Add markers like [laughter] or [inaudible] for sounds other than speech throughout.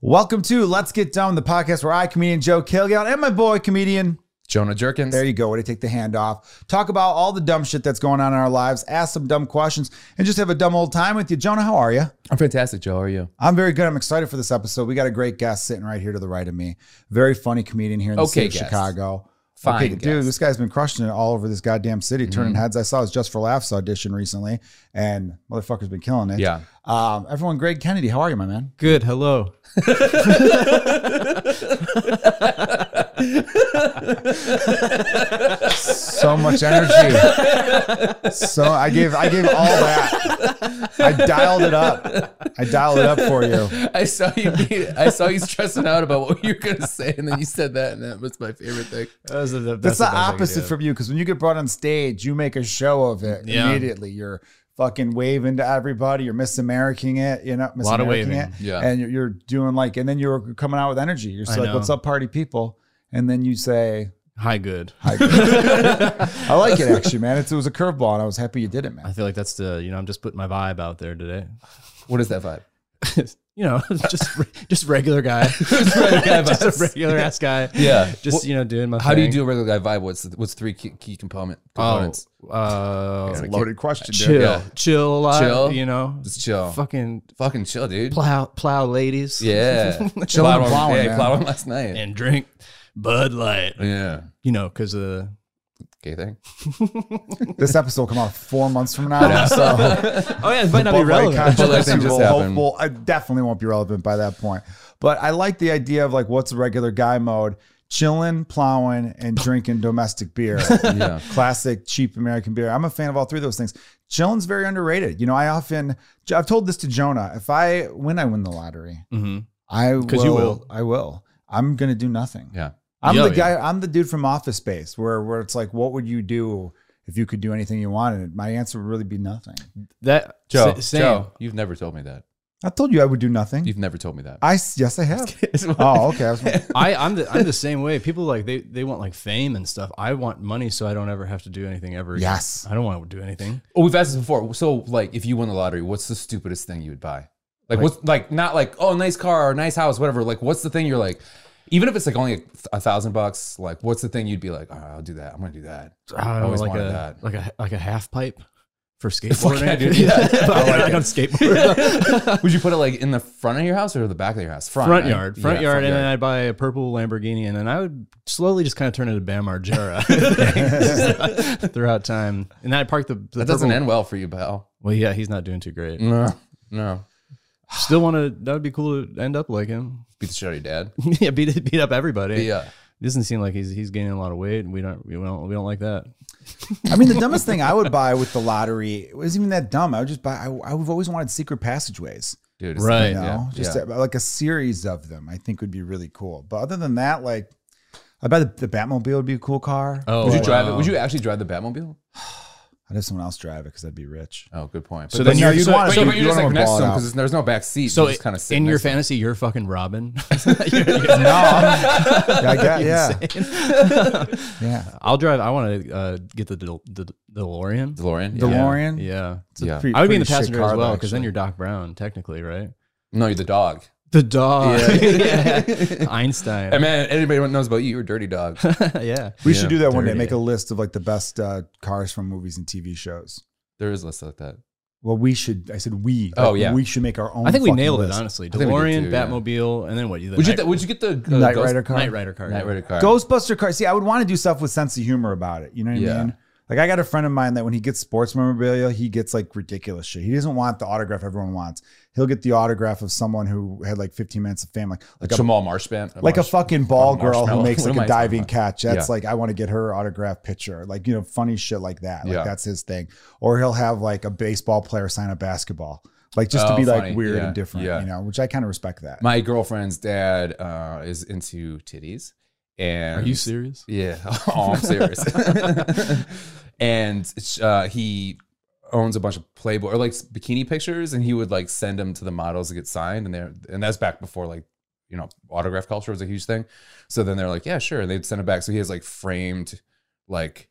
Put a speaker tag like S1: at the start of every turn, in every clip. S1: Welcome to Let's Get Down, the podcast where I, comedian Joe Kilgallen, and my boy, comedian.
S2: Jonah Jerkins.
S1: There you go. Way to take the hand off. Talk about all the dumb shit that's going on in our lives, ask some dumb questions, and just have a dumb old time with you. Jonah, how are you?
S2: I'm fantastic, Joe. How are you?
S1: I'm very good. I'm excited for this episode. We got a great guest sitting right here to the right of me. Very funny comedian here in the
S2: Okay,
S1: city of
S2: guest.
S1: Chicago.
S2: Fine
S1: okay, dude,
S2: guest. Mm-hmm.
S1: this guy's been crushing it all over this goddamn city, turning heads. I saw his Just for Laughs audition recently, and motherfucker's been killing it.
S2: Yeah.
S1: Um, everyone, Greg Kennedy, how are you, my man?
S3: Good. Hello.
S1: [laughs] so much energy. So I gave I gave all that. I dialed it up. I dialed it up for you.
S2: [laughs] I saw you. Be, I saw you stressing out about what you were gonna say, and then you said that, and that was my favorite thing.
S3: That was the-
S1: That's,
S3: the
S1: the
S3: best I could
S1: opposite
S3: do.
S1: from you because when you get brought on stage, you make a show of it
S3: Yeah.
S1: immediately. You're fucking waving to everybody. You're Miss American it. You know, Miss
S3: Lot of
S1: American
S3: waving.
S1: it.
S2: Yeah.
S1: And you're, you're doing like, and then you're coming out with energy. You're just
S3: I
S1: like,
S3: know.
S1: "What's up, party people?" And then you say,
S3: Hi, good.
S1: "I like it actually, man. It's, it was a curveball, and I was happy you did it,
S3: I
S1: man."
S3: feel like that's the you know I'm just putting my vibe out there today. [laughs]
S2: What is that [laughs] vibe?
S3: you know, [laughs] just re- just regular guy,
S2: [laughs]
S3: [laughs] just,
S2: regular guy
S1: [laughs]
S2: vibes.
S3: a regular ass guy.
S2: Yeah.
S3: Just
S2: Well,
S3: you know doing my.
S2: How do you
S3: thing.
S2: do a regular guy vibe? What's what's three key, key component
S3: Oh,
S2: components?
S3: uh,
S1: Loaded question, dude.
S3: chill,
S2: Yeah.
S3: chill, uh,
S2: Chill.
S3: You know,
S2: Just chill.
S3: fucking
S2: Fucking chill, dude.
S3: plow plow
S2: [laughs]
S3: ladies.
S2: Yeah.
S1: [laughs] Chill
S2: Plowed
S1: and
S2: one-
S1: plowing,
S2: Yeah,
S1: man.
S2: plowed one last night.
S3: and drink Bud Light.
S2: yeah.
S3: You know, because uh,
S2: Okay, thing.
S1: This episode will come out four months from now, so.
S3: oh yeah, it might not be
S1: But, like,
S3: relevant.
S2: But, like,
S1: controversy
S2: thing just
S1: will
S2: happened.
S1: hopeful- I definitely won't be relevant by that point. But I like the idea of like what's regular guy mode: chilling, plowing, and drinking domestic beer.
S2: [laughs] Yeah.
S1: Classic cheap American beer. I'm a fan of all three of those things. Chilling's very underrated. You know, I often I've told this to Jonah. If I when I win the lottery,
S3: Mhm.
S1: I will,
S3: 'Cause you will.
S1: I will. I'm gonna do nothing.
S2: Yeah.
S1: I'm
S3: Yeah,
S1: the guy. I'm the dude from Office Space, where where it's like, what would you do if you could do anything you wanted? My answer would really be nothing.
S3: That
S2: Joe,
S3: sa- same.
S2: Joe, you've never told me that.
S1: I told you I would do nothing.
S2: You've never told me that.
S1: I s- yes, I have. oh, okay. I
S3: [laughs]
S1: was,
S3: I, I'm the I'm the same way. People like they they want like fame and stuff. I want money so I don't ever have to do anything ever. again.
S1: Yes.
S3: I don't want to do anything.
S2: Oh, we've asked this before. So, like, if you won the lottery, what's the stupidest thing you would buy? Like, what's like not like oh, nice car or nice house, whatever. Like, what's the thing you're like? Even if it's like only a, a thousand bucks, like, what's the thing you'd be like? All right, I'll do that. I'm gonna do that.
S3: I
S2: always
S3: Uh, like
S2: wanted
S3: a
S2: that.
S3: like a like a half pipe
S2: [laughs]
S3: for
S2: Fuck
S3: skateboarding.
S2: yeah,
S3: [laughs]
S2: dude.
S3: Yeah, but
S2: I like
S3: I
S2: it.
S3: got
S2: [laughs]
S3: a skateboard.
S2: Would you put it like in the front of your house or the back of your house?
S3: front
S2: right?
S3: yard, front
S2: Yeah,
S3: yard, and then I'd buy a purple Lamborghini, and then I would slowly just kind of turn into
S2: [laughs]
S3: Bam Margera [laughs] throughout time. And then I parked the, the
S2: that doesn't
S3: purple-
S2: end well for you, pal.
S3: Well, yeah, he's not doing too great.
S2: No, no.
S3: Still want to. That would be cool to end up like him. [laughs]
S2: Beat the shit out of your dad.
S3: yeah, beat beat up everybody.
S2: Yeah.
S3: doesn't seem like he's he's gaining a lot of weight, and we don't we don't we don't like that.
S1: I mean, the dumbest thing I would buy with the lottery it wasn't even that dumb. I would just buy. I, I've always wanted secret passageways.
S2: Dude,
S3: Right.
S1: You know,
S2: Yeah,
S1: just
S2: yeah.
S1: uh, like a series of them. I think would be really cool. But other than that, like, I bet the, the Batmobile would be a cool car.
S3: Oh,
S2: Would you
S3: wow.
S2: drive it? Would you actually drive the Batmobile?
S1: I'd have someone else drive it because I'd be rich.
S2: Oh, good point.
S3: So then
S1: no,
S3: you're-
S1: you'd
S3: so-
S1: want
S2: but,
S1: to.
S2: you're,
S1: you
S2: but you're
S1: you'd
S2: just
S1: wanna
S2: like next
S1: ball it
S2: to him
S1: out.
S2: because there's no back seat.
S3: So
S2: you just kind of sit
S3: in your
S2: next to him.
S3: fantasy, you're
S2: [laughs]
S3: fucking Robin. [laughs]
S1: [laughs] No, I'm, I got yeah, yeah.
S3: I'll drive. I want to uh, get the Del- the DeLorean.
S2: DeLorean. yeah.
S1: DeLorean.
S3: Yeah,
S1: It's a
S2: Yeah.
S1: pretty-
S3: I would be in the
S1: pretty shit
S3: passenger
S1: car,
S3: as
S1: though,
S3: well because then
S1: actually.
S3: you're Doc Brown technically, right?
S2: No, you're the dog.
S3: The dog,
S2: Yeah.
S3: Einstein.
S2: And man, anybody who knows about you, you're a
S1: [laughs]
S2: dirty dog.
S3: [laughs] yeah,
S1: We
S2: Yeah,
S1: should do that one day.
S3: dirty.
S1: Make a list of like the best uh, cars from movies and TV shows.
S2: There is lists like that.
S1: Well, we should. I said we.
S2: Oh,
S1: Like,
S2: yeah.
S1: we should make our own.
S3: I think we
S1: fucking
S3: nailed it
S1: list.
S3: honestly.
S2: think we did
S3: DeLorean,
S2: too, yeah.
S3: Batmobile, and then what? You the
S2: Would you
S3: Knight-
S2: th- would you get the uh,
S1: Knight
S2: Ghost-
S1: Rider car,
S3: Knight Rider car?
S2: Knight Rider car.
S1: Ghostbuster car. See, I would want to do stuff with sense of humor about it. You know what I
S2: Yeah.
S1: mean? Like I got a friend of mine that when he gets sports memorabilia, he gets like ridiculous shit. He doesn't want the autograph everyone wants. He'll get the autograph of someone who had like 15 minutes of fame, like like a,
S2: Jamal Marshman.
S1: like a fucking ball
S2: a
S1: girl who
S2: [laughs] marshmallow.
S1: makes like
S2: What am I
S1: a
S2: talking
S1: diving
S2: about?
S1: catch. That's
S2: Yeah.
S1: like I want to get her autograph picture. Like you know, funny shit like that. Like
S2: Yeah.
S1: that's his thing. Or he'll have like a baseball player sign a basketball, like just to
S2: Oh,
S1: be like
S2: funny.
S1: weird
S2: Yeah.
S1: and different.
S2: Yeah.
S1: You know, which I kind of respect that.
S2: My girlfriend's dad uh, is into titties, and
S3: Are you serious?
S2: Yeah, [laughs] oh, I'm serious. [laughs] and uh, he owns a bunch of Playboy or like bikini pictures, and he would like send them to the models to get signed, and they're and that's back before like you know autograph culture was a huge thing. So then they're like, yeah, sure, and they'd send it back. So he has like framed like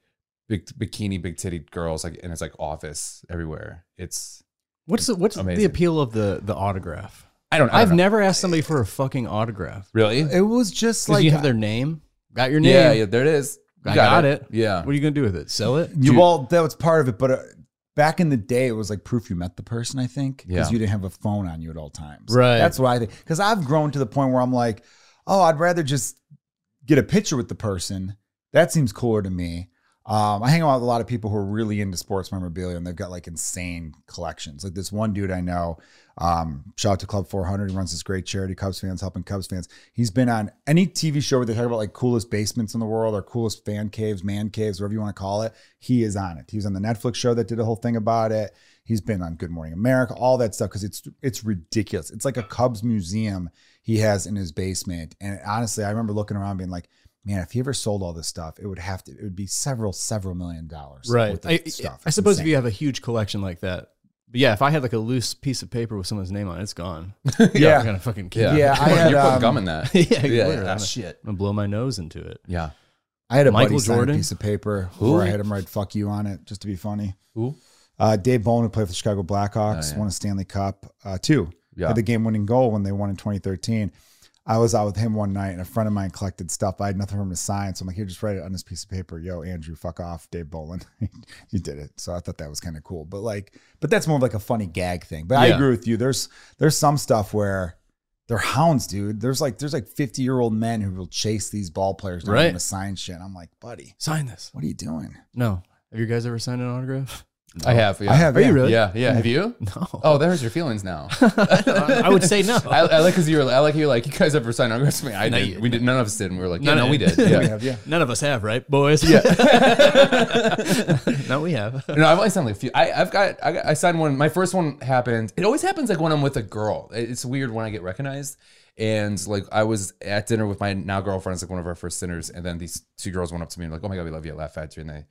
S2: big bikini, big titty girls like in his like office everywhere. It's
S3: What's the, what's
S2: Amazing.
S3: the appeal of the the autograph?
S2: I don't. I
S3: I've
S2: don't know.
S3: never asked somebody for a fucking autograph.
S2: really.
S1: It was just
S3: 'Cause
S1: like
S3: you have their name, got your name.
S2: yeah, yeah. There it is. You
S3: I got it.
S2: Yeah.
S3: What are you gonna do with it? Sell it?
S1: You,
S2: Dude.
S1: well, that was part of it, but uh, back in the day, it was like proof you met the person. I think because
S2: Yeah.
S1: you didn't have a phone on you at all times.
S3: Right.
S1: That's why I think because I've grown to the point where I'm like, oh, I'd rather just get a picture with the person. That seems cooler to me. Um, I hang out with a lot of people who are really into sports memorabilia and they've got like insane collections. Like this one dude I know, um, shout out to Club 400. He runs this great charity, Cubs fans helping Cubs fans. He's been on any TV show where they talk about like coolest basements in the world or coolest fan caves, man caves, whatever you want to call it. He is on it. He was on the Netflix show that did a whole thing about it. He's been on Good Morning America, all that stuff because it's it's ridiculous. It's like a Cubs museum he has in his basement. And honestly, I remember looking around being like, man, if he ever sold all this stuff, it would have to it would be several several million dollars.
S3: right.
S1: worth of
S3: I,
S1: stuff.
S3: I suppose if you have a huge collection like that, but yeah, if I had like a loose piece of paper with someone's name on it,
S2: [laughs]
S3: it's gone.
S1: Yeah.
S3: I'm gonna fucking keep
S2: Yeah.
S3: it.
S1: Yeah, I
S2: [laughs] You're
S1: had,
S2: putting
S1: um,
S2: gum in that.
S3: [laughs] yeah,
S2: yeah,
S3: literally. I'm
S2: shit.
S3: gonna blow my nose into it.
S2: Yeah.
S1: I had a
S3: Michael
S1: buddy sign
S3: Jordan?
S1: a piece of paper
S2: Who?
S1: where I had him write "fuck you" on it just to be funny.
S2: Who?
S1: Uh, Dave Bowen, who played for the Chicago Blackhawks,
S2: Oh, yeah.
S1: won a Stanley Cup uh, two.
S2: Yeah.
S1: Had the game-winning goal when they won in 2013. I was out with him one night, and a friend of mine collected stuff. I had nothing for him to sign, so I'm like, "Here, just write it on this piece of paper." Yo, Andrew, fuck off, Dave Bolin. [laughs] you did it, so I thought that was kind of cool. But like, but that's more of like a funny gag thing. But I
S3: Yeah.
S1: agree with you. There's there's some stuff where they're hounds, dude. There's like there's like 50 year old men who will chase these ball players down
S3: Right.
S1: right. to sign shit. I'm like, buddy,
S3: Sign this.
S1: what are you doing?
S3: No. Have you guys ever signed an autograph? [laughs]
S2: I have. Yeah.
S1: I have.
S3: Are you
S1: yeah.
S3: really?
S2: Yeah. Yeah. Have you?
S3: [laughs] No.
S2: Oh, there's your feelings now.
S3: [laughs] I would say no.
S2: I, I like because you were. I like you. were Like you guys ever signed autographs? I, mean, I
S3: No,
S2: did.
S3: you-
S2: we did. None of us did. And we were like, yeah,
S3: None
S2: no,
S3: of-
S2: we did.
S1: Yeah, we
S2: Yeah.
S3: [laughs]
S1: have, yeah.
S3: None of us have, right, boys? Yeah. [laughs] no,
S2: [laughs]
S3: we have.
S2: no, I've only signed like a few. I, I've got. I, got, I signed one. My first one happened. It always happens like when I'm with a girl. It- It's weird when I get recognized. And like I was at dinner with my now girlfriend. It's like one of our first dinners. And then these two girls went up to me and like, oh my god, we love you at Laugh Factory. And they,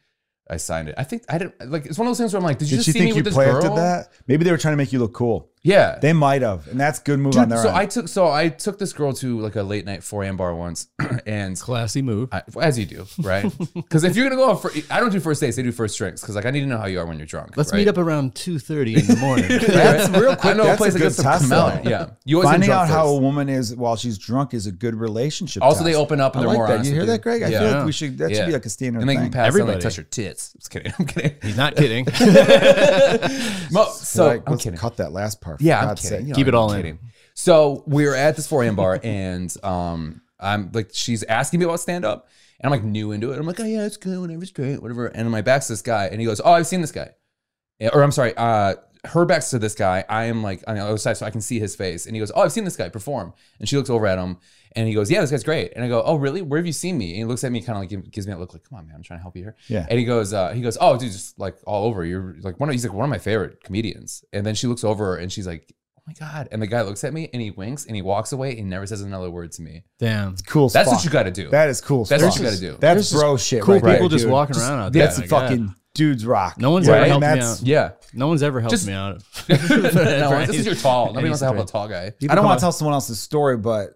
S2: I signed it. I think I didn't like. It's one of those things where I'm like, did you
S1: Did
S2: just
S1: she
S2: see me
S1: think you
S2: with this girl?
S1: planted that? Maybe they were trying to make you look cool.
S2: Yeah.
S1: They might have, and that's good move on
S2: Dude,
S1: their
S2: so
S1: end.
S2: I took so I took this girl to like a late night 4 a.m. bar once, [clears throat] and
S3: Classy move.
S2: I, as you do, right? Because if you're gonna go on, fir- I don't do first dates. They do first drinks because like I need to know how you are when you're drunk.
S3: Let's
S2: right? [laughs]
S3: meet up around 2.30 in the morning.
S1: [laughs]
S3: [laughs]
S1: that's real quick.
S2: I know a
S1: that's
S2: place
S1: a
S2: that
S1: good
S2: gets some
S1: test.
S2: smell.
S1: though.
S2: Yeah, you always
S1: Finding
S2: get
S1: out
S2: drunk
S1: how a
S2: first.
S1: woman is while she's drunk is a good relationship.
S2: Also,
S1: test.
S2: they open up
S1: I
S2: and they're
S1: like
S2: more
S1: that.
S2: honest
S1: You hear
S2: with you.
S1: that, Greg? I feel
S3: Yeah.
S1: like we should. That
S2: Yeah.
S1: should be like a standard
S2: and they can
S1: thing.
S2: pass on like
S3: Everybody.
S2: touch your tits. Just kidding. I'm kidding.
S3: He's not kidding.
S2: Mo- so
S1: like,
S2: I'm
S1: let's
S2: kidding.
S1: cut that last part. for
S2: Yeah, I'm
S1: God's
S2: kidding.
S1: sake.
S2: You know,
S3: Keep it
S2: I'm
S3: all in.
S2: So we were at this 4 a.m. bar [laughs] and um I'm like she's asking me about stand up and I'm like new into it. I'm like, oh yeah, it's good, whatever, it's great, whatever. And my back's to this guy and he goes, Oh, I've seen this guy. Yeah, Or I'm sorry, uh her back's to this guy. I am like on the other side, so I can see his face. And he goes, Oh, I've seen this guy perform. And she looks over at him and he goes, Yeah, this guy's great. And I go, Oh, really? Where have you seen me? And he looks at me kind of like give- gives me that look like, come on, man, I'm trying to help you here.
S1: Yeah.
S2: And he goes, uh, he goes, oh, dude, just like all over. You're like one of he's like one of my favorite comedians. And then she looks over and she's like, oh my god. And the guy looks at me and he winks and he walks away and he never says another word to me.
S3: Damn.
S1: Cool. as
S2: That's
S1: fuck.
S2: what you got to do.
S1: That is cool. as
S2: That's
S1: fuck.
S2: what you got to do.
S1: That's bro shit.
S3: Cool
S1: right
S3: people
S1: there,
S3: just
S1: dude.
S3: walking around out there. Oh
S1: That's
S3: my God.
S1: fucking dudes rock.
S3: No one's
S1: Yeah,
S3: ever
S1: and
S3: helped me
S1: that's- [laughs]
S3: out.
S2: yeah.
S3: No one's ever helped
S2: Just-
S3: me out.
S2: [laughs]
S3: [laughs]
S2: no, one- this is your tall. Nobody
S3: any
S2: wants to help a
S3: situation.
S2: tall guy.
S1: I don't want to tell someone else's story, but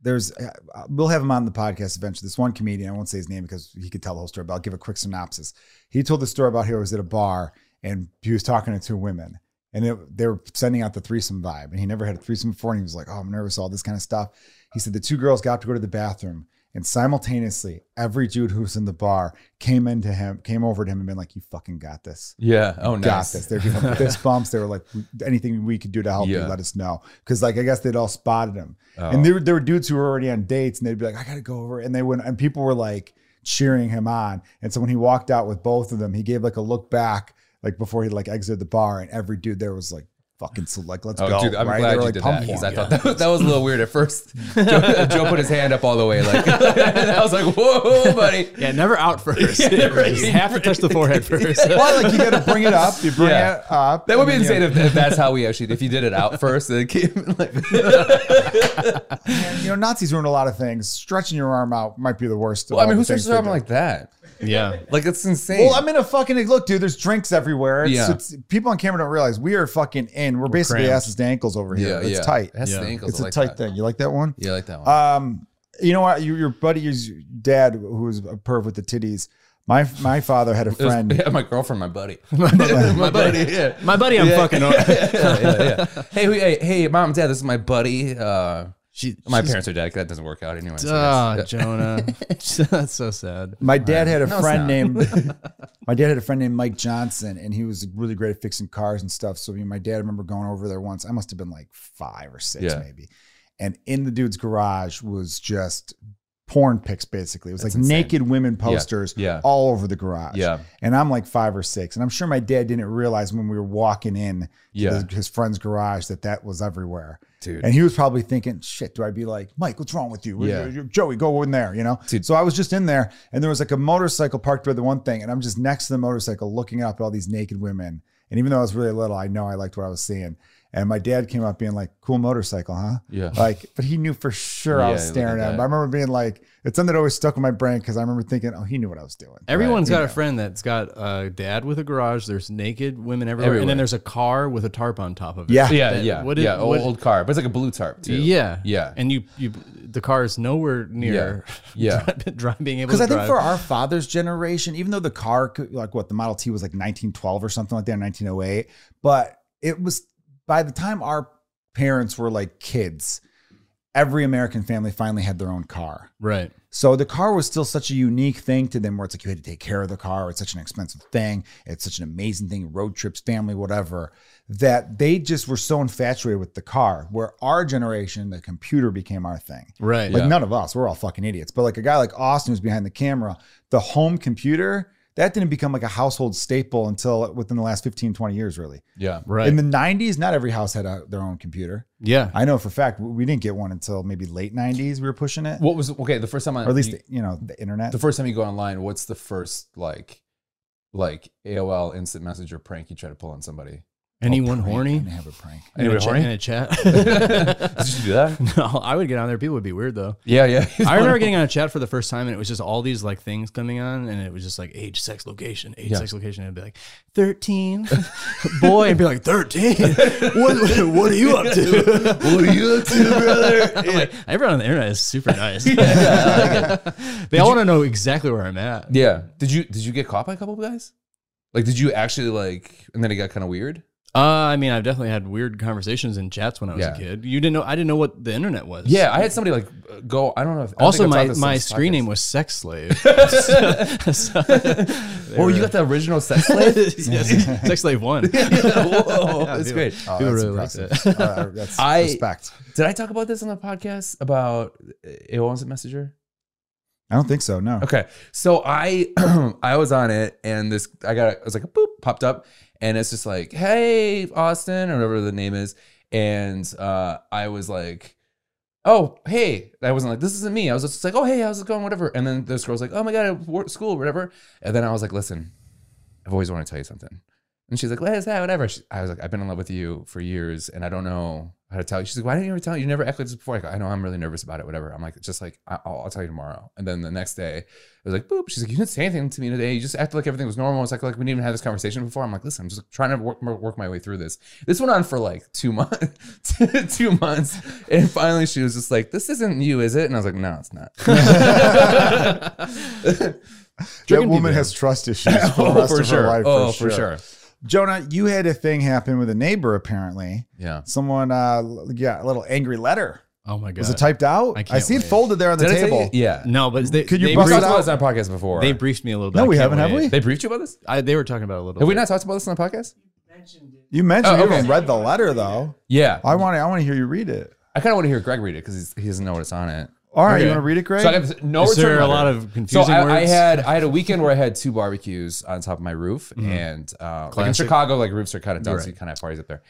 S1: there's uh, we'll have him on the podcast eventually. This one comedian, I won't say his name because he could tell the whole story, but I'll give a quick synopsis. He told the story about how he was at a bar and he was talking to two women. And it, they were sending out the threesome vibe, and he never had a threesome before. And he was like, "Oh, I'm nervous, all this kind of stuff." He said the two girls got up to go to the bathroom, and simultaneously, every dude who was in the bar came into him, came over to him, and been like, "You fucking got this."
S2: Yeah. Oh,
S1: got
S2: nice.
S1: this. They're giving him fist bumps. They were like, anything we could do to help you,
S2: Yeah.
S1: let us know. Because like I guess they'd all spotted him,
S2: [laughs] Oh.
S1: and there were, there were dudes who were already on dates, and they'd be like, I gotta go over, and they went, and people were like cheering him on. And so when he walked out with both of them, he gave like a look back, like before he like exited the bar, and every dude there was like, fucking, so like let's
S2: Oh,
S1: go.
S2: dude, I'm
S1: right? They
S2: glad
S1: were,
S2: you
S1: like,
S2: did
S1: pumped for
S2: that because
S1: him. [laughs]
S2: I thought that was, that was a little weird at first. Joe, Joe put his hand up all the way, like [laughs] I was like, "Whoa, buddy!"
S3: Yeah, never out first.
S2: [laughs] Yeah, right.
S3: You have to touch
S2: [laughs]
S3: the forehead first.
S1: Well, like you gotta bring it up. You bring
S2: Yeah.
S1: it up.
S2: That would be
S1: and then
S2: insane
S1: you-
S2: if, if that's how we actually. If you did it out first, and it came, like,
S1: You know, Nazis ruined a lot of things. Stretching your arm out might be the worst. of
S2: well, I
S1: all
S2: mean,
S1: the
S2: who
S1: things they
S2: starts driving
S1: did.
S2: like that?
S3: Yeah.
S2: Like it's insane.
S1: Well, I'm in a fucking look, dude. There's drinks everywhere. It's,
S2: Yeah.
S1: it's- people on camera don't realize we are fucking in. We're, basically
S3: cramped.
S1: asses to ankles over here.
S2: yeah,
S1: it's
S2: yeah.
S1: tight.
S2: It has
S3: Yeah.
S2: the ankles.
S1: It's
S2: I
S1: a
S2: like
S1: tight
S2: that.
S1: thing. Uh, You like that one?
S2: Yeah, I like that one.
S1: Um, you know what? You, your buddy, your dad, who was a perv with the titties, My my father had a
S2: It was-
S1: friend.
S2: [laughs] yeah, my girlfriend, my
S1: [laughs]
S2: buddy, my buddy. Yeah.
S3: My buddy, I'm
S2: Yeah. [laughs]
S3: fucking.
S2: yeah, yeah,
S1: [laughs]
S2: yeah. Hey, we- hey, hey, mom, dad, this is my buddy. Uh,
S3: She,
S2: my
S3: she's-
S2: parents are dead. That doesn't work out anyway. so
S3: Ah,
S2: that's- [laughs]
S3: Jonah, [laughs] that's so sad.
S1: My dad had a
S2: No, it's
S1: friend
S2: not. [laughs]
S1: named My dad had a friend named Mike Johnson and he was really great at fixing cars and stuff. So I mean, my dad I remember going over there once. I must have been like 5 or 6
S2: Yeah.
S1: maybe. And in the dude's garage was just porn pics basically. It was
S2: That's
S1: like
S2: insane.
S1: naked women posters
S2: yeah.
S1: all over the garage.
S2: yeah,
S1: And I'm like 5 or 6 and I'm sure my dad didn't realize when we were walking in to
S2: yeah,
S1: the- his friend's garage that that was everywhere.
S2: dude.
S1: And he was probably thinking, shit, do I be like, Mike, what's wrong with you?
S2: Yeah.
S1: You- Joey, go in there, you know?
S2: Dude.
S1: So I was just in there and there was like a motorcycle parked by the one thing. And I'm just next to the motorcycle looking up at all these naked women. And even though I was really little, I know I liked what I was seeing. And my dad came up being like, cool motorcycle, huh?
S2: Yeah.
S1: Like, but he knew for sure I
S2: Yeah,
S1: was
S2: look at
S1: staring at him.
S2: that.
S1: But I remember being like, it's something that always stuck in my brain because I remember thinking, oh, he knew what I was doing.
S3: Everyone's
S1: Right.
S3: got a friend that's got a dad with a garage. There's naked women everywhere, and
S2: Everywhere.
S3: then there's a car with a tarp on top of it.
S1: Yeah.
S2: [laughs] yeah,
S3: That-
S2: yeah,
S3: what did-
S2: yeah. Old,
S3: what-
S2: old car, but it's like a blue tarp too.
S3: yeah,
S2: yeah,
S3: And you, you, the car is nowhere near. [laughs]
S2: Yeah.
S3: dri- dri- being able
S1: Because
S3: to
S1: I think
S3: drive.
S1: for our father's generation, even though the car, could- like what the Model T was like 1912 or something like that, 1908, but it was by the time our parents were like kids, every American family finally had their own car.
S3: right,
S1: So the car was still such a unique thing to them where it's like you had to take care of the car. It's such an expensive thing. It's such an amazing thing, road trips, family, whatever, that they just were so infatuated with the car. Where our generation, the computer became our thing.
S3: right,
S1: Like
S2: Yeah.
S1: none of us, we're all fucking idiots. But like a guy like Austin who's behind the camera, the home computer, that didn't become like a household staple until within the last 15, 20 years, really.
S2: yeah.
S3: right,
S1: In the 90s, not every house had a, their own computer.
S3: yeah.
S2: Oh,
S1: I know for a fact we- we didn't get one until maybe late 90s. We were pushing it,
S2: What was okay? The first time I
S1: or at least,
S2: you-
S1: the, you know, the internet.
S2: the first time you go online, what's the first like like AOL instant messenger prank you try to pull on somebody?
S3: Anyone
S1: prank. I
S3: horny?
S1: didn't have a prank.
S3: In a,
S2: Anybody
S3: cha-
S2: horny?
S3: in a chat?
S2: [laughs] Did you do that?
S3: [laughs] no, I would get on there. People would be weird though.
S2: Yeah, yeah. [laughs]
S3: I remember getting on a chat for the first time, and it was just all these like things coming on, and it was just like age, sex, location, age,
S2: Yeah.
S3: sex, location. And it'd be like thirteen, [laughs] boy, and be like thirteen. What, what are you up to?
S2: [laughs] what are you up to, brother?
S3: [laughs] I'm like, everyone on the internet is
S2: [laughs]
S3: super nice. [laughs] they all want to know exactly where I'm at.
S2: Yeah. Did you did you get caught by a couple of guys? Like, did you actually like? And then it got kind of weird.
S3: Uh, I mean, I've definitely had weird conversations in chats when I was
S2: Yeah.
S3: a kid. You didn't know, I didn't know what the internet was.
S2: Yeah, I had somebody like uh, go. I don't know. If, I don't
S3: Also,
S2: think I
S3: my,
S2: taught this on
S3: my
S2: this
S3: screen name
S2: podcast.
S3: was Sex
S2: [laughs]
S3: Slave. [laughs] So- so- they
S2: Oh,
S3: were-
S2: you got the original sex slave.
S3: [laughs] yes, Sex
S2: [laughs]
S3: Slave One.
S2: Whoa, that's
S3: dude.
S2: great.
S1: Oh,
S3: People
S1: that's
S3: really liked
S1: impressive.
S3: [laughs]
S1: Uh, that's
S2: [laughs] I-
S1: respect.
S2: Did I talk about this on the podcast about AOL Instant Messenger?
S1: I don't think so. No.
S2: Okay, so I [clears throat] I was on it and this I got I was like boop popped up and it's just like hey Austin or whatever the name is and uh, I was like oh hey I wasn't like this isn't me I was just like oh hey how's it going whatever and then this girl's like oh my god I work school whatever and then I was like listen I've always wanted to tell you something and she's like what is that whatever she, I was like I've been in love with you for years and I don't know how to tell you she's like why didn't you ever tell you never acted like this before I, go, I know I'm really nervous about it whatever I'm like just like I- I'll, I'll tell you tomorrow and then the next day I was like, boop. She's like, you didn't say anything to me today. You just acted like everything was normal. It's like, like we didn't even have this conversation before. I'm like, listen, I'm just trying to work, work my way through this. This went on for like two months, [laughs] two months. And finally she was just like, this isn't you, is it? And I was like, no, it's not.
S1: That
S3: Drinking
S1: woman
S3: people.
S1: has trust issues for the rest of her life.
S2: [laughs] oh, for sure.
S1: Jonah, you had a thing happen with a neighbor apparently.
S2: [laughs] Yeah.
S1: Someone uh l- yeah, a little angry letter.
S3: Oh my god.
S1: Was it typed out?
S3: I
S1: I,
S3: can't
S1: see it
S3: wait.
S1: folded there on the
S2: Did I tell
S1: table.
S2: you- Yeah.
S3: No, but they,
S1: Could you
S3: they,
S2: We
S1: bust it
S2: talked
S3: briefed,
S2: about
S1: out?
S2: this on a podcast before.
S3: they briefed me a little bit.
S1: No,
S3: I
S1: we
S3: can't
S1: haven't, have
S3: wait.
S1: we?
S2: they briefed you about this?
S3: I, they were talking about it a little.
S2: Have
S3: bit.
S2: we not talked about this on the podcast?
S1: You mentioned
S2: Oh,
S1: you
S2: okay.
S1: haven't read the letter though.
S2: Yeah.
S1: I want to I want to hear you read it.
S2: I kind of want to hear Greg read it because he doesn't know what it's on it.
S1: All right, you
S3: Okay.
S1: want to read it, Greg?
S2: So I got no
S3: Is
S2: return
S3: there a
S2: letter.
S3: lot of
S2: So
S3: confusing
S2: I, I
S3: words?
S2: had I had a weekend where I had two barbecues on top of my roof, and uh, like in
S3: Classic.
S2: Chicago, like roofs are kind of done, so
S3: Right.
S2: you kind of have parties up there.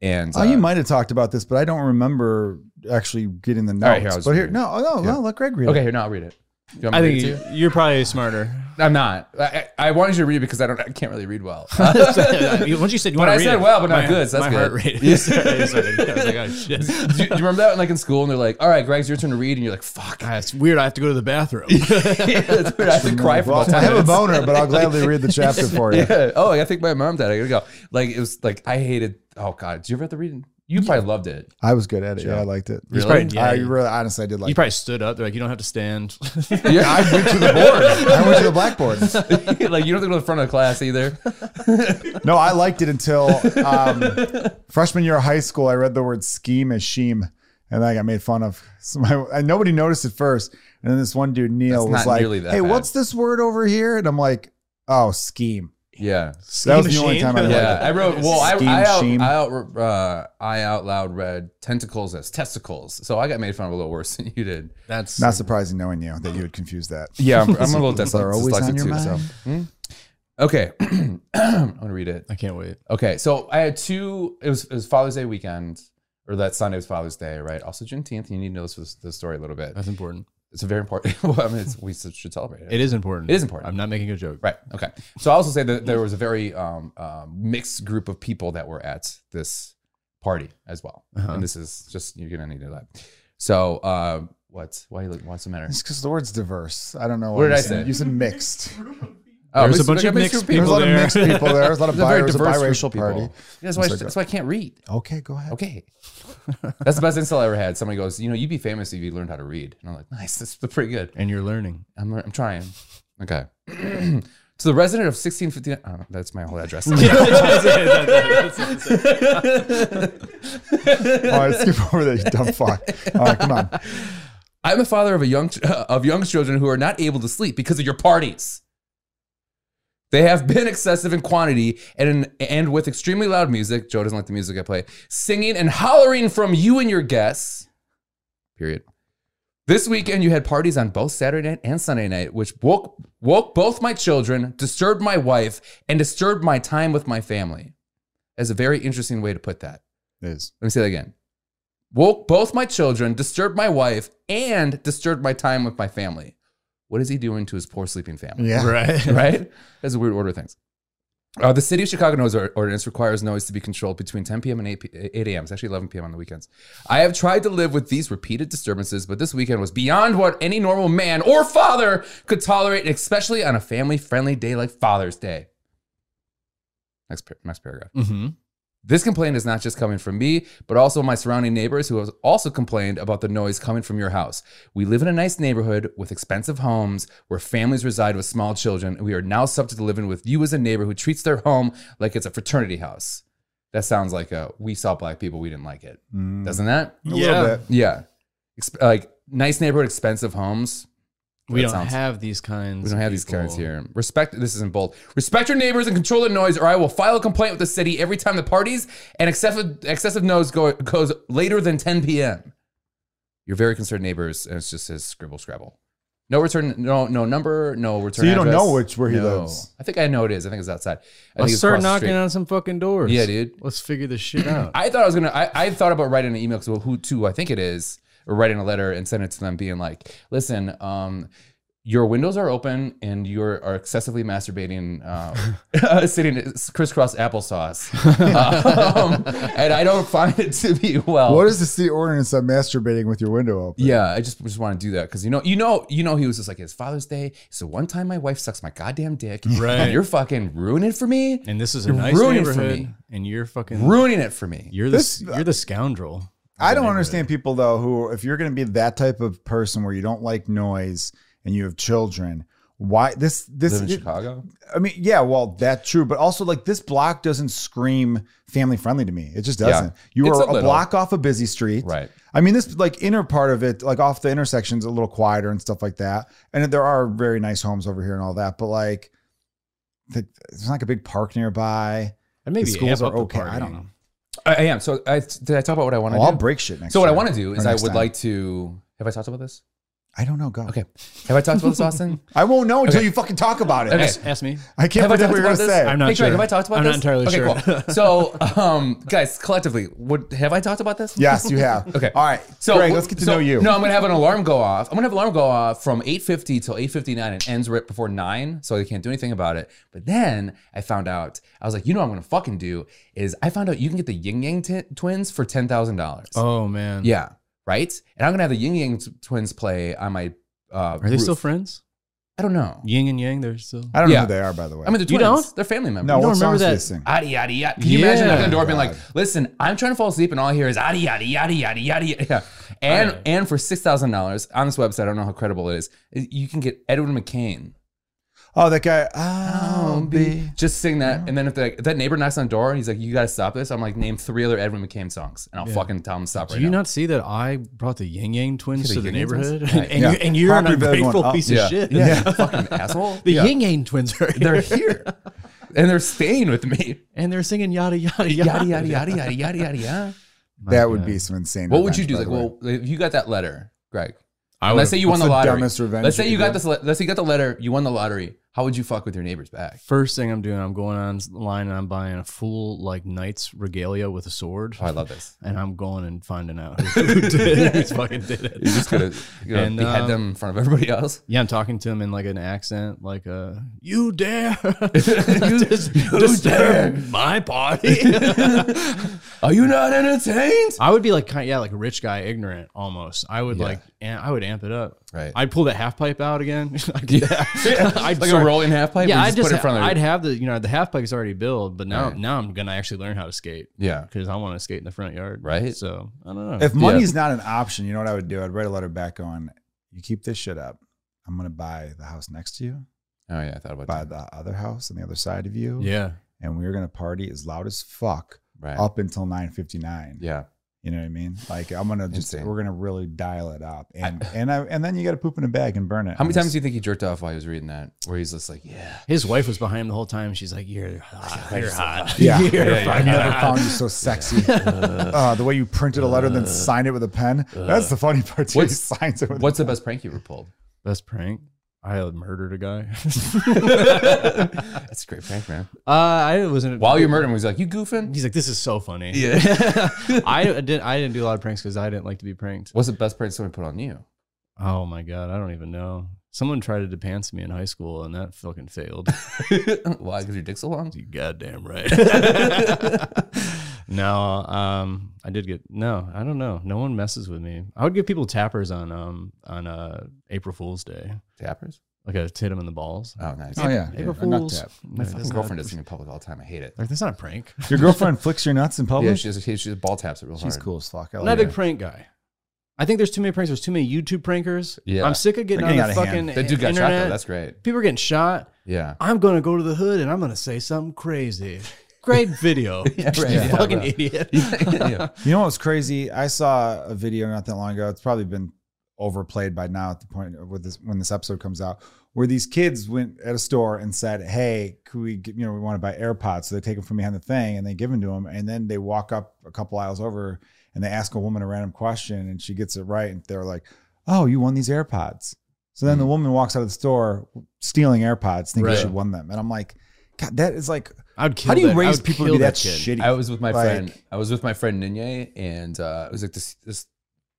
S2: And
S1: oh,
S2: uh,
S1: you might have talked about this, but I don't remember actually getting the notes.
S2: right, here, I'll just
S1: but here,
S2: read it.
S1: no, oh, no, no, let Greg read
S2: okay,
S1: it.
S2: here now I'll read it. Do you want me
S3: I
S2: to read
S3: think
S2: it
S3: you,
S2: to
S3: you're probably [laughs] smarter.
S2: you? I'm not. I, I I wanted you to read it because I don't I can't really read well.
S3: Once you said you
S2: But
S3: want to
S2: I
S3: read
S2: said
S3: it,
S2: well, but not
S3: my-
S2: good, so that's
S3: my heart
S2: good.
S3: [laughs] rate is started- I was like, oh, shit.
S2: [laughs] do, you, do you remember that when like in school and they're like, "All right, Greg's your turn to read," and you're like, "Fuck."
S3: Ah, it's [laughs] weird. I have to go to the [laughs]
S2: [laughs]
S3: bathroom.
S2: That's weird. I have to cry for
S1: Well,
S2: about
S1: I
S2: 10
S1: have a
S2: minutes. [laughs]
S1: boner, but I'll gladly read the chapter for you.
S2: Yeah. Oh, I think my mom died. I gotta go. Like it was like I hated. Oh God, did you ever have to read? You probably
S1: [laughs]
S2: loved it.
S1: I was good at it.
S3: Sure.
S1: Yeah, I liked it.
S3: Really?
S1: Probably,
S3: Yeah,
S1: I
S3: you-
S1: really honestly I did like.
S3: you probably stood up. They're like, you don't have to stand. [laughs]
S1: it. I went to the board. I went to
S2: [laughs]
S1: the blackboard.
S2: like you don't have to go to the front of the class either.
S1: No, I liked it until um, freshman year of high school. I read the word scheme as sheem, and I got made fun of. [laughs] So my, and nobody noticed at first, and then this one dude Neil
S2: That's
S1: was
S2: not
S1: like,
S2: nearly that
S1: "Hey,
S2: bad."
S1: what's this word over here?" And I'm like, "Oh, scheme."
S2: Yeah.
S1: That was the only time I read
S2: Yeah, I wrote. Well, I,
S1: Scheme,
S2: I out,
S1: shame.
S2: I out, uh, I out loud read tentacles as testicles, so I got made fun of a little worse than you did.
S3: That's
S1: Not surprising, knowing you, that you would confuse that.
S2: Yeah, I'm, I'm a
S1: [laughs]
S2: little
S1: Those are
S2: dyslexic,
S1: always on
S2: dyslexic
S1: your
S2: too. So,
S1: mind.
S2: Hmm? okay, [clears throat] I'm gonna read it.
S3: I can't wait.
S2: Okay, so I had two. It was it was Father's Day weekend, or that Sunday was Father's Day, right? Also Juneteenth. You need to know this was the story a little bit.
S3: That's important.
S2: It's a very important. [laughs] Well, I mean, it's, we should celebrate it.
S3: It is important.
S2: It is important.
S3: I'm not making a joke.
S2: Right. Okay. So I also say that there was a very um, um, mixed group of people that were at this party as well.
S3: Uh-huh.
S2: And this is just you're gonna need to that. So uh, what? Why? you look- What's the matter?
S1: It's because the word's diverse. I don't know.
S2: What did
S1: you
S2: I
S1: said.
S2: say?
S1: You said mixed.
S2: Oh,
S3: There's a
S2: mixed-
S3: bunch of
S2: okay,
S3: mixed
S1: There's a lot
S3: there.
S1: of mixed people there. There's a lot of
S2: [laughs] It's a
S1: bi-
S2: very
S1: it was a
S2: diverse group
S1: biracial
S2: of people.
S1: party.
S2: That's why. I,
S1: Sorry, go-
S2: that's why I can't read.
S1: Okay, go ahead.
S2: Okay. That's the best insult I ever had. Somebody goes, you know, you'd be famous if you learned how to read. And I'm like, nice. That's pretty good.
S3: And you're learning.
S2: I'm, lear- I'm trying. Okay. [clears throat] to the resident of 1659. Oh, that's my whole address.
S3: [laughs]
S1: All right, skip over that, you dumb fuck. All right, come on.
S2: [laughs] I'm the father of a young [laughs] of young children who are not able to sleep because of your parties. They have been excessive in quantity and and with extremely loud music. Joe doesn't like the music I play. Singing and hollering from you and your guests. Period. This weekend you had parties on both Saturday night and Sunday night, which woke woke both my children, disturbed my wife, and disturbed my time with my family. That's a very interesting way to put that.
S1: It is.
S2: Let me say that again. Woke both my children, disturbed my wife, and disturbed my time with my family. What is he doing to his poor sleeping
S1: [laughs]
S2: family?
S1: Yeah.
S3: Right.
S2: Right? That's a weird order of things. Uh, the city of Chicago noise or- ordinance requires noise to be controlled between 10 p.m. and 8, p- 8 a.m. It's actually 11 p.m. on the weekends. I have tried to live with these repeated disturbances, but this weekend was beyond what any normal man or father could tolerate, especially on a family friendly day like Father's Day. Next, par- next paragraph.
S3: Mm-hmm.
S2: This complaint is not just coming from me, but also my surrounding neighbors who have also complained about the noise coming from your house. We live in a nice neighborhood with expensive homes where families reside with small children, and we are now subject to living with you as a neighbor who treats their home like it's a fraternity house. That sounds like a we saw black people, we didn't like it,
S1: Mm,
S2: doesn't that?
S1: a
S3: Yeah.
S1: little bit.
S2: Yeah. Exp- like nice neighborhood, expensive homes. That
S3: We don't
S2: sounds-
S3: have these kinds.
S2: We don't have
S3: of
S2: these
S3: people.
S2: kinds here. Respect. This is in bold. Respect your neighbors and control the noise, or I will file a complaint with the city every time the parties and excessive excessive noise go, goes later than 10 p.m. Your very concerned neighbors, and it's just his scribble scrabble. No return. No no number. No return.
S1: So you don't
S2: address.
S1: know which- where he lives.
S2: I think I know it is. I think it's outside. I think
S3: Let's
S2: it's
S3: start
S2: across the
S3: knocking
S2: street.
S3: on some fucking doors.
S2: Yeah, dude.
S3: Let's figure this shit out.
S2: I thought I was gonna. I, I thought about writing an email because who to I think it is, or writing a letter and send it to them, being like, "Listen, um, your windows are open and you are are excessively masturbating, uh, [laughs] sitting crisscross applesauce, [laughs] um, and I don't find it to be well."
S1: What is the city ordinance on masturbating with your window open?
S2: yeah, I just just want to do that because you know, you know, you know, he was just like it's Father's Day, so one time my wife sucks my goddamn dick,
S3: Right.
S2: And you're fucking ruining it for me,
S3: and this is a
S2: You're
S3: nice
S2: ruining it for
S3: neighborhood,
S2: me.
S3: and you're fucking.
S2: ruining it for me.
S3: you're the
S1: This-
S3: you're the scoundrel.
S1: I don't understand people though who, if you're going to be that type of person where you don't like noise and you have children, why this this
S2: Live in Chicago.
S1: I mean, yeah, well, that's true, but also like this block doesn't scream family friendly to me. It just doesn't. You
S2: It's
S1: are
S2: a
S1: a,
S2: little.
S1: block off a busy street.
S2: Right.
S1: I mean, this like inner part of it, like off the intersection's a little quieter and stuff like that. And there are very nice homes over here and all that, but like th- there's like a big park nearby.
S3: And maybe
S1: The schools
S3: amp
S1: are
S3: up the
S1: okay. I don't
S3: partying.
S1: know.
S2: I, I am. So I did I talk about what I want to
S1: Oh, I'll
S2: do?
S1: break shit next
S2: So what I
S1: year.
S2: want to do
S1: Or
S2: is I
S1: next
S2: would
S1: time.
S2: like to. Have I talked about this?
S1: I don't know. Go.
S2: Okay. Have I talked
S1: [laughs]
S2: about this, Austin?
S1: I won't know until you fucking talk about it.
S2: Okay.
S3: Ask, ask me.
S1: I can't
S2: Have I
S1: believe what
S2: talked
S1: you're gonna
S2: about this?
S1: say.
S3: I'm not
S2: hey, Greg,
S3: sure.
S2: have I talked about
S3: I'm
S2: this?
S3: not entirely
S2: okay,
S3: sure.
S2: Cool. So, um, guys, collectively, would have I talked about
S1: [laughs]
S2: this?
S1: yes, you have.
S2: Okay.
S1: All right.
S2: So
S1: So Greg, let's get to
S2: so-
S1: know you.
S2: No, I'm gonna have an alarm go off. I'm gonna have an alarm go off from 8:50 till 8:59 and ends right before nine, so I can't do anything about it. But then I found out I was like, you know, what I'm gonna fucking do is I found out you can get the Yin Yang t- twins for ten thousand dollars.
S3: Oh man.
S2: Yeah. Right. And I'm gonna have the Yin Yang t- twins play on my. Uh,
S3: Are they
S2: roof. Ah,
S3: still friends?
S2: I don't know.
S3: Yin and Yang, they're still.
S1: I don't know
S2: Yeah.
S1: who they are, by the way.
S2: I mean, the twins.
S3: You don't?
S2: They're family members.
S1: no,
S3: you
S1: what
S3: don't remember
S1: songs do
S3: that-
S1: they sing?
S2: Adi yada yada. Can you imagine
S3: Yeah.
S2: knocking on the door being like,
S1: God.
S2: "Listen, I'm trying to fall asleep, and all I hear is yada yada yada yada yada." Yeah. And and for six thousand dollars on this website, I don't know how credible it is. You can get Edwin McCain.
S1: Oh, that guy. I'll be.
S2: Just sing that, and then if, like, if that neighbor knocks on the door and he's like, "You gotta stop this," I'm like, "Name three other Edwin McCain songs," and I'll fucking tell him to stop
S3: Do
S2: right
S3: you
S2: now.
S3: not see that I brought the Yin Yang twins
S2: Yeah,
S3: to
S2: the
S3: the
S2: Yin Yang twins.
S3: neighborhood?
S2: Right.
S3: And,
S1: Yeah.
S3: you, and you're an
S1: Property value
S3: ungrateful
S1: went up.
S3: piece of
S2: Yeah.
S3: shit.
S1: Yeah.
S2: [laughs] fucking asshole.
S3: The
S2: Yeah.
S3: Yin Yang
S2: [laughs]
S3: twins are
S2: they're
S3: here.
S2: here, and they're staying with me.
S3: And they're singing yada, yada, yada.
S2: Yada yada yada yada yada yada yada.
S1: That would be some insane.
S2: What would you do?
S1: revenge,
S2: Like,
S1: by the way.
S2: well, if you got that letter, Greg.
S3: I
S2: let's say you won
S1: What's
S2: the
S1: the
S2: lottery.
S1: dumbest revenge
S2: let's say
S1: you
S2: you
S1: could
S2: got
S1: do?
S2: this. le- Let's say you got the letter. You won the lottery. How would you fuck with your neighbor's back?
S3: First thing I'm doing, I'm going online and I'm buying a full like knight's regalia with a sword.
S2: Oh, I love this.
S3: and I'm going and
S2: [laughs]
S3: finding out who, who did it, who fucking did it.
S2: You're just gonna you know,
S3: And,
S2: behead
S3: um,
S2: them in front of everybody else. [laughs]
S3: Yeah, I'm talking to him in like an accent, like uh, "You
S2: [laughs]
S3: dare, [laughs] you dis- disturb my party."
S2: [laughs] Are you not entertained?
S3: I would be like, kind yeah, like rich guy, ignorant almost. I would
S2: Yeah.
S3: like, and I would amp it up.
S2: Right.
S3: I'd pull that half pipe out again. [laughs] I'd do that. [laughs] I'd
S2: like
S3: start-
S2: a rolling half pipe.
S3: Yeah,
S2: or
S3: I just
S2: put it in front of
S3: I'd
S2: you?
S3: have the you know the half pipe's already built, but now
S2: Right.
S3: now I'm gonna actually learn how to skate
S2: Yeah.
S3: because I want to skate in the front yard.
S2: Right.
S3: So I don't know.
S1: If money's not an option, you know what I would do? I'd write a letter back going, "You keep this shit up. I'm gonna buy the house next to you,
S2: Oh yeah, I thought about
S1: buy
S2: that.
S1: the other house on the other side of you,
S3: yeah.
S1: and we're gonna party as loud as fuck
S2: Right.
S1: up until 9:59."
S2: yeah.
S1: You know what I mean? Like I'm gonna just
S2: Insane.
S1: we're gonna really dial it up, and and I and then you got to poop in a bag and burn it.
S2: How many times
S1: Honest-
S2: do you think he jerked off while he was reading that? Where he's just like, yeah,
S3: His wife was behind him the whole time. She's like, "You're
S2: [laughs]
S3: hot. You're
S1: [laughs]
S3: hot.
S1: Yeah.
S3: [laughs]
S2: Yeah,
S3: You're
S2: yeah.
S1: I
S3: fucking
S1: never
S3: hot."
S1: found you so
S2: [laughs]
S1: sexy. Uh, the way you printed a letter and then signed it with a pen. That's the funny part. Too. He
S2: Uh, What's-
S1: [laughs] signs it with
S2: what's the best prank you ever pulled?
S3: Best prank. I murdered
S2: [laughs]
S3: a guy. [laughs]
S2: That's a great prank, man.
S3: uh, I wasn't.
S2: While you're murdering, him, he's like, you goofing?
S3: he's like, "This is so funny."
S2: Yeah.
S3: [laughs] I didn't. I didn't do a lot of pranks because I didn't like to be pranked.
S2: [laughs] What's the best prank someone put on you? [laughs]
S3: Oh my god, I don't even know. Someone tried to depance me in high school, and that fucking failed.
S2: Why? Because your dick's so long?
S3: you
S2: [laughs]
S3: goddamn right. [laughs] no, um, I did get no. I don't know. No one messes with me. I would give people tappers on um on uh April Fool's Day,
S2: Tappers?
S3: like I hit them in the balls.
S2: Oh, nice.
S1: Oh yeah,
S3: April
S1: a nut
S3: Fool's. [laughs]
S1: tap.
S2: My
S3: No,
S2: fucking
S3: that's not-
S2: girlfriend does this in public all the time. I hate it.
S3: Like that's not a prank.
S1: Your girlfriend flicks your nuts in
S2: Yeah,
S1: public.
S2: she just, she just ball taps it real
S1: she's
S2: hard.
S1: cool as fuck. I
S3: I'm
S1: like
S3: not a
S1: her.
S3: big prank guy. I think there's too many pranks. There's too many YouTube prankers.
S2: Yeah.
S3: I'm sick of getting
S1: They're
S3: on
S1: getting
S3: the
S1: out of
S3: fucking
S1: hand.
S2: That dude got shot,
S3: internet.
S2: though. That's great.
S3: People are getting shot.
S2: Yeah.
S3: I'm gonna go to the hood and I'm gonna say something crazy.
S2: [laughs]
S3: Great video.
S2: Yeah, right.
S3: you
S2: Yeah,
S3: fucking
S2: bro. [laughs]
S3: idiot.
S2: [laughs] yeah.
S1: You know what's crazy? I saw a video not that long ago. It's probably been overplayed by now at the point with this when this episode comes out, where these kids went at a store and said, "Hey, could we? Get, you know, we want to buy AirPods." So they take them from behind the thing and they give them to them, and then they walk up a couple aisles over and they ask a woman a random question, and she gets it right, and they're like, "Oh, you won these AirPods." So then the woman walks out of the store stealing AirPods, thinking
S3: Mm-hmm. Right.
S1: she won them, and I'm like, "God, that is like,
S3: I'd kill
S1: how do you
S3: that- I
S1: raise
S3: would
S1: people to
S3: kill
S1: be that,
S3: kid.
S1: shitty?"
S2: I was with my
S1: Like-
S2: friend. I was with my friend Ninye, and uh, it was like this this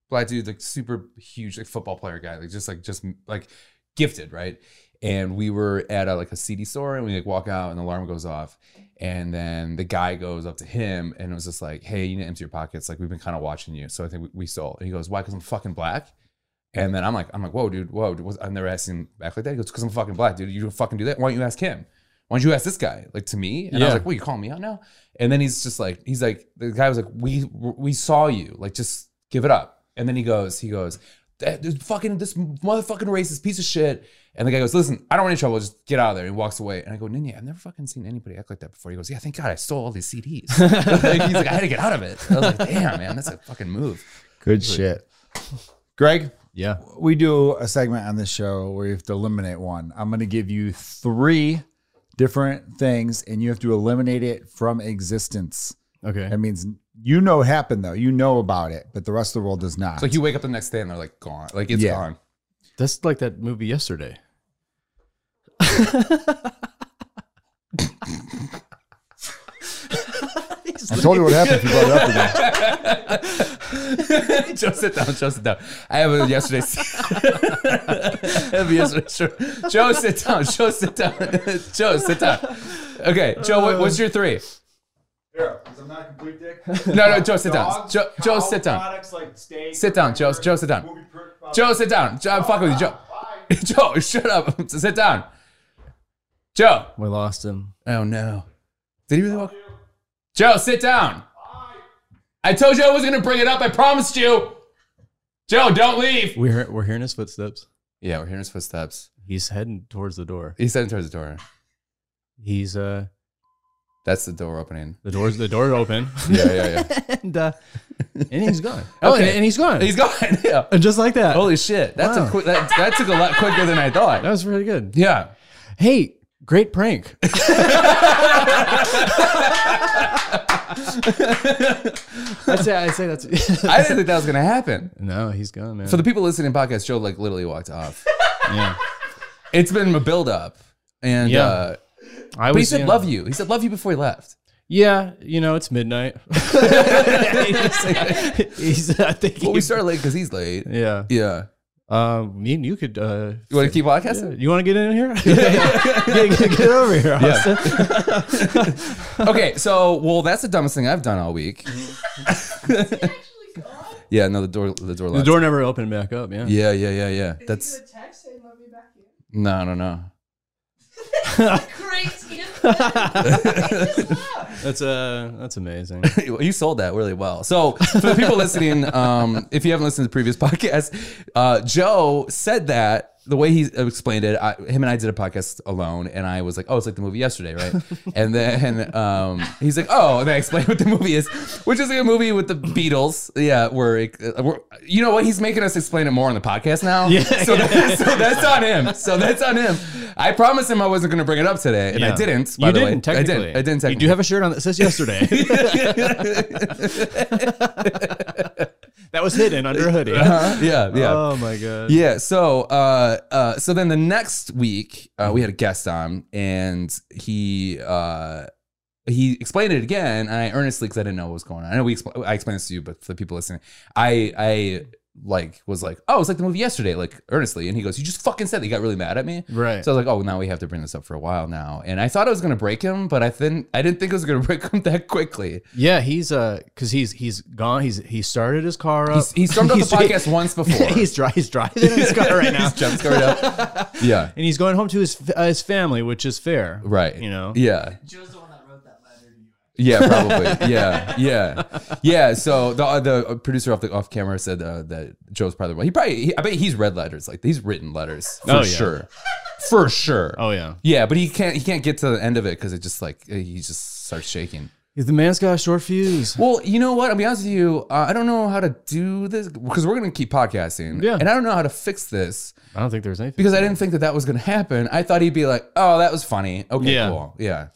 S2: black dude, like super huge, like football player guy, like just like just like gifted, right? And we were at a, like a CD store, and we like walk out, and the alarm goes off, and then the guy goes up to him, and it was just like, "Hey, you need to empty your pockets. Like we've been kind of watching you, so I think we, we stole." And he goes, "Why? Because I'm fucking black." And then I'm like, I'm like, whoa, dude, whoa, dude, I've never asked him back like that. He goes, because I'm fucking black, dude. You fucking do that. Why don't you ask him? Why don't you ask this guy? Like to me? And I was
S3: Yeah.
S2: like, well, you calling me out now? And then he's just like, he's like, the guy was like, we we saw you. Like, just give it up. And then he goes, he goes, that this fucking this motherfucking racist piece of shit. And the guy goes, listen, I don't want any trouble. Just get out of there. And he walks away. And I go, Ninja, I've never fucking seen anybody act like that before. He goes, yeah, thank God I stole all these CDs. Like, he's like, I had to get out of it. I was like, damn, man, that's a fucking move.
S1: Good shit. Greg,
S3: Yeah.
S1: we do a segment on this show where you have to eliminate one. I'm going to give you three different things and you have to eliminate it from existence.
S3: Okay.
S1: That means you know it happened though. You know about it, but the rest of the world does not.
S2: It's like you wake up the next day and they're like gone. Like it's
S1: Yeah.
S2: gone.
S3: That's like that
S1: [laughs]
S3: movie yesterday.
S1: I told you what happened if you brought it up again.
S2: Joe, sit down. Joe, sit down. I have a yesterday. [laughs] I have a yesterday. Sure. Joe, sit down. Joe, sit down. [laughs] Joe, sit down. Okay, Joe, what, what's your three?
S1: I'm not a complete dick.
S2: No, no, Joe, sit down. Joe, Joe sit down.
S1: Products like steak,
S2: Sit down, Joe. Joe, sit down. Joe, sit down. Joe, I'm fucking with you, Joe. [laughs] Joe, shut up. [laughs] Sit down. Joe.
S3: We lost him.
S2: Oh no. Did he really walk? Joe, sit down. I told you I was gonna bring it up. I promised you. Joe, don't leave.
S3: We're we're hearing his footsteps.
S2: Yeah, we're hearing his footsteps.
S3: He's heading towards the door.
S2: He's heading towards the door.
S3: He's uh
S2: That's the door opening.
S3: the door's the
S1: [laughs]
S3: door open.
S2: [laughs] Yeah, yeah, yeah.
S3: [laughs] and uh and he's gone. Oh, and,
S2: Okay.
S3: and he's gone.
S2: He's gone. [laughs] Yeah.
S3: And just like that.
S2: Holy shit. That's
S3: Wow.
S2: a quick that, that took a lot quicker than I thought.
S3: that was really good.
S2: Yeah.
S3: Hey, great prank. [laughs] I'd say I'd say that's
S2: I didn't think that was gonna happen.
S3: [laughs] No, he's gone, man.
S2: For the people listening to podcast, Joe like literally walked off.
S3: yeah.
S2: It's been a build up. And
S3: Yeah.
S2: uh
S3: I
S2: but he
S3: was
S2: said
S3: yeah.
S2: love you. He said love you before he left.
S3: Yeah, you know, it's midnight. [laughs] he's I think
S2: Well, we
S3: he's-
S2: started late because he's late.
S3: Yeah.
S2: Yeah.
S3: Um you, you could uh
S2: You want to keep
S3: Yeah,
S2: podcasting?
S3: You want to get in
S2: [laughs]
S3: here? get, get- get over here. Austin.
S2: Okay, so well, that's the dumbest thing I've done all week. yeah, no, the door, the door,
S3: The
S2: locks.
S3: door never opened back up. Yeah.
S2: Yeah, yeah, yeah, yeah. That's no, no, no.
S4: Crazy.
S3: That's uh that's amazing.
S2: [laughs] you sold that really well. So for the people
S3: [laughs]
S2: listening, um, if you haven't listened to the previous [laughs] podcast, uh, Joe said that the way he explained it, I, him and I did a podcast alone, and I was like, "Oh, it's like the movie yesterday,
S3: [laughs]
S2: right?" and then um, he's like, "Oh," and then I explained [laughs] what the movie is, which is like a movie with the Beatles. Yeah, where it, uh, we're, you know what? He's making us explain it more on the podcast now.
S3: Yeah.
S2: [laughs] So,
S3: [laughs]
S2: that- so that's on him. So that's on him. I promised him I wasn't going to bring it up today, and I
S3: Yeah.
S2: didn't. By
S3: you
S2: the
S3: didn't
S2: way. I
S3: technically.
S2: didn't. I didn't.
S3: You do have a shirt on that says
S2: [laughs]
S3: yesterday. that was hidden under a hoodie.
S2: Uh-huh. Yeah, yeah.
S3: Oh my god.
S2: Yeah. So, uh, uh, so then the next week, uh, we had a guest on, and he uh, he explained it again. And I earnestly, because I didn't know what was going on. I know we expl- I explained this to you, but for the people listening, I I like was like, oh, it's like the movie yesterday, like earnestly. And he goes, you just fucking said. That. He got really mad at me.
S3: Right.
S2: So I was like, oh, now we have to bring this up for a while now. And I thought I was gonna break him, but I didn't. I didn't think it was gonna [laughs] break him that quickly.
S3: yeah, he's uh cuz he's he's gone. He's he started his car up.
S2: He's, he
S3: [laughs]
S2: stormed off the podcast once before.
S3: he's, dri- [laughs] he's driving his car
S2: [laughs]
S3: right now.
S2: He's jump scared
S3: [laughs]
S2: up. Yeah.
S3: and he's going home to his uh, his family, which is fair.
S2: Right.
S3: You know.
S2: Yeah.
S4: Joe's the one that wrote that letter to you.
S2: Yeah,
S4: [laughs]
S2: probably. yeah, yeah, yeah. So the uh, the producer off the off camera said uh, that Joe's probably the one. He probably he, I bet he's read letters like he's written letters for
S3: Oh, yeah.
S2: sure, for sure.
S3: Oh yeah.
S2: Yeah, but he can't he can't get to the end of it because it just like uh, he just starts shaking.
S3: The man's got a short fuse.
S2: Well, you know what? I'll be honest with you. Uh, I don't know how to do this because we're gonna keep podcasting.
S3: Yeah.
S2: and I don't know how to fix this
S3: I don't think there's anything.
S2: because I didn't think that that was gonna happen. I thought he'd be like, "Oh, that was funny. Okay,
S3: Yeah.
S2: cool. Yeah,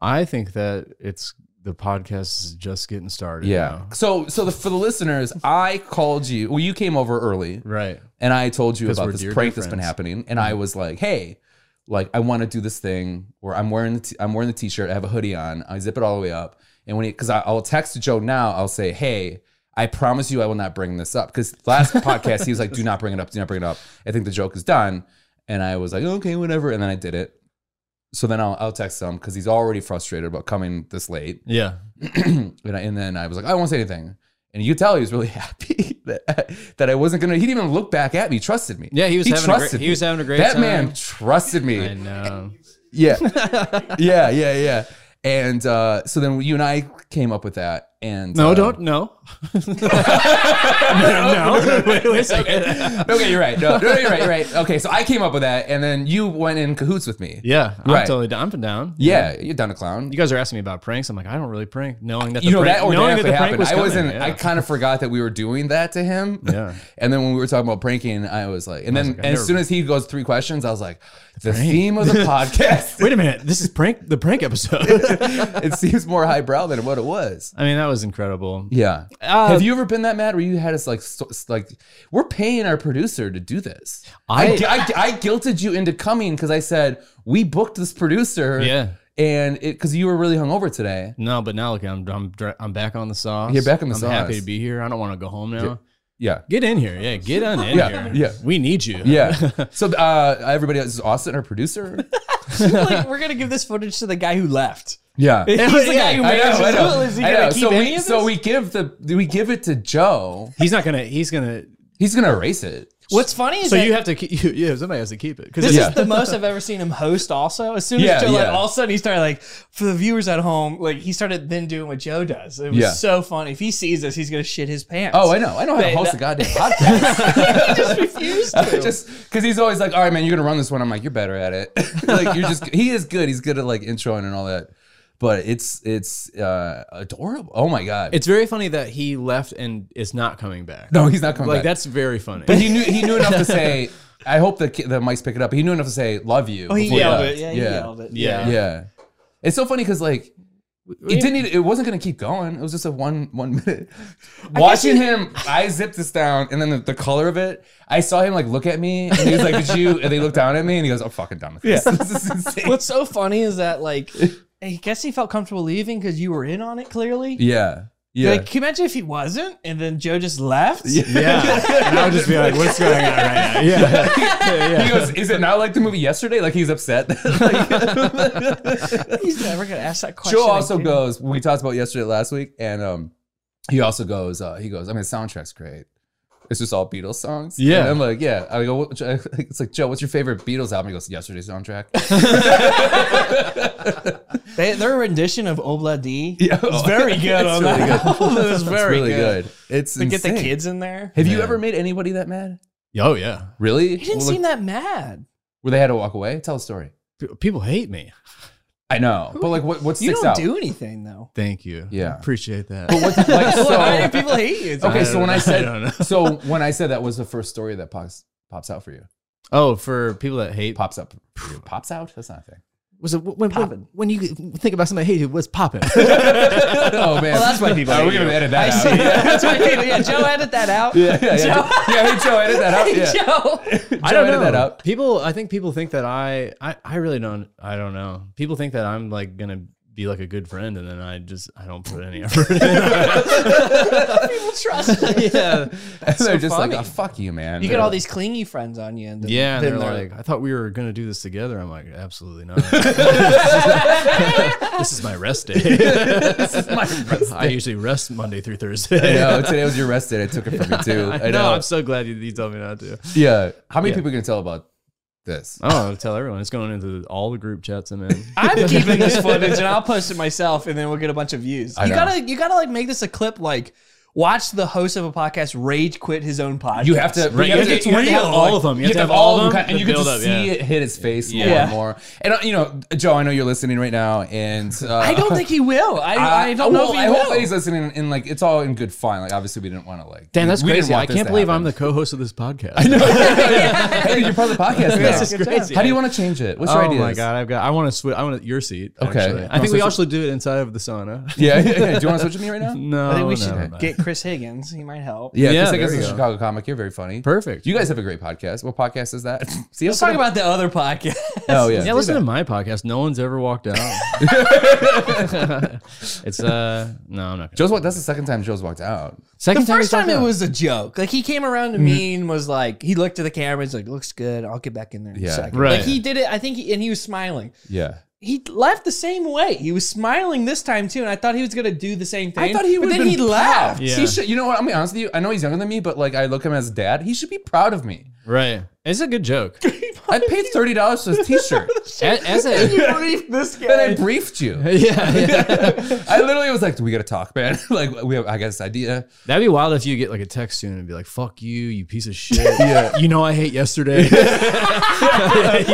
S3: I think that it's the podcast is just getting started.
S2: yeah." So, so the, for the listeners, I called you. Well, you came over early.
S3: Right.
S2: and I told you
S3: 'Cause
S2: about
S3: we're
S2: this
S3: dear,
S2: prank
S3: dear
S2: that's been
S3: friends. Mm-hmm.
S2: happening, and I was like, "Hey, like I want to do this thing where I'm wearing the t- I'm wearing the t-shirt, I have a hoodie on, I zip it all the way up, and when because I'll text Joe now, I'll say, "Hey, I promise you, I will not bring this up." Because last podcast he was like, "Do not bring it up, do not bring it up." I think the joke is done, and I was like, "Okay, whatever," and then I did it. So then I'll, I'll text him because he's already frustrated about coming this late.
S3: Yeah.
S2: and, I, and then I was like, I won't say anything. And you could tell he was really [laughs] happy that that I wasn't gonna. He didn't even look back at me. He trusted me.
S3: Yeah, he was having a great-
S2: trusted
S3: he
S2: me.
S3: was having a great
S2: That
S3: time. uh,
S2: man trusted
S3: [laughs] I
S2: me.
S3: know.
S2: Yeah,
S3: [laughs]
S2: yeah, yeah, yeah. And uh, so then you and I came up with that. And
S3: No,
S2: uh,
S3: don't. [laughs] No. no. Wait, wait
S2: [laughs]
S3: a second.
S2: [laughs] Okay, you're right. No, no, you're right. You're right. Okay, so I came up with that, and then you went in cahoots with me.
S3: Yeah, I'm
S2: Right.
S3: totally down. I'm down.
S2: yeah. You're done a clown.
S3: You guys are asking me about pranks. I'm like, I don't really prank, knowing that the
S2: you know
S3: prank,
S2: that
S3: knowing
S2: organically happened. I
S3: coming,
S2: wasn't.
S3: yeah.
S2: I kind of forgot that we were doing that to him.
S3: Yeah.
S2: [laughs] and then when we were talking about pranking, I was like, and then
S3: like, I
S2: and
S3: never-
S2: as soon as he goes three questions, I was like, the
S3: Prank.
S2: theme of
S3: [laughs]
S2: the podcast.
S3: Wait a minute. This is prank. The
S2: [laughs]
S3: prank episode.
S2: it seems more highbrow than what it was.
S3: I mean, that was incredible.
S2: Yeah.
S3: Uh,
S2: Have you ever been that mad where you had us like, so, like, we're paying our producer to do this? I,
S3: I-
S2: I, I guilted you into coming because I said we booked this producer.
S3: Yeah.
S2: And it because you were really hungover today.
S3: No, but now look, I'm I'm dr- I'm back on the sauce.
S2: You're back on the
S3: I'm
S2: sauce.
S3: happy to be here. I don't want to go home now.
S2: Yeah.
S3: Get in here. Yeah, get on in
S2: Yeah,
S3: here.
S2: yeah.
S3: We need you. [laughs]
S4: [laughs]
S2: Yeah. [laughs] so uh, everybody else is Austin, our producer.
S4: like, we're gonna give this footage to the guy who left. [laughs]
S2: Yeah.
S4: He's the guy who
S2: I know,
S4: manages
S2: I know,
S4: it. [laughs] Is he
S2: I
S4: gonna
S2: know.
S4: keep
S2: so
S4: any
S2: we,
S4: of
S2: So
S4: this?
S2: we give the we give it to Joe.
S3: He's not gonna he's gonna
S2: He's gonna erase it.
S4: What's funny is
S3: So
S4: that
S3: you have to keep. [laughs] You, yeah, somebody has to keep it because
S4: this
S2: Yeah.
S4: is the most I've ever seen him host. Also, as soon as
S2: Yeah,
S4: Joe, like,
S2: yeah.
S4: all of a sudden he started like for the viewers at home, like he started then doing what Joe does. It was
S2: Yeah.
S4: so funny. If he sees this, he's gonna shit his pants.
S2: Oh,
S4: [laughs]
S2: I know. I know how to
S4: Wait,
S2: host
S4: that-
S2: a
S4: [laughs]
S2: goddamn podcast.
S4: he just refused
S2: I
S4: to.
S2: just because he's always like, "All right, man, you're gonna run this one." I'm like, "You're better at it." [laughs] like you're just he is good. He's good at like introing and all that. But it's it's uh adorable. Oh my god.
S3: it's very funny that he left and is not coming back.
S2: no, he's not coming
S3: like
S2: back.
S3: that's very funny.
S2: But he knew he knew
S4: [laughs]
S2: enough to say. I hope the ki- the mics pick it up. He knew enough to say "love you."
S4: oh, [laughs] he
S2: before
S4: yelled
S2: left.
S4: it. Yeah, he yelled it.
S3: Yeah.
S2: yeah. It's so funny because like it didn't. even- It wasn't gonna keep going. It was just a one one minute. [laughs] Watching him, I zipped this down, and then the, the color of it. I saw him like look at me, and he was like, "Did you?" And they looked down at me, and he goes, "I'm fucking done with this. [laughs] this is insane."
S4: What's so funny is
S2: [laughs]
S4: that like I guess he felt comfortable leaving because you were in on it clearly.
S2: yeah, yeah.
S4: Like, can you imagine if he wasn't, and then Joe just left?
S3: [laughs] yeah, and I would just be like, "What's going on right now?" [laughs] Yeah, yeah.
S2: he goes, "Is it not like the movie yesterday?" Like he's upset.
S4: [laughs]
S2: [laughs]
S4: He's never gonna ask that question.
S2: Joe also
S4: again.
S2: goes. We talked about yesterday last week, and um, he also goes. Uh, he goes. I mean, the soundtrack's great. It's just all Beatles songs.
S3: Yeah.
S2: and I'm like, yeah. I go. What, it's like Joe. [laughs] What's your favorite Beatles album? He goes. Yesterday's
S4: [laughs]
S2: soundtrack.
S4: They, their rendition of Obla D.
S2: Yeah. [laughs]
S4: it's very
S2: It's
S4: good on
S2: really
S3: [laughs]
S4: that. album. [laughs] It
S2: it's
S4: was very
S2: really
S4: good.
S2: good. It's
S4: To get the
S2: insane.
S4: kids in there.
S2: Have you
S3: Man.
S2: ever made anybody that mad?
S3: Oh yeah,
S2: Really?
S4: He didn't
S2: Well,
S4: seem
S2: like,
S4: that mad.
S2: Where they had to walk away. Tell a story.
S3: P- people hate me.
S2: I know, but like, what what
S4: You
S2: sticks
S4: don't
S2: out? [laughs]
S4: do anything [laughs] though.
S3: Thank you.
S2: Yeah.
S3: appreciate that.
S2: But what-
S4: [laughs]
S2: like, so-
S4: Why do people hate you?
S2: [laughs]
S4: It's
S2: okay,
S3: I
S2: so
S3: don't
S2: when
S3: know.
S2: I said,
S3: I don't know.
S2: so when I said that was the first story that pops pops out for you.
S3: oh, for people that hate
S2: Pops up. for you. Pops out. That's not a thing.
S3: was it when, when, when you think about somebody hating,
S2: [laughs]
S3: what's popping?
S2: oh man,
S4: Well, that's why people
S2: Oh,
S4: hate
S2: we're gonna
S4: you.
S2: edit
S4: I
S2: that
S4: see.
S2: out. Yeah.
S4: [laughs] That's why people. [laughs] Yeah, Joe, edit that out.
S2: Yeah,
S3: [laughs]
S2: yeah, yeah. yeah, hey Joe, edit that out.
S4: [laughs] Hey,
S2: Yeah.
S4: Joe.
S2: Joe, edit that out.
S3: People, I think people think that I, I, I really don't. I don't know. People think that I'm like gonna be like a good friend, and then I just I don't put any effort. in
S4: People trust [laughs] you.
S3: Yeah,
S2: And they're just
S4: funny.
S2: like, oh, fuck you, man.
S4: You get all these clingy friends on you. And then-
S3: yeah. And
S4: then
S3: they're like, I thought we were gonna do this together. I'm like, absolutely not. this is my rest day. [laughs]
S2: this is my rest
S3: I
S2: day.
S3: usually rest Monday through
S2: I
S3: [laughs] Thursday.
S2: know, today was your rest day. I took it from
S3: [laughs]
S2: you too. I know.
S3: No, I'm so glad you, you told me not to.
S2: yeah. How many
S3: Yeah.
S2: people can tell about this?
S3: Oh, I'll tell everyone. It's going into all the group chats I'm in.
S4: [laughs] I'm keeping this footage and I'll post it myself, and then we'll get a bunch of views.
S2: I
S4: you
S2: know.
S4: gotta, you gotta like make this a clip. Like, watch the host of a podcast rage quit his own podcast.
S2: You have to,
S3: Right,
S2: you have
S3: you have to-
S2: you have
S3: you have
S2: have,
S3: all
S2: like-
S3: of them. You have to have all of them
S2: kind- and
S3: to
S2: you get to
S3: build up,
S2: see
S3: yeah.
S2: it hit his face more
S4: Yeah.
S2: and more. And uh, you know, Joe, I know you're listening right now, and uh,
S4: I don't think he will. [laughs] I, I, don't know
S2: well,
S4: if he
S2: [laughs] I
S4: will.
S2: hope that he's listening, and, like it's all in good fun. Like obviously, we didn't want to like.
S3: Damn, that's
S2: we didn't
S3: crazy.
S2: want
S3: I
S2: this
S3: can't
S2: to
S3: believe I'm
S2: happen.
S3: the co-host of this podcast. I know.
S2: hey, you're part of the podcast now.
S4: is Good crazy. job.
S2: How do you want to change it? What's
S3: oh
S2: your idea?
S3: my god, I've got. I want to switch. I want your seat.
S2: Okay.
S3: actually. I
S2: Oh,
S3: think
S2: so
S3: we
S2: should-
S3: all should do it inside of the sauna.
S2: Yeah, [laughs] yeah, yeah. Do you want to switch with me right now?
S3: [laughs] No,
S4: I think we
S3: Oh, no,
S4: should
S3: no.
S4: get Chris Higgins. He might help.
S2: Yeah,
S3: Yeah,
S2: Chris
S3: there
S2: Higgins
S3: we
S2: is a
S3: go.
S2: Chicago comic. You're very funny.
S3: perfect.
S2: You guys have a great podcast. What podcast is that? [laughs] See,
S4: Let's talk about the other podcast.
S2: Oh yeah,
S3: yeah, listen to my podcast. No one's ever walked out. [laughs] it's uh, no, I'm not. Gonna.
S2: Joe's walked. That's the second time Joe's walked out.
S3: Second
S4: The first
S3: we
S4: time it
S3: talked
S4: was a joke. Like he came around
S3: Mm-hmm.
S4: to me and was like, he looked at the camera. He's like, "Looks good. I'll get back in there." In
S2: Yeah.
S4: a second.
S3: Right.
S4: Like he did it. I think, he, and he was smiling.
S2: Yeah.
S4: He left the same way. He was smiling this time too, and I thought he was gonna do the same thing.
S2: I thought he
S4: But
S2: would.
S4: then
S3: [laughs]
S4: he laughed.
S3: Yeah.
S2: He should, you know what? I'm gonna be honest with you. I know he's younger than me, but like I look at him as dad. He should be proud of me.
S3: about. right. It's a good
S4: [laughs]
S3: joke.
S2: I paid thirty dollars for this T-shirt,
S3: as, as a
S4: You briefed [laughs] this guy.
S2: and I briefed you.
S3: [laughs] yeah, yeah.
S4: [laughs]
S2: I literally was like, "Do we gotta talk, man? [laughs] like we have, I got this idea."
S3: That'd be wild if you get like a text soon and be like, "Fuck you, you piece of
S4: [laughs]
S3: shit." yeah. You know I hate yesterday. [laughs] you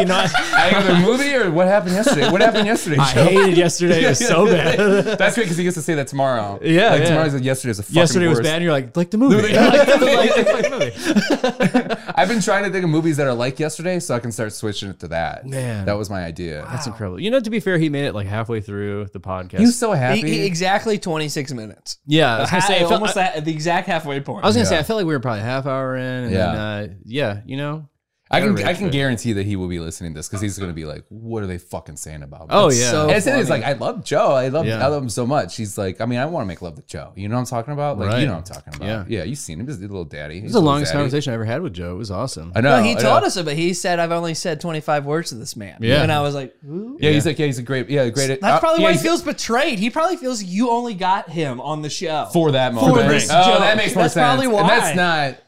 S3: know I,
S2: I got a movie or what happened yesterday? What happened yesterday?
S3: I
S2: Joe?
S3: hated yesterday. It was
S4: [laughs]
S3: so bad.
S2: [laughs] That's great because he gets to say that tomorrow.
S3: Yeah,
S2: like
S3: yeah.
S2: tomorrow's like yesterday's a fucking
S3: [laughs] yesterday was
S2: worst.
S3: bad. And you're like, like the movie.
S4: [laughs]
S2: Like the movie.
S3: Like the fucking movie.
S2: I've been trying to think of movies that are like yesterday, so I can start switching it to that.
S3: Man.
S2: that was my idea.
S3: That's incredible. You know, to be fair, he made it like halfway through the podcast.
S2: He was so happy.
S4: He- he- exactly 26 minutes.
S3: yeah, I was gonna say,
S4: Ha-
S3: it felt-
S4: almost at the exact halfway point.
S3: I was gonna say
S2: Yeah.
S3: I felt like we were probably half hour in, and
S2: Yeah.
S3: then, uh, yeah, you know,
S2: I can
S3: Outrage
S2: I can
S3: fit.
S2: guarantee that he will be listening to this because he's gonna be like, what are they fucking saying about me?
S3: Oh
S2: That's-
S3: yeah.
S4: so-
S2: And it's, it's like I love Joe. I love
S3: Yeah.
S2: I love him so much. He's like, I mean, I want to make love to Joe. You know what I'm talking about? Like,
S3: Right.
S2: you know what I'm talking about?
S3: Yeah.
S2: Yeah, you've seen him. He's a little daddy.
S3: It was the longest conversation I ever had with Joe. It was awesome.
S2: I know.
S4: No, he
S2: I know.
S4: taught us about. He said, "I've only said 25 words to this man."
S3: Yeah. Uh,
S4: and I was like, "Who?"
S2: Yeah, he's like, yeah, he's a great, yeah, great.
S4: That's probably
S2: yeah,
S4: why he
S2: he's-
S4: feels betrayed. He probably feels you only got him on the show.
S2: for that moment.
S4: this
S2: oh,
S4: joke.
S2: that makes more
S4: That's
S2: sense.
S4: probably why.
S2: And that's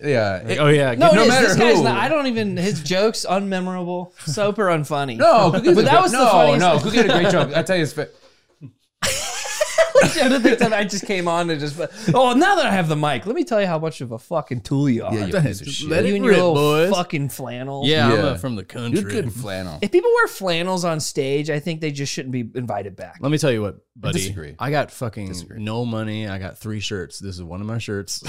S2: not. Yeah. It-
S3: oh yeah.
S4: no,
S3: Get-
S4: it is.
S2: matter
S4: This guy's
S2: who.
S4: not. I don't even. His jokes unmemorable, super unfunny.
S2: no, Cookie
S4: oh, But
S2: did a
S4: that
S2: great-
S4: was the
S2: no,
S4: funniest- [laughs]
S2: no. Cookie had a great joke. I tell you, it's fa-
S4: I don't think that I just came on and just. Oh, now that I have the mic, let me tell you how much of a fucking tool you are.
S2: yeah, you piece of shit.
S3: Let
S4: you
S3: it
S4: and your
S3: rip,
S4: little
S3: boys.
S4: fucking flannel.
S3: yeah, I'm
S2: Yeah.
S3: uh, from the
S2: You're
S3: country.
S2: good in flannel.
S4: If people wear flannels on stage, I think they just shouldn't be invited back.
S3: Let me tell you what, buddy.
S2: disagree.
S3: I got fucking no money. I got three shirts. This is one of
S2: [laughs]
S3: my shirts.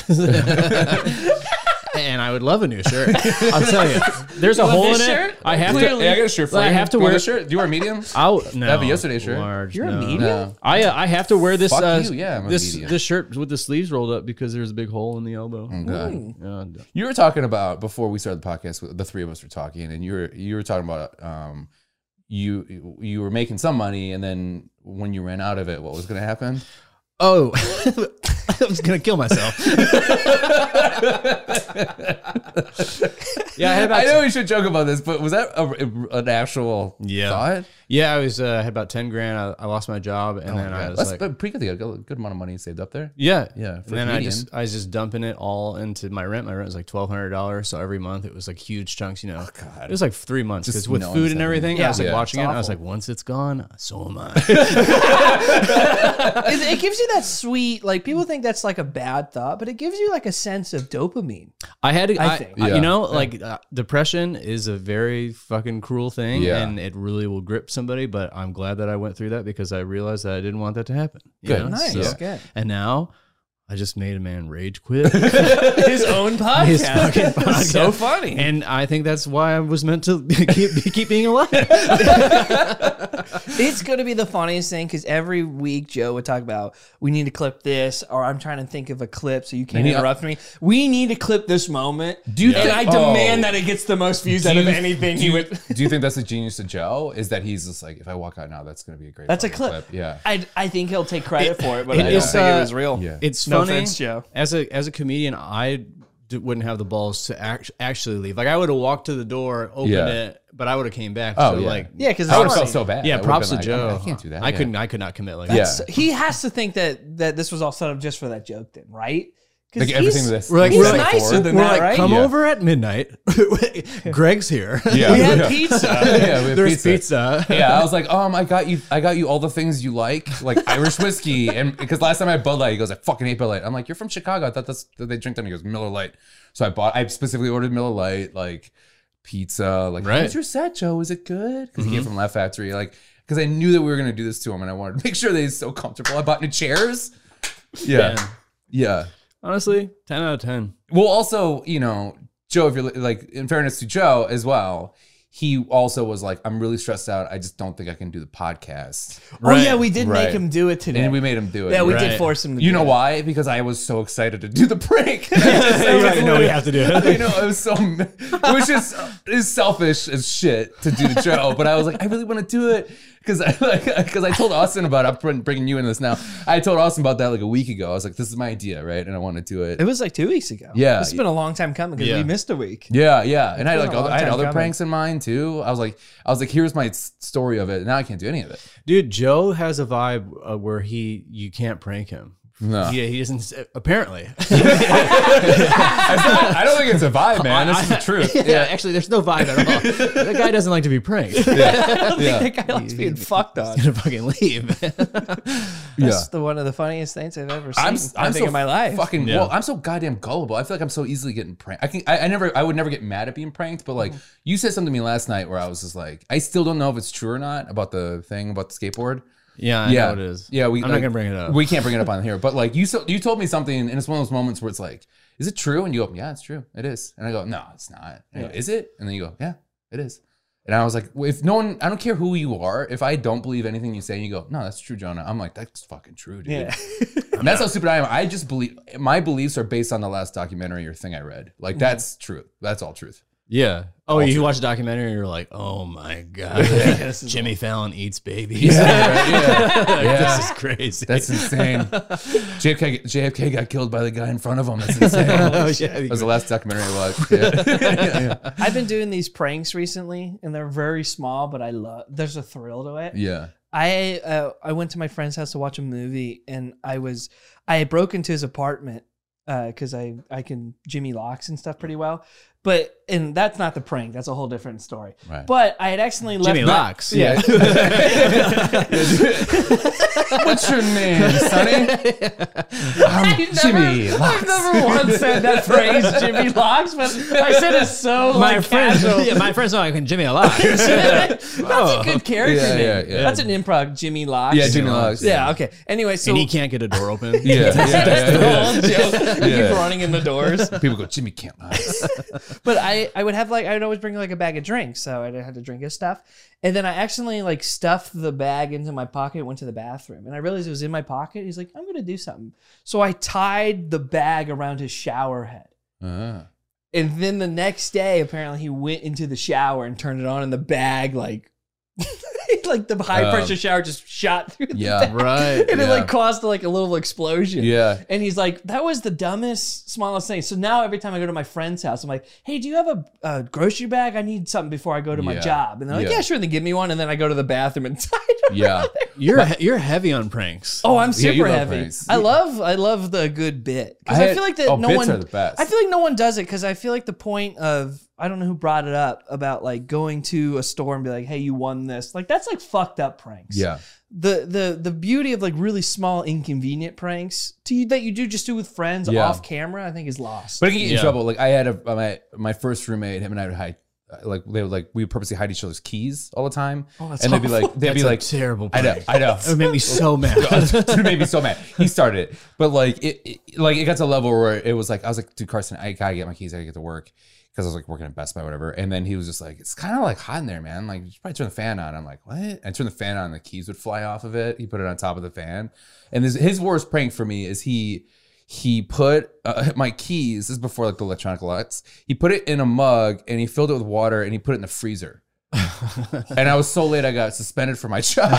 S3: and I would love a new shirt. I'll tell you. There's a
S4: want
S3: hole in
S4: this
S3: it.
S4: shirt?
S3: I have
S2: Clearly,
S3: to.
S2: I got a shirt for
S3: I
S2: you.
S3: have
S2: Do
S3: to
S2: you want
S3: wear-
S2: a shirt. Do you wear medium?
S3: I'll, no,
S2: have a yesterday shirt.
S3: Large,
S4: You're a
S3: no.
S4: medium?
S2: No.
S3: I uh, I have to wear this
S2: Fuck
S3: uh,
S2: you, yeah, I'm a
S3: this
S2: medium.
S3: this shirt with the sleeves rolled up because there's a big hole in the elbow.
S2: God.
S3: Yeah, d-
S2: You were talking about before we started the podcast. The three of us were talking, and you were you were talking about um, you you were making some money, and then when you ran out of it, what was going to happen?
S3: Oh, [laughs] I was gonna kill myself. yeah, I had about
S2: I know we should joke about this, but was that a, an actual
S3: Yeah.
S2: thought?
S3: yeah, I was uh, had about ten grand. I, I lost my job, and then I was
S2: Oh That's
S3: like,
S2: a pretty good. You got a good amount of money saved up there.
S3: yeah,
S2: Yeah,
S3: And
S2: for
S3: then
S2: a
S3: I
S2: comedian.
S3: just I was just dumping it all into my rent. My rent was like twelve hundred dollars, so every month it was like huge chunks. You know,
S2: Oh, God.
S3: it was like three months because
S2: Just
S3: with
S2: knowing
S3: food
S2: it's
S3: and
S2: happening.
S3: everything, I
S4: Yeah.
S3: was like
S2: Yeah,
S3: watching it.
S2: it's
S3: I was like,
S2: awful.
S3: once it's gone, so am I.
S4: [laughs] it, it gives you that sweet, like people think that's like a bad thought, but it gives you like a sense
S3: [laughs]
S4: of dopamine.
S3: I had, to,
S4: I
S3: I,
S4: think.
S3: I-
S2: Yeah.
S3: you know, like uh, depression is a very fucking cruel thing,
S2: Yeah.
S3: and it really will grip somebody. But I'm glad that I went through that because I realized that I didn't want that to happen. you
S2: Good.
S3: know?
S4: Nice.
S3: So-
S4: Good.
S3: and now, I just made a man rage quit, [laughs]
S4: His own podcast. [laughs]
S3: His fucking podcast.
S4: so funny.
S3: and I think that's why I was meant to [laughs] keep, keep being alive.
S4: it's going to be the funniest thing because every week Joe would talk about we need to clip this, or I'm trying to think of a clip so you can't
S2: And he-
S4: interrupt me. We need to clip this moment.
S2: Do you
S4: and
S2: think-
S4: I demand
S2: Oh.
S4: that it gets the most views out of
S2: you-
S4: anything he would.
S2: Do you think that's the genius of Joe? Is that he's just like, if I walk out now, that's going to be a great.
S4: That's a
S2: fucking
S4: clip.
S2: Yeah.
S4: I, I think he'll take credit for it, but
S3: it
S4: I don't
S3: is,
S4: think
S3: uh,
S4: it was real.
S2: Yeah.
S3: It's
S4: No
S3: funny.
S4: offense, Joe.
S3: As a as a comedian, I d- wouldn't have the balls to act- actually leave. Like I would have walked to the door, opened
S2: Yeah.
S3: it, but I would have came back.
S2: Oh,
S3: so
S2: yeah.
S3: like
S4: Yeah, because
S2: I would have felt so bad. I
S3: yeah,
S2: would've
S3: props to
S2: been like, "Oh,
S3: Joe.
S2: I, can't do that.
S3: I
S2: Yeah.
S3: couldn't. I could not commit like
S2: Yeah.
S3: that.
S4: he has to think that that this was all set up just for that joke, then, right? 'Cause
S2: Like everything
S4: he's-
S2: that's
S3: We're like-
S4: he's
S3: we're like-
S4: nicer
S2: forward.
S4: than
S3: We're
S4: that,
S3: like,
S4: right?
S3: come
S2: Yeah.
S3: over at midnight. [laughs] Greg's here.
S2: Yeah.
S3: [laughs]
S4: we
S2: [laughs]
S4: had
S2: Yeah.
S4: [laughs] pizza.
S2: yeah, we have
S3: There's pizza.
S2: [laughs] yeah, I was like, um, I got you, I got you all the things you like, like Irish whiskey, and [laughs] because last time I had Bud Light, he goes, I fucking hate Bud Light. I'm like, you're from Chicago, I thought that's that they drink that. And he goes, Miller Light. So I bought, I specifically ordered Miller Light, like pizza, like
S3: Right.
S2: how's your set, Joe? Is it good? Because he came from Laugh Factory, like because I knew that we were gonna do this to him, and I wanted to [laughs] make sure that he's so comfortable. I bought new chairs. Yeah,
S3: Man.
S2: yeah.
S3: Honestly, ten out of [laughs] ten.
S2: Well, also, you know, Joe, if you're li- like, in fairness to Joe as well, he also was like, I'm really stressed out. I just don't think I can do the podcast.
S4: Oh yeah,
S3: Right.
S4: we did make
S2: Right.
S4: him do it today.
S2: And we made him do it.
S4: yeah, we
S3: Right.
S4: did force him. to
S2: You
S4: do
S2: know
S4: it.
S2: why? Because I was so excited to do the prank. [laughs]
S3: no, we have to do
S2: I
S3: it.
S2: know it was so, it was just is selfish as shit to do the show, but I was like, I really want to do it because I like [laughs] because I told Austin about. it. I'm bring- bringing you in this now. I told Austin about that like a week ago. I was like, this is my idea, right? And I want to do it.
S4: It was like two weeks ago.
S2: Yeah.
S4: This has been a long time coming because
S3: Yeah.
S4: we missed a week.
S2: Yeah, yeah, and I had
S4: been
S2: like
S4: a long
S2: other, I had
S4: time
S2: other
S4: coming.
S2: pranks in mind too. I was like, I was like, here's my s- story of it. Now I can't do any
S4: [laughs]
S2: of it.
S3: [laughs] Dude, Joe has a vibe uh, where he you can't prank him.
S2: No,
S3: Yeah, he doesn't.
S2: [laughs]
S3: Apparently,
S2: I don't think it's a vibe, man. This is the
S4: [laughs]
S2: truth.
S3: yeah. [laughs] Actually, there's no vibe at all.
S2: [laughs]
S3: that guy doesn't like to be pranked.
S4: [laughs] I don't
S2: Yeah.
S4: think that guy likes being fucked on.
S3: gonna fucking leave. [laughs]
S2: Yeah,
S4: That's the one of the funniest things I've ever seen.
S2: I'm
S4: i
S2: s- I'm
S4: think
S2: so
S4: in my life.
S2: fucking.
S3: Yeah.
S2: Well, I'm so goddamn gullible. I feel like I'm so easily getting pranked. I can. I, I never. I would never get mad at being pranked. But
S4: Mm-hmm.
S2: like, you said something to me last night where I was just like, I still don't know if it's true or not about the thing about the skateboard.
S3: yeah, I
S2: yeah,
S3: know it is.
S2: Yeah, we.
S3: I'm not
S2: like,
S3: gonna bring it up.
S2: We can't bring it
S3: [laughs]
S2: up on here. But like you, so, you told me something, and it's one of those moments where it's like, is it true? And you go, yeah, it's true. It is. And I go, no, it's not. And I go, is it? And then you go, yeah, it is. And I was like, well, if no one, I don't care who you are. If I don't believe anything you say, and you go, no, that's true, Jonah. I'm like, that's fucking true, dude. [laughs]
S4: Yeah. [laughs]
S2: And that's how stupid I am. I
S3: Mm-hmm.
S2: just believe my beliefs are based on the last documentary or thing I read. Like that's true. That's all truth.
S3: Yeah. Oh,
S2: Alternate.
S3: you watch a documentary and you're like, oh my
S2: [laughs]
S3: God.
S4: This is-
S3: Jimmy Fallon eats babies.
S2: Yeah,
S3: [laughs] Like,
S2: Yeah.
S3: This is crazy.
S2: That's insane.
S3: [laughs]
S2: JFK, JFK got killed by the guy in front of him.
S3: [laughs]
S2: That's insane. that
S3: Oh, yeah.
S2: was the last documentary I
S3: [laughs]
S2: watched. Yeah.
S4: I've been doing these pranks recently, and they're very small, but I love. There's a thrill to it.
S2: yeah.
S4: I uh, I went to my friend's house to watch a movie, and I was I broke into his apartment because I I can Jimmy locks and stuff pretty well, but and that's not the prank. That's a whole different story.
S2: Right.
S4: But I had accidentally left
S3: Jimmy
S4: my-
S3: Locks.
S4: Yeah.
S2: [laughs] What's your name, Sonny? I'm
S4: I've never-
S2: Jimmy.
S4: I've never once said
S3: [laughs]
S4: that phrase, Jimmy Locks, but I said it so
S3: My
S4: like
S3: friends,
S4: casual.
S3: yeah, my friends know I can
S2: [laughs]
S3: Jimmy a lot.
S4: [laughs] That's
S3: Oh.
S4: a good character
S2: Yeah,
S4: name.
S2: yeah, yeah.
S4: That's an improv, Jimmy Locks.
S2: Yeah, Jimmy Locks.
S4: Yeah, okay.
S2: [laughs]
S4: Anyway, so
S3: and he can't get a door open.
S2: Yeah.
S3: [laughs]
S2: yeah, yeah,
S4: That's the whole [laughs] joke. We
S2: Yeah.
S4: keep running in the doors.
S2: yeah. People go, Jimmy can't lie.
S4: But I, I would have like I would always bring like a bag of drinks, so I had to drink his stuff. And then I accidentally like stuffed the bag into my pocket, went to the bathroom, and I realized it was in my pocket. He's like, I'm gonna do something. So I tied the bag around his shower head.
S2: Uh,
S4: And then the next day, apparently he went into the shower and turned it on and the bag like [laughs] like the high
S2: Um,
S4: pressure shower just shot through the
S2: yeah.
S4: [laughs] bag.
S3: Right.
S4: And it
S2: yeah.
S4: like caused like a little explosion.
S2: yeah.
S4: And he's like, that was the dumbest, smallest thing. So now every time I go to my friend's house, I'm like, hey, do you have a, a grocery bag? I need something before I go to my
S2: Yeah.
S4: job. And they're like, yeah,
S2: Yeah.
S4: sure. And they give me one. And then I go to the bathroom and [laughs] tie it.
S2: Yeah.
S3: You're he- you're heavy on pranks.
S4: Oh, I'm
S2: Yeah, you
S4: super
S2: love
S4: heavy.
S2: pranks.
S4: I love I love the good bit because
S2: I
S4: I,
S2: had-
S4: feel like that
S2: oh,
S4: no
S2: bits
S4: one
S2: are the best.
S4: I feel like no one does it because I feel like the point of I don't know who brought it up about like going to a store and be like, hey, you won this. Like that's like fucked up pranks.
S2: Yeah.
S4: the the the beauty of like really small inconvenient pranks to you that you do just do with friends
S2: Yeah.
S4: off camera i think is lost
S2: But I can get you
S3: Yeah.
S2: in trouble. Like I had a my my first roommate, him and I would hide like they would like we would purposely hide each other's keys all the time.
S4: Oh, that's
S2: and they'd be
S4: awful.
S2: like they'd
S3: That's
S2: be
S3: a
S2: like
S3: terrible
S2: I
S3: prank.
S2: know, I know.
S3: It would make
S2: [laughs]
S3: me so mad.
S2: dude made me so mad. He started it, but like it, it- like it got to a level where it was like I was like, dude, Carson, I gotta get my keys. I gotta get to work because I was like working at Best Buy, whatever. And then he was just like, it's kind of like hot in there, man. Like you should probably turn the fan on. I'm like, what? I turned the fan on, the keys would fly off of it. He put it on top of the fan, and his his worst prank for me is he. He put uh, [laughs] my keys. This is before like the electronic locks. He put it in a mug and he filled it with water and he put it in the
S4: [laughs]
S2: freezer. And I was so late, I got suspended from my [laughs]
S4: [laughs]
S2: job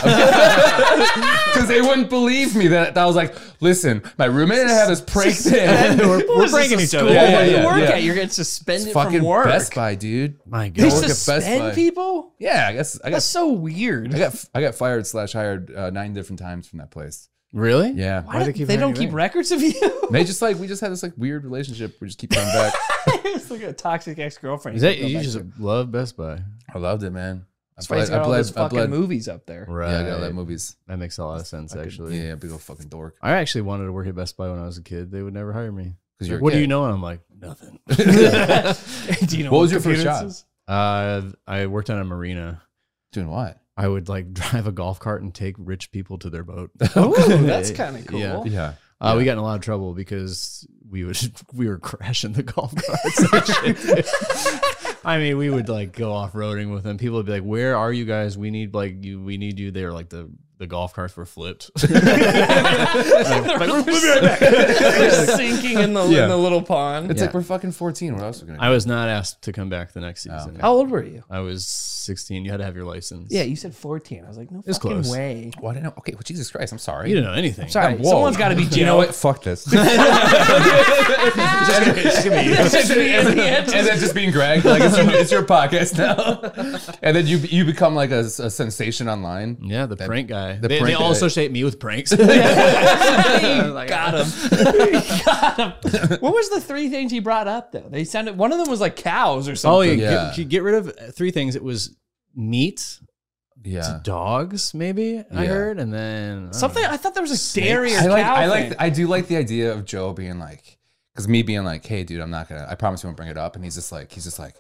S2: because they wouldn't believe me that, that I was like, "Listen, my roommate and I had this
S4: [laughs]
S2: prank thing. [laughs]
S3: we're
S4: What
S3: we're
S4: is this,
S3: breaking
S4: a
S3: each
S4: school?
S3: other.
S2: Yeah,
S4: Where do
S2: yeah,
S4: you work
S2: yeah.
S4: at? You're getting suspended
S2: fucking
S4: from work.
S2: Best Buy, dude.
S3: My
S4: They
S2: I
S3: God.
S2: work at Best
S4: suspend
S2: Buy.
S4: people?
S2: Yeah, I guess I
S4: That's
S2: got
S4: so
S2: I
S4: weird.
S2: got I got fired slash hired uh, nine different times from that place.
S3: Really?
S2: Yeah,
S4: Why do
S3: they keep
S4: they don't
S3: hiring you
S4: keep
S3: in?
S4: records of you?
S2: they just like we just had this like weird relationship. We just keep coming
S4: [laughs]
S2: back.
S4: it's like a toxic ex girlfriend.
S3: Is that you just love Best Buy?
S2: I loved it, man. I
S4: That's why he's
S2: bled- I
S4: got all
S2: bled-
S4: those
S2: I
S4: fucking
S2: bled-
S4: movies up there.
S3: Right.
S2: Yeah, I got that movies.
S3: That makes a lot of sense, actually.
S2: Yeah, big old fucking dork.
S3: I actually wanted to work at Best Buy when I was a kid. They would never hire me.
S2: 'Cause you're a
S3: what do
S2: kid.
S3: you know? And I'm like,
S2: [laughs]
S3: nothing. [laughs]
S4: Do you know
S2: What was your first
S4: computer
S2: job?
S4: this is?
S3: uh, I worked on a marina.
S2: Doing what?
S3: I would like [laughs] drive a golf cart and take rich people to
S2: [laughs]
S3: their boat.
S4: Ooh, that's kind of cool.
S3: Yeah.
S2: Oh,
S4: [laughs]
S2: Yeah,
S3: Uh, we got in a lot of trouble because we would [laughs] we were crashing
S2: [laughs]
S3: the golf carts. I mean, we would like go off roading with them. People would be like, "Where are you guys? We need like you. We need you." They were like the the golf carts were flipped. [laughs]
S4: They're [laughs] sinking in the,
S2: Yeah.
S4: in the little pond.
S2: it's
S3: Yeah.
S2: like we're fucking fourteen. What else are we gonna?
S3: I was not asked to come back the next
S2: Oh.
S3: season.
S4: How old were you?
S3: I was 16. You had to have your license.
S4: Yeah, you said 14. I was like, no
S3: It's
S4: fucking
S3: close.
S4: way.
S2: do? Why didn't I? Okay, well, Jesus Christ, I'm sorry.
S3: You didn't know anything.
S4: Sorry,
S2: Whoa.
S4: someone's got to be
S2: [laughs]
S4: Joe.
S2: You know what? Fuck this.
S3: [laughs]
S2: [laughs]
S4: Just be in the end. [laughs]
S2: and then just being Greg, like it's your, it's your podcast [laughs] now. And then you you become like a, a sensation online.
S3: Yeah, the prank guy.
S2: the
S3: they, they
S2: prank
S3: all
S2: guy.
S3: associate me with
S2: [laughs]
S3: pranks. [laughs] "Ah,
S4: You got him. You got him. What was the three things he brought up though? They sounded. One of them was like cows or
S3: oh,
S4: something.
S3: yeah.
S2: Yeah.
S3: Get, get- get rid of three things. It was meat,
S2: Yeah.
S3: dogs, maybe I
S2: Uh. Yeah.
S3: heard, and then I
S4: something. I thought there was a dairy or
S2: I like
S4: cow.
S2: I like
S4: thing.
S2: I do like the idea of Joe being like because me being like, hey dude, I'm not gonna I promise you won't bring it up. And he's just like he's just like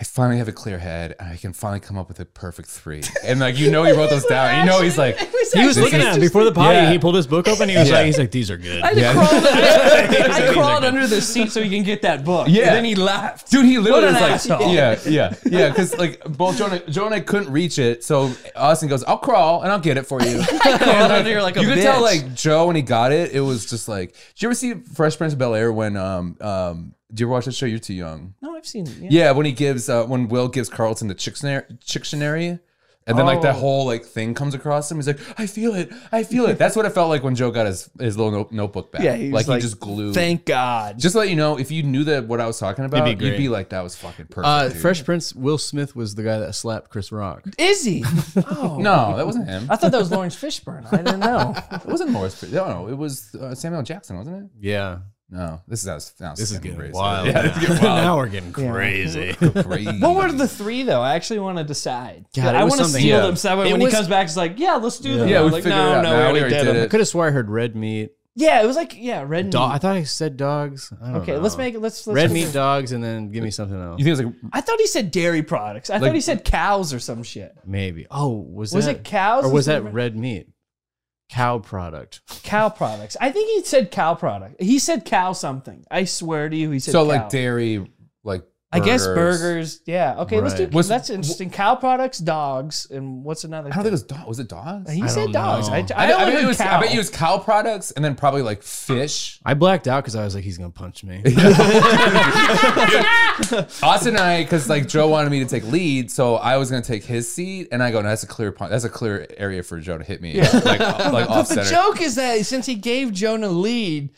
S2: I finally have a clear head and I can finally come up with a perfect three. And like you know he wrote those down. You know he's like
S4: It
S3: [laughs]
S4: was
S3: He was
S4: actually
S3: looking at
S4: just-
S3: it before the potty.
S2: Yeah.
S3: He pulled his book up and he [laughs] was
S2: Yeah.
S3: like, "He's like, these are good."
S4: I, had to
S2: Yeah.
S4: crawled, I,
S3: These are
S4: crawled
S3: good.
S4: under the seat so he can get that book.
S2: Yeah.
S4: And then he left.
S2: Dude, he literally
S4: What an
S2: was like,
S4: asshole.
S2: yeah, yeah, yeah, because like both Joe and, Joe and I couldn't reach it, so Austin goes, "I'll crawl and I'll get it for
S4: [laughs]
S2: you." And,
S4: under here like a
S2: you could tell
S4: bitch.
S2: like Joe when he got it, it was just like, did you ever see Fresh Prince of Bel Air when um um Do you ever watch that show? You're too young.
S4: No, I've seen. it,
S2: Yeah, when he gives uh, when Will gives Carlton the Chictionary, Chictionary and then like that
S4: Oh.
S2: whole like thing comes across him. He's like, I feel it, I feel it. That's what it felt like when Joe got his his little no- notebook back.
S4: Yeah, he was
S2: like,
S4: like,
S2: he just glued.
S4: Thank God.
S2: just to let you know, if you knew that what I was talking about,
S3: It'd be
S2: you'd be
S3: great.
S2: like, that was fucking perfect.
S3: Uh,
S2: dude."
S3: Fresh Prince, Will Smith was the guy that slapped Chris Rock.
S4: Is
S2: [laughs]
S4: he? [laughs] Oh.
S2: No, that wasn't him.
S4: I thought that was Lawrence Fishburne. I didn't know.
S2: It wasn't Morris. Fre- No, no, it was uh, Samuel Jackson, wasn't it?
S3: Yeah.
S2: No, this is now, it's- now it's
S3: This is
S2: getting
S3: getting
S2: crazy.
S3: wild.
S2: Yeah,
S3: now.
S2: it's
S3: [laughs]
S2: getting wild.
S3: now we're getting
S4: Yeah.
S2: [laughs]
S3: crazy.
S2: Crazy.
S4: [laughs] What were the three though? I actually want to decide.
S3: God, it
S4: I
S3: was
S4: want to
S3: something-
S4: steal
S2: Yeah.
S4: them. So that way
S3: It
S4: when
S3: was-
S4: he comes back, it's like, yeah, let's do
S3: Yeah.
S4: that.
S2: Yeah, we
S4: like,
S2: figured it out.
S4: No,
S2: Now
S4: we already, did,
S2: it.
S4: them.
S3: I could have swore I heard red meat.
S4: Yeah, it was like yeah, red meat.
S3: Dog. I thought I said dogs. I don't
S4: okay,
S3: know.
S4: let's make it. Let's, let's
S3: red
S4: let's-
S3: meat dogs and then give me something else.
S2: You think it was like
S4: I thought he said dairy products. I
S2: Like-
S4: thought he said cows or some shit.
S3: Maybe. Oh, was
S4: Was
S3: that,
S4: it cows
S3: or was
S4: instead
S3: that
S4: of red-
S3: red meat? Cow product.
S4: Cow products. I think he said cow product. He said cow something. I swear to you, he said.
S2: so
S4: cow.
S2: like dairy, like
S4: I guess
S2: burgers.
S4: burgers. Yeah. Okay, let's do.
S3: Right.
S2: Was-
S4: that's interesting. Cow products, dogs, and what's another?
S2: I don't think it was dog. Was it dogs?
S4: He
S3: I
S4: said
S3: don't
S4: dogs.
S3: know.
S4: I, I, only
S2: bet
S4: heard
S2: it was,
S4: cow.
S2: I bet you it was cow products and then probably like fish.
S3: I blacked out because I was like, he's gonna punch me.
S2: Austin and I, because like Joe wanted me to take lead, so I was gonna take his seat, and I go, no, that's a clear point. That's a clear area for Joe to hit me, like, like off
S4: But the
S2: center.
S4: joke is that since he gave Jonah lead,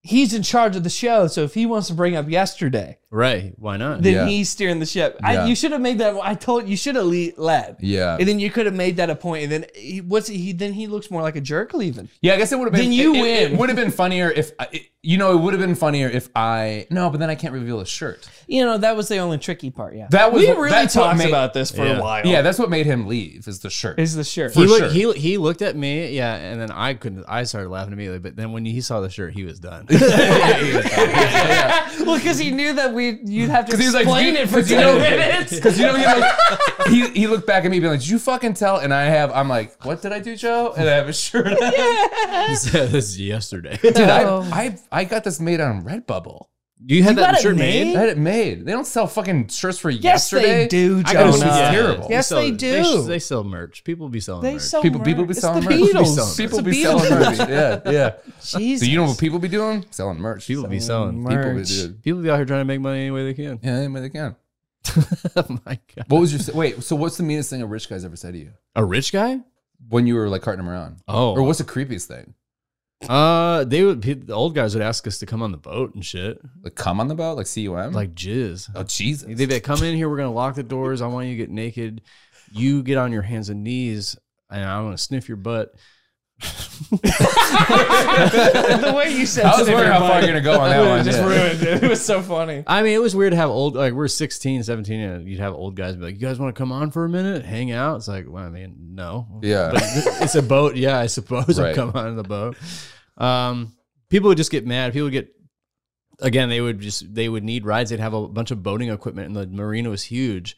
S4: he's in charge of the show. So if he wants to bring up yesterday,
S3: right? Why not?
S4: then
S2: Yeah.
S4: he's steering the ship.
S2: Yeah.
S4: I, you should have made that. I told you should have lead, led.
S2: yeah,
S4: And then you could have made that a point, and then he, what's he? Then he looks more like a jerk leaving.
S2: yeah. I guess it would have been.
S4: Then you
S2: it- it- It,
S4: win.
S2: would have been funnier if I, it- you know. It would have been funnier if I no, but then I can't reveal the shirt.
S4: You know, that was the only tricky part. Yeah,
S2: That was-
S4: we really
S2: that's what
S4: talked
S2: made-
S4: about this for
S3: Yeah.
S4: a while.
S2: Yeah, that's what made him leave is [laughs] the shirt.
S4: is the shirt.
S3: he
S2: for
S3: looked. He he looked at me. Yeah, and then I couldn't. I started laughing immediately. But then when he saw the shirt, he was done. [laughs]
S4: [laughs] well, because he knew that we you'd have to
S2: he was like,
S4: explain
S2: you-
S4: it for
S2: [laughs] 'cause
S4: two
S2: you
S4: [laughs]
S2: know-
S4: minutes.
S2: Because you know he
S4: [laughs]
S2: like he, he looked back at me being like, "Did you fucking tell?" And I have I'm like, "What did I do, Joe?" And I have a
S4: [laughs]
S2: shirt. on.
S3: this is yesterday.
S2: Dude, I,
S4: Oh.
S2: I I got this made on Redbubble.
S3: You had
S4: You
S3: that
S4: got it
S3: shirt
S4: made?
S3: made.
S2: I had it made. They don't sell fucking shirts for
S4: Yes, they
S2: yesterday.
S4: do,
S2: I got a
S4: Jonah.
S2: shirt. It's
S4: Yeah.
S2: terrible.
S4: Yes,
S3: sell-
S4: they do.
S3: Oh, They, they sell merch. People be selling
S4: They
S3: merch.
S4: sell
S2: People
S4: merch.
S2: people be
S4: It's
S2: selling
S4: the
S2: merch.
S4: Beatles.
S2: People
S4: It's
S2: be
S4: the
S2: selling
S4: Beatles.
S2: merch. Yeah, yeah. So
S4: Jesus.
S2: you know what people be doing? Selling merch.
S3: people be selling.
S4: merch.
S2: People be doing.
S3: People be out here trying to make money any way they can. [laughs]
S2: Yeah, any way they can.
S3: oh my god.
S2: What was your wait? So what's the meanest thing a rich guy's ever said to you
S3: A rich guy?
S2: when you were like carting him around? Or
S3: Oh.
S2: what's the creepiest thing?
S3: Uh, they would. pe- The old guys would ask us to come on the boat and shit,
S2: Like come on the boat, like cum,
S3: like jizz.
S2: oh Jesus.
S3: They'd be like, "Come in here. We're gonna lock the doors. I want you to get naked. You get on your hands and knees, and I want to sniff your butt."
S4: the way you said
S2: I was
S4: it,
S2: wondering how far you're gonna go on
S3: [laughs]
S2: that
S4: it
S2: one.
S4: just
S2: yeah.
S4: ruined it. It was so funny.
S3: I mean, it was weird to have old like we're 16, 17, and you'd have old guys be like, "You guys want to come on for a minute, hang out?" It's like, well, I mean, no,
S2: Yeah.
S3: But it's a boat. Yeah, I suppose
S2: Right.
S3: I'll come on the boat. Um, people would just get mad. People would get again. They would just they would need rides. They'd have a bunch of boating equipment, and the marina was huge.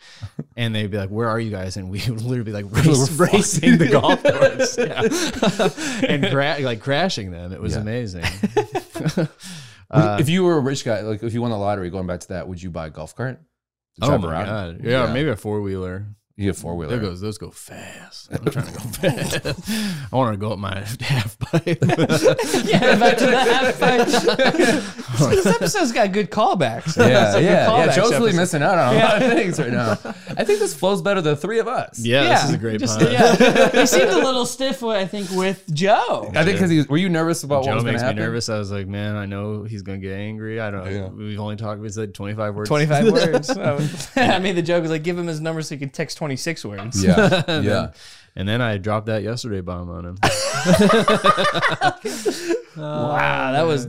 S3: And they'd be like, "Where are you guys?" And we would literally be like race,
S2: We're
S3: racing the golf course Yeah. and cra- like crashing them. It was
S2: Yeah.
S3: amazing.
S2: Would-
S3: Uh,
S2: if you were a rich guy, like if you won the lottery, going back to that, would you buy a golf cart? to
S3: oh
S2: drive
S3: my
S2: around?
S3: god! Yeah,
S2: Yeah.
S3: maybe a four wheeler.
S2: You get four wheeler.
S3: There goes those go fast. I'm trying to go fast. [laughs] I want to go up my [laughs] half pipe.
S4: [laughs] Yeah, back to the [laughs] half pipe. this episode's got good
S3: [laughs]
S4: callbacks. It's
S2: Yeah,
S4: a good
S2: yeah, yeah.
S4: callback
S2: Joe's really
S4: episode.
S2: missing out on a lot of things right now. I think this flows better than the three of us.
S3: yeah, this is a great
S4: Just-
S3: pun.
S4: Yeah. [laughs] He seemed a little stiff, I think, with Joe.
S2: I think because were you nervous about what
S3: Joe
S2: was going
S3: makes
S2: to
S3: me
S2: happen?
S3: nervous. I was like, man, I know he's gonna get angry. I don't. know.
S2: Yeah.
S3: We've only talked. We said 25 words.
S4: [laughs] 25 words. I made the joke, was like, give him his number so he can text 26
S3: [laughs]
S4: words.
S2: Yeah, yeah.
S3: [laughs] And then I dropped that yesterday bomb on him. [laughs]
S4: Wow, that was
S2: You sold it.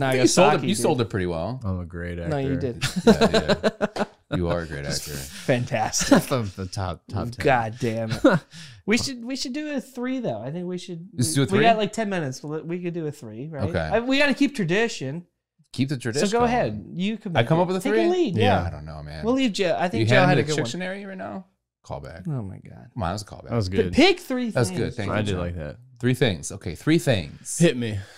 S4: Nagasaki.
S2: You sold it pretty
S3: [laughs]
S2: well.
S3: I'm a great actor.
S4: No, you did.
S2: Yeah, yeah. You are a great actor.
S4: [laughs] Fantastic.
S3: From the top top ten.
S4: God damn [laughs] it. We should we should do a three though. I think we should.
S2: Let's
S4: we-
S2: do a three?
S4: We got like ten minutes. We we could do a three, right?
S2: Okay.
S4: I- we got to keep tradition.
S2: Keep the tradition.
S4: So go
S2: going.
S4: ahead. You can.
S2: I
S4: make
S2: come
S4: it.
S2: up with a
S4: Take
S2: three?
S4: lead.
S3: Yeah.
S4: Yeah.
S2: I don't know, man.
S4: We'll leave Joe. I
S2: you
S4: think Joe
S2: had
S4: had
S2: a
S4: a good one.
S2: dictionary right now. Callback.
S4: Oh my god.
S2: Mine was a callback.
S3: That was
S4: P-
S3: good.
S4: Pick three.
S2: That was
S4: things.
S2: good. Thank
S3: I
S2: you.
S3: did
S2: John.
S3: like that.
S2: Three things. Okay, three things.
S3: Hit me. [laughs]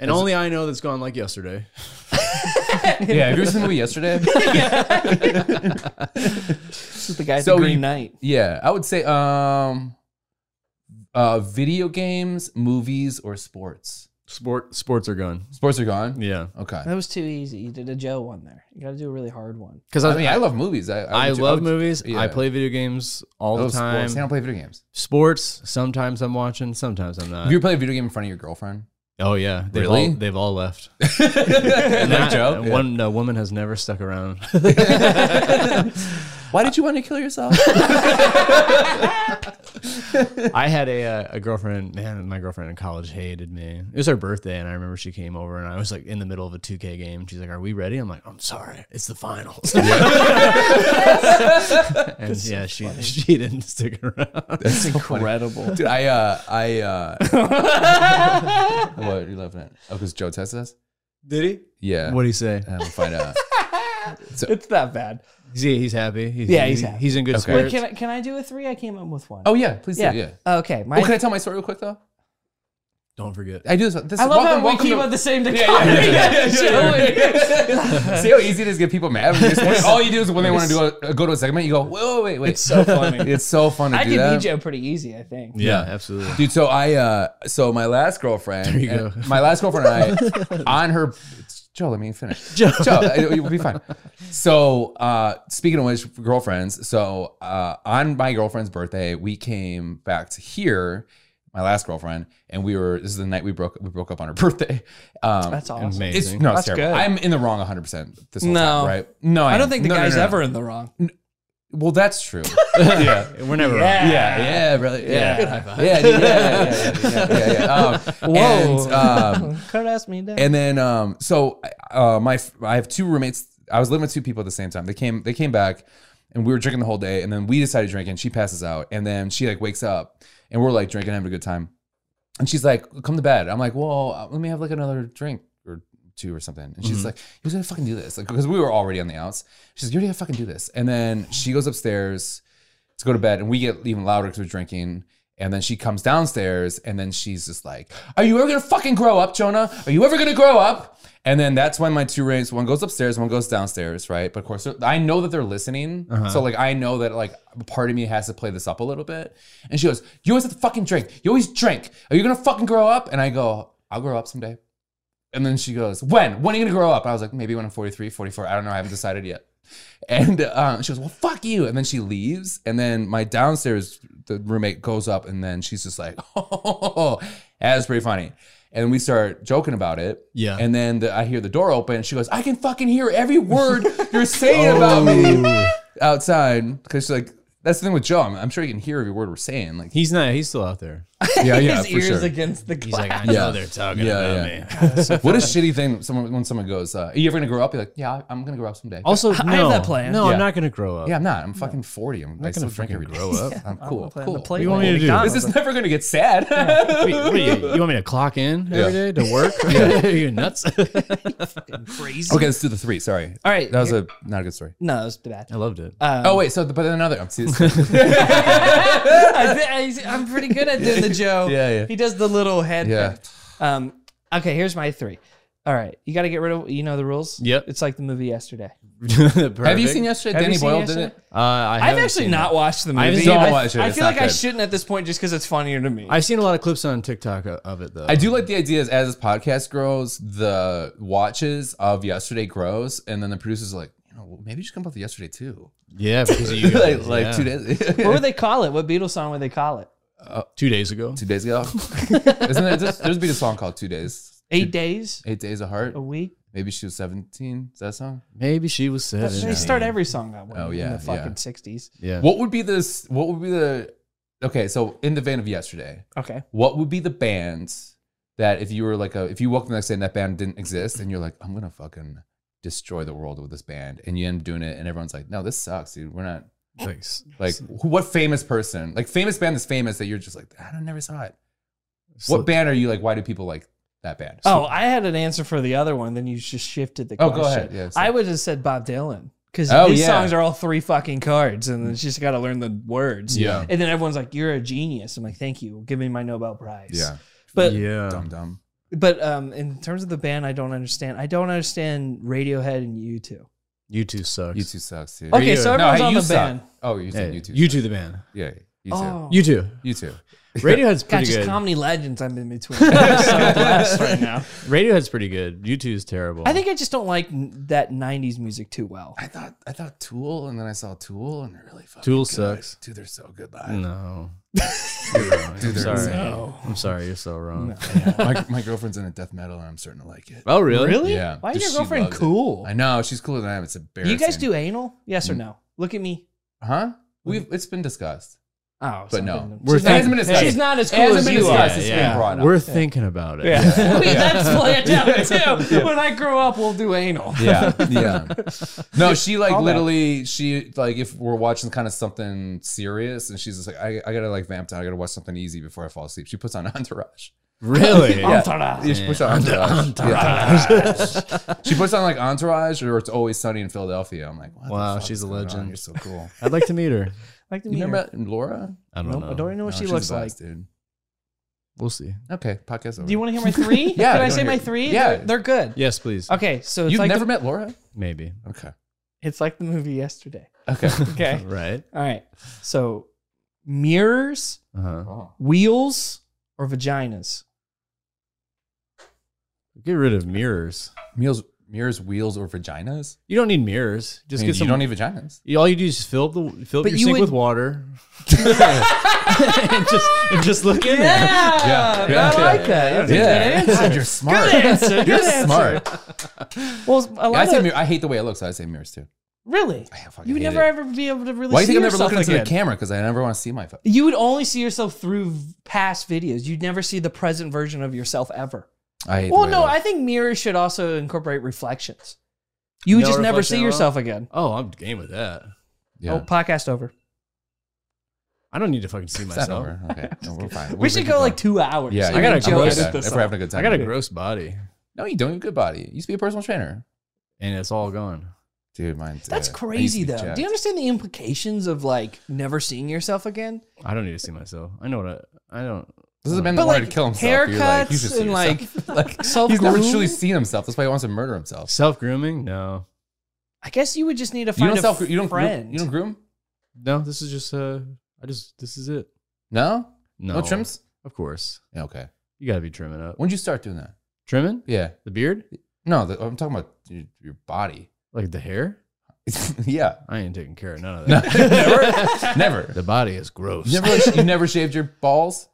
S3: And only I know that's gone like yesterday.
S2: yeah, have you ever seen the movie
S3: [laughs]
S2: yesterday?
S4: This is the guy.
S2: So
S4: So the Green
S2: you-
S4: Knight.
S2: [laughs] yeah, I would say um, uh, video games, movies, or sports.
S3: Sport sports are gone.
S2: Sports are gone.
S3: Yeah,
S2: Okay.
S4: That was too easy. You did a Joe one there. You got to do a really hard one.
S3: because I,
S2: I mean, I love movies. I,
S3: I
S2: would-
S3: love
S2: would-
S3: movies.
S2: Oh, yeah.
S3: I play video games all
S2: I
S3: the
S2: love sports.
S3: time.
S2: See, I don't play video games.
S3: Sports. Sometimes I'm watching. Sometimes I'm
S2: Have
S3: not.
S2: you ever played a video game in front of your girlfriend?
S3: oh yeah, they've
S2: Really?
S3: all they've all
S2: [laughs]
S3: left.
S2: like
S3: Not-
S2: Joe? Yeah.
S3: One no woman has never stuck around.
S2: Why did you want to kill yourself?
S3: I had a uh, a girlfriend, man, my girlfriend in college hated me. It was her birthday, and I remember she came over, and I was like in the middle of a 2K game. She's like, "Are we ready?" I'm like, "I'm sorry, it's the finals." and yeah, she [laughs] she didn't stick around.
S2: That's
S4: Incredible.
S2: Dude, I uh I
S4: [laughs]
S2: uh What are you laughing at? Oh, because Joe tested us?
S3: Did he?
S2: Yeah.
S3: What do you say?
S2: I will find out. So-
S4: it's that bad.
S3: See, he's happy. He's,
S4: Yeah, he's
S3: he-
S4: happy.
S3: He's in good
S2: Okay.
S4: Wait,
S3: spirits.
S4: can I, can I do a three? I came up with one.
S2: Oh yeah, please do, yeah.
S4: Okay. My,
S2: Oh, can I tell my story real quick though?
S3: Don't forget.
S2: I do this. this
S4: I love
S2: welcome,
S4: how we
S2: welcome
S4: keep
S2: to- [laughs]
S4: on the same day.
S2: yeah, yeah, yeah,
S4: [laughs]
S2: yeah, yeah. See how easy it is to get people mad. When
S4: [laughs]
S2: you're- all you do is when they want to do a, go to a segment, you go, "Whoa, wait, wait!" It's so funny. It's so fun to
S4: I
S2: do
S4: can
S2: that.
S4: beat Joe pretty easy, I think.
S3: Yeah, absolutely.
S2: dude so i uh so my last girlfriend
S3: There you
S2: and-
S3: go.
S2: my last girlfriend and
S3: [laughs]
S2: i on her joe let me finish joe joe uh, it, it will be fine so uh speaking of which girlfriends so uh on my girlfriend's birthday we came back to here my last girlfriend and we were this is the night we broke we broke up on her [laughs] birthday um
S4: That's awesome.
S2: it's [laughs]
S3: Amazing.
S2: no it's
S4: That's
S2: terrible.
S4: good.
S2: i'm in the wrong 100 percent this whole
S4: No.
S2: time, right no
S4: I
S2: am.
S4: don't think the
S2: No, no,
S4: guy's
S2: no, no.
S4: ever in the wrong.
S2: well that's
S4: [laughs]
S2: true
S3: yeah, we're never. wrong.
S2: yeah, yeah, brother. Yeah, yeah,
S4: Good
S2: yeah, dude, yeah, yeah, yeah, yeah, yeah, yeah. Um, and,
S4: [laughs]
S2: um,
S4: Could ask me that.
S2: and then, um, so uh, my I have two roommates. I was living with two people at the same time. They came, they came back, and we were drinking the whole day. And then we decided to drink, and she passes out, and then she like wakes up, and we're like drinking, having a good time. And she's like, "Come to bed." I'm like, "Well, uh, let me have like another drink or two or something." And she's like, "You gotta fucking do this," like because we were already on the outs. She's like, "You gotta fucking do this." And then she goes upstairs to go to bed, and we get even louder because we're drinking. And then she comes downstairs, and then she's just like, "Are you ever gonna fucking grow up, Jonah? Are you ever gonna grow up?" And then that's when my two roommates, one goes upstairs, one goes downstairs, right? But of course, I know that they're listening, so like I know that like part of me has to play this up a little bit. And she goes, "You always have to fucking drink. You always drink. Are you gonna fucking grow up?" And I go, "I'll grow up someday." And then she goes, When? When are you going to grow up? I was like, Maybe when I'm 43, 44. I don't know. I haven't decided yet. And um, she goes, Well, fuck you. And then she leaves. And then my downstairs, the roommate goes up and then she's just like, [laughs] Oh, that's pretty funny. And we start joking about it.
S3: Yeah.
S2: And then the, I hear the door open. she goes, I can fucking hear every word you're saying about [laughs] me outside. Because she's like, That's the thing with Joe. I'm, I'm sure you can hear every word we're saying. Like,
S3: He's not. He's still out there.
S2: yeah,
S4: His ears against the glass.
S3: He's like, I
S2: Yeah.
S3: know they're talking
S2: Yeah,
S3: about
S2: yeah.
S3: me.
S2: what a shitty thing someone when someone goes, uh, are you ever gonna grow up? You're like, yeah, I'm gonna grow up someday.
S3: Also, no,
S4: have that plan.
S3: No,
S2: Yeah.
S3: I'm not going to grow up.
S2: yeah, I'm not. I'm fucking 40. I'm, not
S3: gonna fucking grow up.
S2: [laughs] I'm cool.
S4: Playing
S2: cool.
S4: the play
S3: you want me to do?
S4: McDonald's.
S2: This is never gonna get sad.
S3: Wait, what are you, you want me to clock in
S2: Yeah.
S3: every day to work? [laughs] Yeah. you [laughs] nuts?
S4: crazy.
S2: [laughs] okay, let's do the three. Sorry.
S4: All right.
S2: That was a not a good story.
S4: no, it was bad.
S3: I
S4: [laughs]
S3: loved it. [laughs]
S2: oh wait, so the, but then another. Oh, see, this-
S4: I thi- I, am pretty good at
S2: [laughs]
S4: doing the Joe.
S2: Yeah, yeah.
S4: He does the little head.
S2: Yeah.
S4: thing. Um. Okay. Here's my three. All right. You got to get rid of. You know the rules.
S3: Yep.
S4: It's like the movie yesterday.
S2: have you seen yesterday?
S4: Have you
S2: Danny
S4: seen
S2: Boyle
S4: yesterday?
S2: did it.
S3: Uh, I
S4: I've
S3: haven't
S4: actually
S3: seen
S4: not watched the
S3: haven't
S4: movie.
S3: seen it.
S4: I,
S2: Don't watch it.
S4: I
S2: It's
S4: feel
S2: not
S4: like I
S2: good.
S4: shouldn't at this point, just because it's funnier to me.
S3: it. I've seen a lot of clips on TikTok o- of it though.
S2: I do like the idea is as this podcast grows, the watches of yesterday grows, and then the producers are like, you know, well, maybe you should come up with yesterday too. [laughs]
S3: Yeah, because of you
S2: like
S3: guys,
S2: like
S3: yeah.
S2: two days. [laughs]
S4: what would they call it? What Beatles song would they call it?
S3: two days ago.
S2: two days ago. Isn't there there's, there's been a song called Two Days,
S4: Eight days,
S2: Eight Days of Heart?
S4: a week.
S2: Maybe she was 17. Is that a song?
S3: Maybe she was seven.
S4: They start every song that way.
S2: Oh, yeah,
S4: in the
S2: yeah.
S4: fucking sixties.
S3: Yeah.
S2: What would be this? What would be the? Okay, so in the vein of yesterday,
S4: Okay.
S2: what would be the bands that if you were like a if you woke up the next day and that band didn't exist and you're like I'm gonna fucking destroy the world with this band and you end up doing it and everyone's like no this sucks dude we're not
S3: Thanks.
S2: like who, what famous person like famous band that's famous that you're just like I don't never saw it.
S3: So-
S2: what band are you like? Why do people like that band?
S4: Oh, I had an answer for the other one. Then you just shifted the
S2: Oh,
S4: question.
S2: go ahead. Yeah, so-
S4: I would have said Bob Dylan because
S2: Oh,
S4: his
S2: yeah. Mm.
S4: songs are all three fucking cards, and then she's got to learn the words.
S2: Yeah.
S4: And then everyone's like, "You're a genius." I'm like, "Thank you. Give me my Nobel Prize."
S2: yeah,
S4: But
S3: yeah.
S2: dumb dumb.
S4: but um, in terms of the band, I don't understand. I don't understand Radiohead and U2.
S3: You two sucks.
S2: You two sucks. Dude.
S4: Okay,
S3: Radiohead.
S4: so
S2: No,
S4: everyone's
S2: hey,
S4: on
S2: you
S4: the
S2: suck.
S4: band.
S2: Oh, you
S3: Hey,
S2: said you two.
S3: you two the band.
S2: Yeah. You too.
S4: Oh,
S2: [laughs]
S3: You too.
S2: You too.
S3: Radiohead's
S4: God,
S3: pretty
S4: just
S3: good.
S4: comedy legends I'm
S2: [laughs]
S4: in between. I'm so blessed right now.
S3: Radiohead's pretty good. U two's terrible.
S4: I think I just don't like n- that '90s music too well.
S2: I thought I thought Tool, and then I saw Tool, and they're really fucking
S3: Tool
S2: good.
S3: sucks.
S2: Dude, they're so good live.
S3: no. You're wrong. I'm
S2: Dude, they're-
S3: sorry.
S4: No.
S3: I'm sorry. You're
S2: [laughs]
S3: so wrong.
S2: my, my girlfriend's into death metal, and I'm starting to like it.
S3: Oh really?
S2: Yeah.
S4: Why is
S2: Just
S4: your
S2: she
S4: girlfriend
S2: loves it.
S4: cool?
S2: I know she's cooler than I am. It's
S4: Do
S2: embarrassing.
S4: you guys do anal? Yes or
S2: Mm.
S4: no? Look at me.
S2: Huh? We've it's been discussed.
S4: Oh,
S2: But no.
S4: something-
S3: We're
S4: she's, not,
S3: thinking-
S2: been discussed.
S4: she's not as
S2: It
S4: cool
S2: hasn't
S4: as
S2: been
S4: you are. [laughs]
S2: discussed. It's been
S4: Yeah.
S2: brought up.
S3: We're thinking about it. [laughs]
S4: I mean, that's playing down too. When I grow up, we'll do anal.
S2: [laughs] yeah yeah no she like
S4: All that.
S2: literally she like if we're watching kind of something serious and she's just like I, I gotta like vamp down i gotta watch something easy before i fall asleep she puts on [laughs] entourage
S3: [laughs] Really?
S4: Entourage.
S2: yeah, she puts on entourage, Yeah. [laughs] she puts on like entourage or it's always sunny in philadelphia i'm like what the
S3: Wow,
S2: fuck
S3: she's
S2: is
S3: a
S2: going on?
S3: legend.
S2: you're so
S4: [laughs]
S2: cool
S3: I'd like to meet her.
S4: Like to
S2: you
S4: meet her.
S2: remember laura
S3: I don't
S4: Nope,
S3: know.
S4: I don't even know what
S2: No,
S4: she
S2: she's
S4: looks
S2: the
S4: like.
S2: best, dude
S3: We'll see.
S2: okay podcast over
S4: Do you want to hear my
S2: [laughs]
S4: three?
S2: Yeah,
S4: Can I
S2: you
S4: say
S2: wanna
S4: my
S2: hear-
S4: three?
S2: Yeah.
S4: They're, they're good.
S3: Yes, please.
S4: Okay, so it's
S2: you've
S4: like
S2: never
S4: the,
S2: met laura
S3: Maybe.
S2: okay
S4: it's like the movie yesterday.
S2: okay
S4: [laughs] Okay.
S3: Right.
S4: All right. So mirrors,
S3: Uh huh.
S2: oh.
S4: wheels, or vaginas?
S3: Get rid of mirrors.
S2: Meals, mirrors wheels or vaginas
S3: You don't need mirrors.
S2: I
S3: Just
S2: mean,
S3: get some.
S2: you don't need vaginas
S3: You- all you do is just fill up the fill up
S4: But
S3: your
S4: you
S3: sink
S4: would-
S3: with water, and just and just look
S4: [laughs]
S3: in there.
S2: Yeah. Yeah.
S4: I like that. That's a good
S2: [laughs] God,
S4: answer.
S2: you're smart. [laughs]
S4: Good answer. Good
S2: You're
S4: answer.
S2: smart.
S4: Well, a
S2: I
S4: lot
S2: say
S4: of
S2: mirror. I hate the way it looks. I say mirrors too.
S4: really,
S2: I fucking
S4: you would
S2: hate
S4: never
S2: it.
S4: ever be able to really.
S2: Why do
S4: see
S2: you think I'm never looking
S4: yourself
S2: into
S4: again.
S2: the camera? Because I never want to see my phone.
S4: You would only see yourself through v- past videos. You'd never see the present version of yourself ever.
S2: I hate.
S4: Well,
S2: the way it
S4: no,
S2: looks.
S4: I think mirrors should also incorporate reflections. You would
S3: No
S4: just never
S3: reflection
S4: see
S3: at all?
S4: yourself again.
S3: Oh, I'm game with that.
S2: Yeah.
S4: Oh, podcast over.
S3: I don't need to fucking see
S2: Is that
S3: myself.
S2: over? Okay. No, we're fine.
S4: We should go like
S2: two.
S4: two hours.
S2: Yeah.
S3: I gotta
S2: you can
S3: gross
S2: edit
S3: this
S2: If we're having a good time.
S3: I got a
S2: Dude.
S3: gross body,
S2: No, you don't. You have a good body. You used to be a personal trainer,
S3: and it's all gone.
S2: dude. Mine.
S4: That's
S2: uh, I used to
S4: crazy
S2: be
S4: though.
S2: jacked.
S4: Do you understand the implications of like never seeing yourself again?
S3: I don't need to see myself. I know what I. I don't.
S2: This is a man
S4: But,
S2: that wanted
S4: like,
S2: to kill himself. You're like,
S4: haircuts
S2: you should see [laughs]
S4: and,
S2: yourself. like
S4: self
S2: he's never truly
S4: grooming?
S2: seen himself. That's why he wants to murder himself.
S3: Self grooming? No,
S4: I guess you would just need to
S2: You
S4: find
S2: don't
S4: a
S2: self. You don't.
S4: friend.
S2: Groom,
S4: [laughs]
S2: you don't groom.
S3: no. This is just. Uh, I just. This is it.
S2: No.
S3: No,
S2: No trims.
S3: Oh, Of course,
S2: Yeah, Okay.
S3: you gotta be trimming up.
S2: When'd you start doing that?
S3: Trimming
S2: Yeah.
S3: the beard,
S2: No, the, I'm talking about your, your body. [laughs]
S3: like the hair.
S2: yeah.
S3: I ain't taking care of none of
S2: No,
S4: [laughs]
S3: that.
S2: never. Never.
S3: the body is gross.
S2: You never, you never shaved your balls?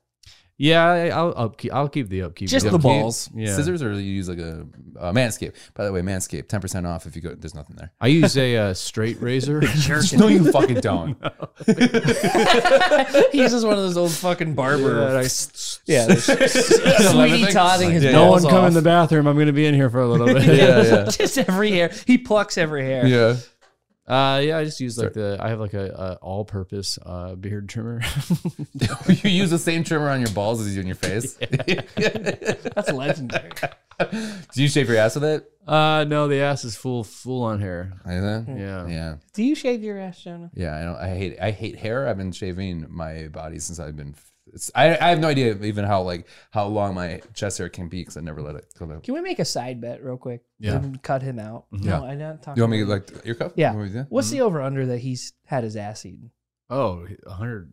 S3: Yeah, I, I'll upkeep, I'll keep the upkeep.
S4: Just
S3: going.
S4: the
S2: Upkeep?
S4: balls.
S3: Yeah.
S2: Scissors or you use like a uh, Manscaped? By the way, Manscaped, 10% off if you go, there's nothing there.
S3: I use a uh, straight
S4: [laughs]
S3: razor.
S2: [laughs] No, you fucking don't.
S4: He's just one of those old fucking
S3: Yeah,
S4: barber.
S2: [laughs]
S3: I-
S4: Yeah, yeah sweetie totting his
S2: Yeah.
S3: no one
S4: balls
S3: come in the
S4: off.
S3: bathroom. I'm gonna be in here for a little
S4: [laughs]
S3: bit.
S2: [laughs] Yeah, yeah.
S4: just every hair. He plucks every hair.
S2: Yeah.
S3: uh, yeah, I just use like the. I have like a, a all-purpose uh, beard trimmer. [laughs]
S2: [laughs] you use the same trimmer on your balls as you do in your
S4: [laughs]
S2: face?
S4: That's legendary.
S2: do you shave your ass with it?
S3: uh, no, the ass is full full on hair.
S2: Anything?
S3: Yeah.
S2: Yeah.
S4: Do you shave your ass, Jonah?
S2: Yeah, I don't. I hate. I hate hair. I've been shaving my body since I've been. It's, I, I have no idea even how like how long my chest hair can be because I never let it go. down.
S4: Can we make a side bet real quick?
S3: Yeah.
S4: And cut him out.
S2: Mm-hmm. Yeah.
S4: No, I don't talk.
S2: You want me to
S4: about it.
S2: like mm-hmm. your cuff?
S4: Yeah.
S2: You want me to do that?
S4: What's the over under that he's had his ass eaten?
S3: Oh, 100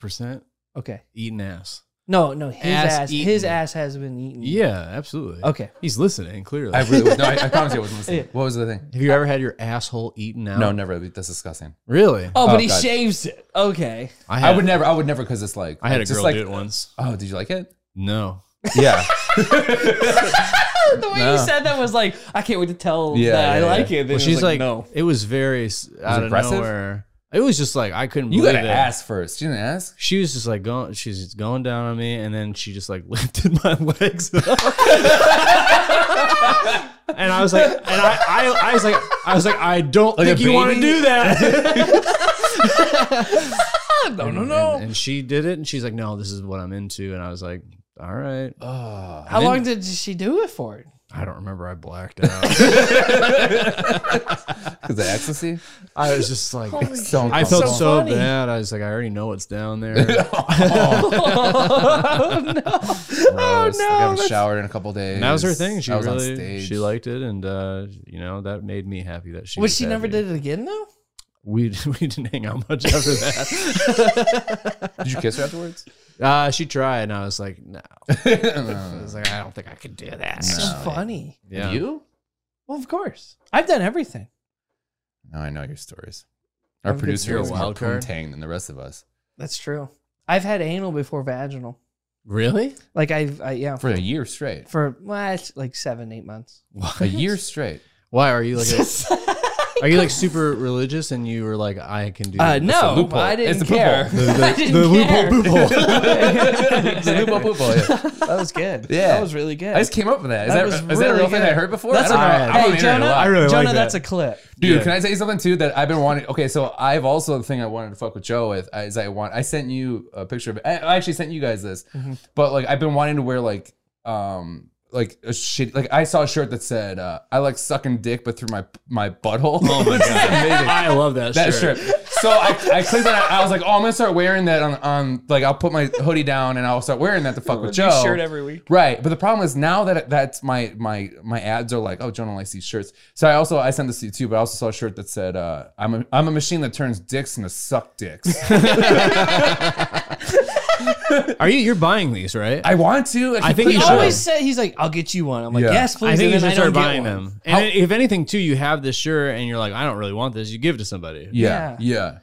S3: percent
S4: Okay.
S3: eating
S4: Mm.
S3: ass.
S4: No, no, his
S3: Ass
S4: ass.
S3: eaten.
S4: His ass has been eaten.
S3: Yeah, absolutely.
S4: Okay.
S3: He's listening clearly.
S2: I really was, no.
S4: [laughs]
S2: I, I promise you, I wasn't listening.
S4: Yeah.
S2: What was the thing?
S3: have you ever had your asshole eaten out?
S2: No, never. That's disgusting.
S3: Really?
S4: Oh, but
S2: Oh,
S4: he
S2: God.
S4: shaves it. Okay.
S2: I would never. I would never because it's like
S3: I had a
S2: just
S3: girl
S2: like,
S3: do it once.
S2: Oh, did you like it?
S3: No.
S2: Yeah.
S4: [laughs] the way
S2: No.
S4: you said that was like, I can't wait to tell
S2: Yeah,
S4: that I
S2: yeah,
S4: like
S2: yeah.
S4: it.
S3: Well,
S4: Then it was
S3: she's like,
S4: no.
S3: It was very s out
S2: aggressive?
S3: of nowhere. It was just like I couldn't
S2: you
S3: believe
S2: gotta
S3: it.
S2: ask first. You didn't ask.
S3: She was just like going. She's just going down on me, and then she just like [laughs] lifted my legs
S2: [laughs]
S3: up. and I was like, and I, I, I was like, I was like, I don't
S2: Like
S3: think
S2: a
S3: you want to
S2: baby? [laughs]
S3: do that.
S4: No, no,
S3: and, and she did it, and she's like, no, this is what I'm into. And I was like, all right.
S2: Oh.
S4: How long did she do it for?
S3: I don't remember. I blacked out.
S2: [laughs] Because the
S3: [laughs]
S2: ecstasy. [laughs]
S3: I was just like,
S2: Oh
S4: [laughs]
S2: So
S3: I felt
S2: uncomfortable.
S3: so,
S4: funny.
S3: bad. I was like, I already know what's down
S2: [laughs]
S3: there. Oh.
S4: [laughs] oh no!
S2: Gross.
S4: Oh, no,
S2: Like, I haven't
S4: that's-
S2: showered in a couple days.
S3: And that was her thing. She
S2: I was on
S3: really
S2: stage.
S3: she liked it, and uh, you know that made me happy that she.
S4: But
S3: was
S4: she never
S3: happy.
S4: did it again though.
S3: [laughs] we [laughs] we didn't hang out much after
S4: [laughs]
S3: that.
S2: Did you kiss her afterwards?
S3: uh, she tried, and I was like, no. I
S2: [laughs] No.
S3: was like, I don't think I could do that.
S4: It's so
S2: No.
S4: funny.
S3: Yeah.
S2: You?
S4: Well, of course. I've done everything.
S2: No, I know your stories. Our
S4: I've been
S2: producer
S4: through a
S2: is more
S3: wild card.
S2: tang than the rest of us
S4: That's true. I've had anal before vaginal.
S3: Really?
S4: Like I've, I, yeah, for,
S2: for a year
S4: [laughs]
S2: straight.
S4: well, it's like seven, eight months.
S3: What?
S2: A year straight.
S3: Why are you like? A,
S4: [laughs]
S3: are you like super religious, and you were like, I can do?
S4: Uh,
S3: this?
S2: a
S4: no,
S2: loophole.
S4: I
S2: It's
S4: didn't
S2: a [laughs]
S4: care.
S2: loophole.
S4: [laughs] I didn't
S3: the
S4: care.
S3: loophole, loophole. [laughs]
S2: It's a loophole loophole, yeah.
S4: That
S2: [laughs]
S4: was good.
S2: Yeah.
S4: that was really good.
S2: I just came up with that. Is
S4: That
S2: that,
S4: was
S2: is that a
S4: really
S2: real thing I
S4: good.
S2: heard before?
S4: That's
S2: I don't
S4: all
S2: know.
S4: right.
S2: I'm on the
S4: Hey,
S2: internet a
S4: Jonah,
S2: lot.
S3: I really like
S4: Jonah,
S3: that.
S4: that's a clip.
S2: Dude,
S3: Yeah.
S2: can I tell you something too that I've been wanting? Okay, so I've also the thing I wanted to fuck with Joe with is I want I sent you a picture of I I actually sent you guys this,
S4: Mhm.
S2: but like I've been wanting to wear like um like a shit like I saw a shirt that said uh, I like sucking dick but through my my butthole. Oh [laughs] my amazing.
S3: [laughs] I love that,
S2: That
S3: shirt.
S2: shirt. So I, I clicked on it. I was like, oh, I'm gonna start wearing that on, on like I'll put my hoodie down and I'll start wearing that to fuck with Joe.
S4: every week.
S2: Right, but the problem is now that that's my my my ads are like, oh, Jonah likes these shirts. So I also I sent this to you too, but I also saw a shirt that said, uh, "I'm a I'm a machine that turns dicks into suck dicks."
S3: [laughs] Are you? You're buying these, right?
S2: I want to.
S3: I think
S2: completely
S4: He
S3: you should.
S2: don't.
S4: always said he's like, "I'll get you one." I'm like,
S2: Yeah.
S4: "Yes, please."
S3: I think
S4: and
S3: you
S4: then
S3: should start
S4: don't get
S3: buying
S4: one.
S3: them. And if anything, too, you have this shirt, and you're like, I don't really want this. You give it to somebody.
S2: Yeah, yeah.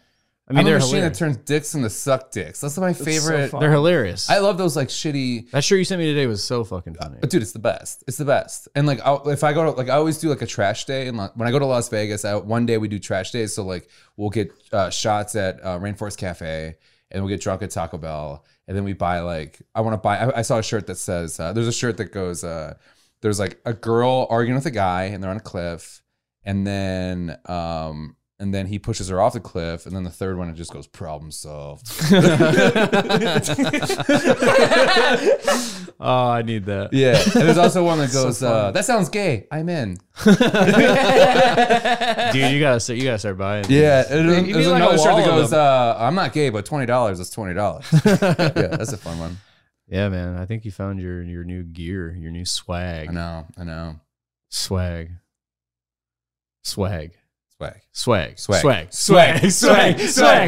S2: I
S3: I mean,
S2: am a
S3: they're
S2: machine
S3: hilarious.
S2: that turns dicks into suck dicks. That's my
S4: so
S2: favorite.
S4: fun.
S3: they're hilarious.
S2: I love those like shitty.
S3: that shirt you sent me today was so fucking
S2: [laughs]
S3: funny.
S2: But dude, it's the best. It's the best. And like, I'll, if I go to like, I always do like a trash day. And when I go to Las Vegas, I, one day we do trash days. So like, we'll get uh, shots at uh, Rainforest Cafe, and we'll get drunk at Taco Bell, and then we buy like, I want to buy. I, I saw a shirt that says, uh, there's a shirt that goes, uh, there's like a girl arguing with a guy, and they're on a cliff, and then um. And then he pushes her off the cliff, and then the third one it just goes problem solved.
S3: oh, I need that.
S2: Yeah, and there's also one that goes, uh, "That sounds gay." I'm in.
S3: Dude, you gotta start, you gotta start buying. these.
S2: Yeah, and
S4: You'd be
S2: there's
S4: like a
S2: another shirt
S4: wall
S2: that
S4: of
S2: goes, uh, "I'm not gay, but twenty dollars is twenty dollars." yeah, that's a fun one.
S3: [laughs] yeah, man. I think you found your your new gear, your new
S2: I
S3: swag,
S2: know, I know.
S3: swag, swag,
S2: Swag,
S3: swag,
S2: Swag.
S3: swag, swag, swag,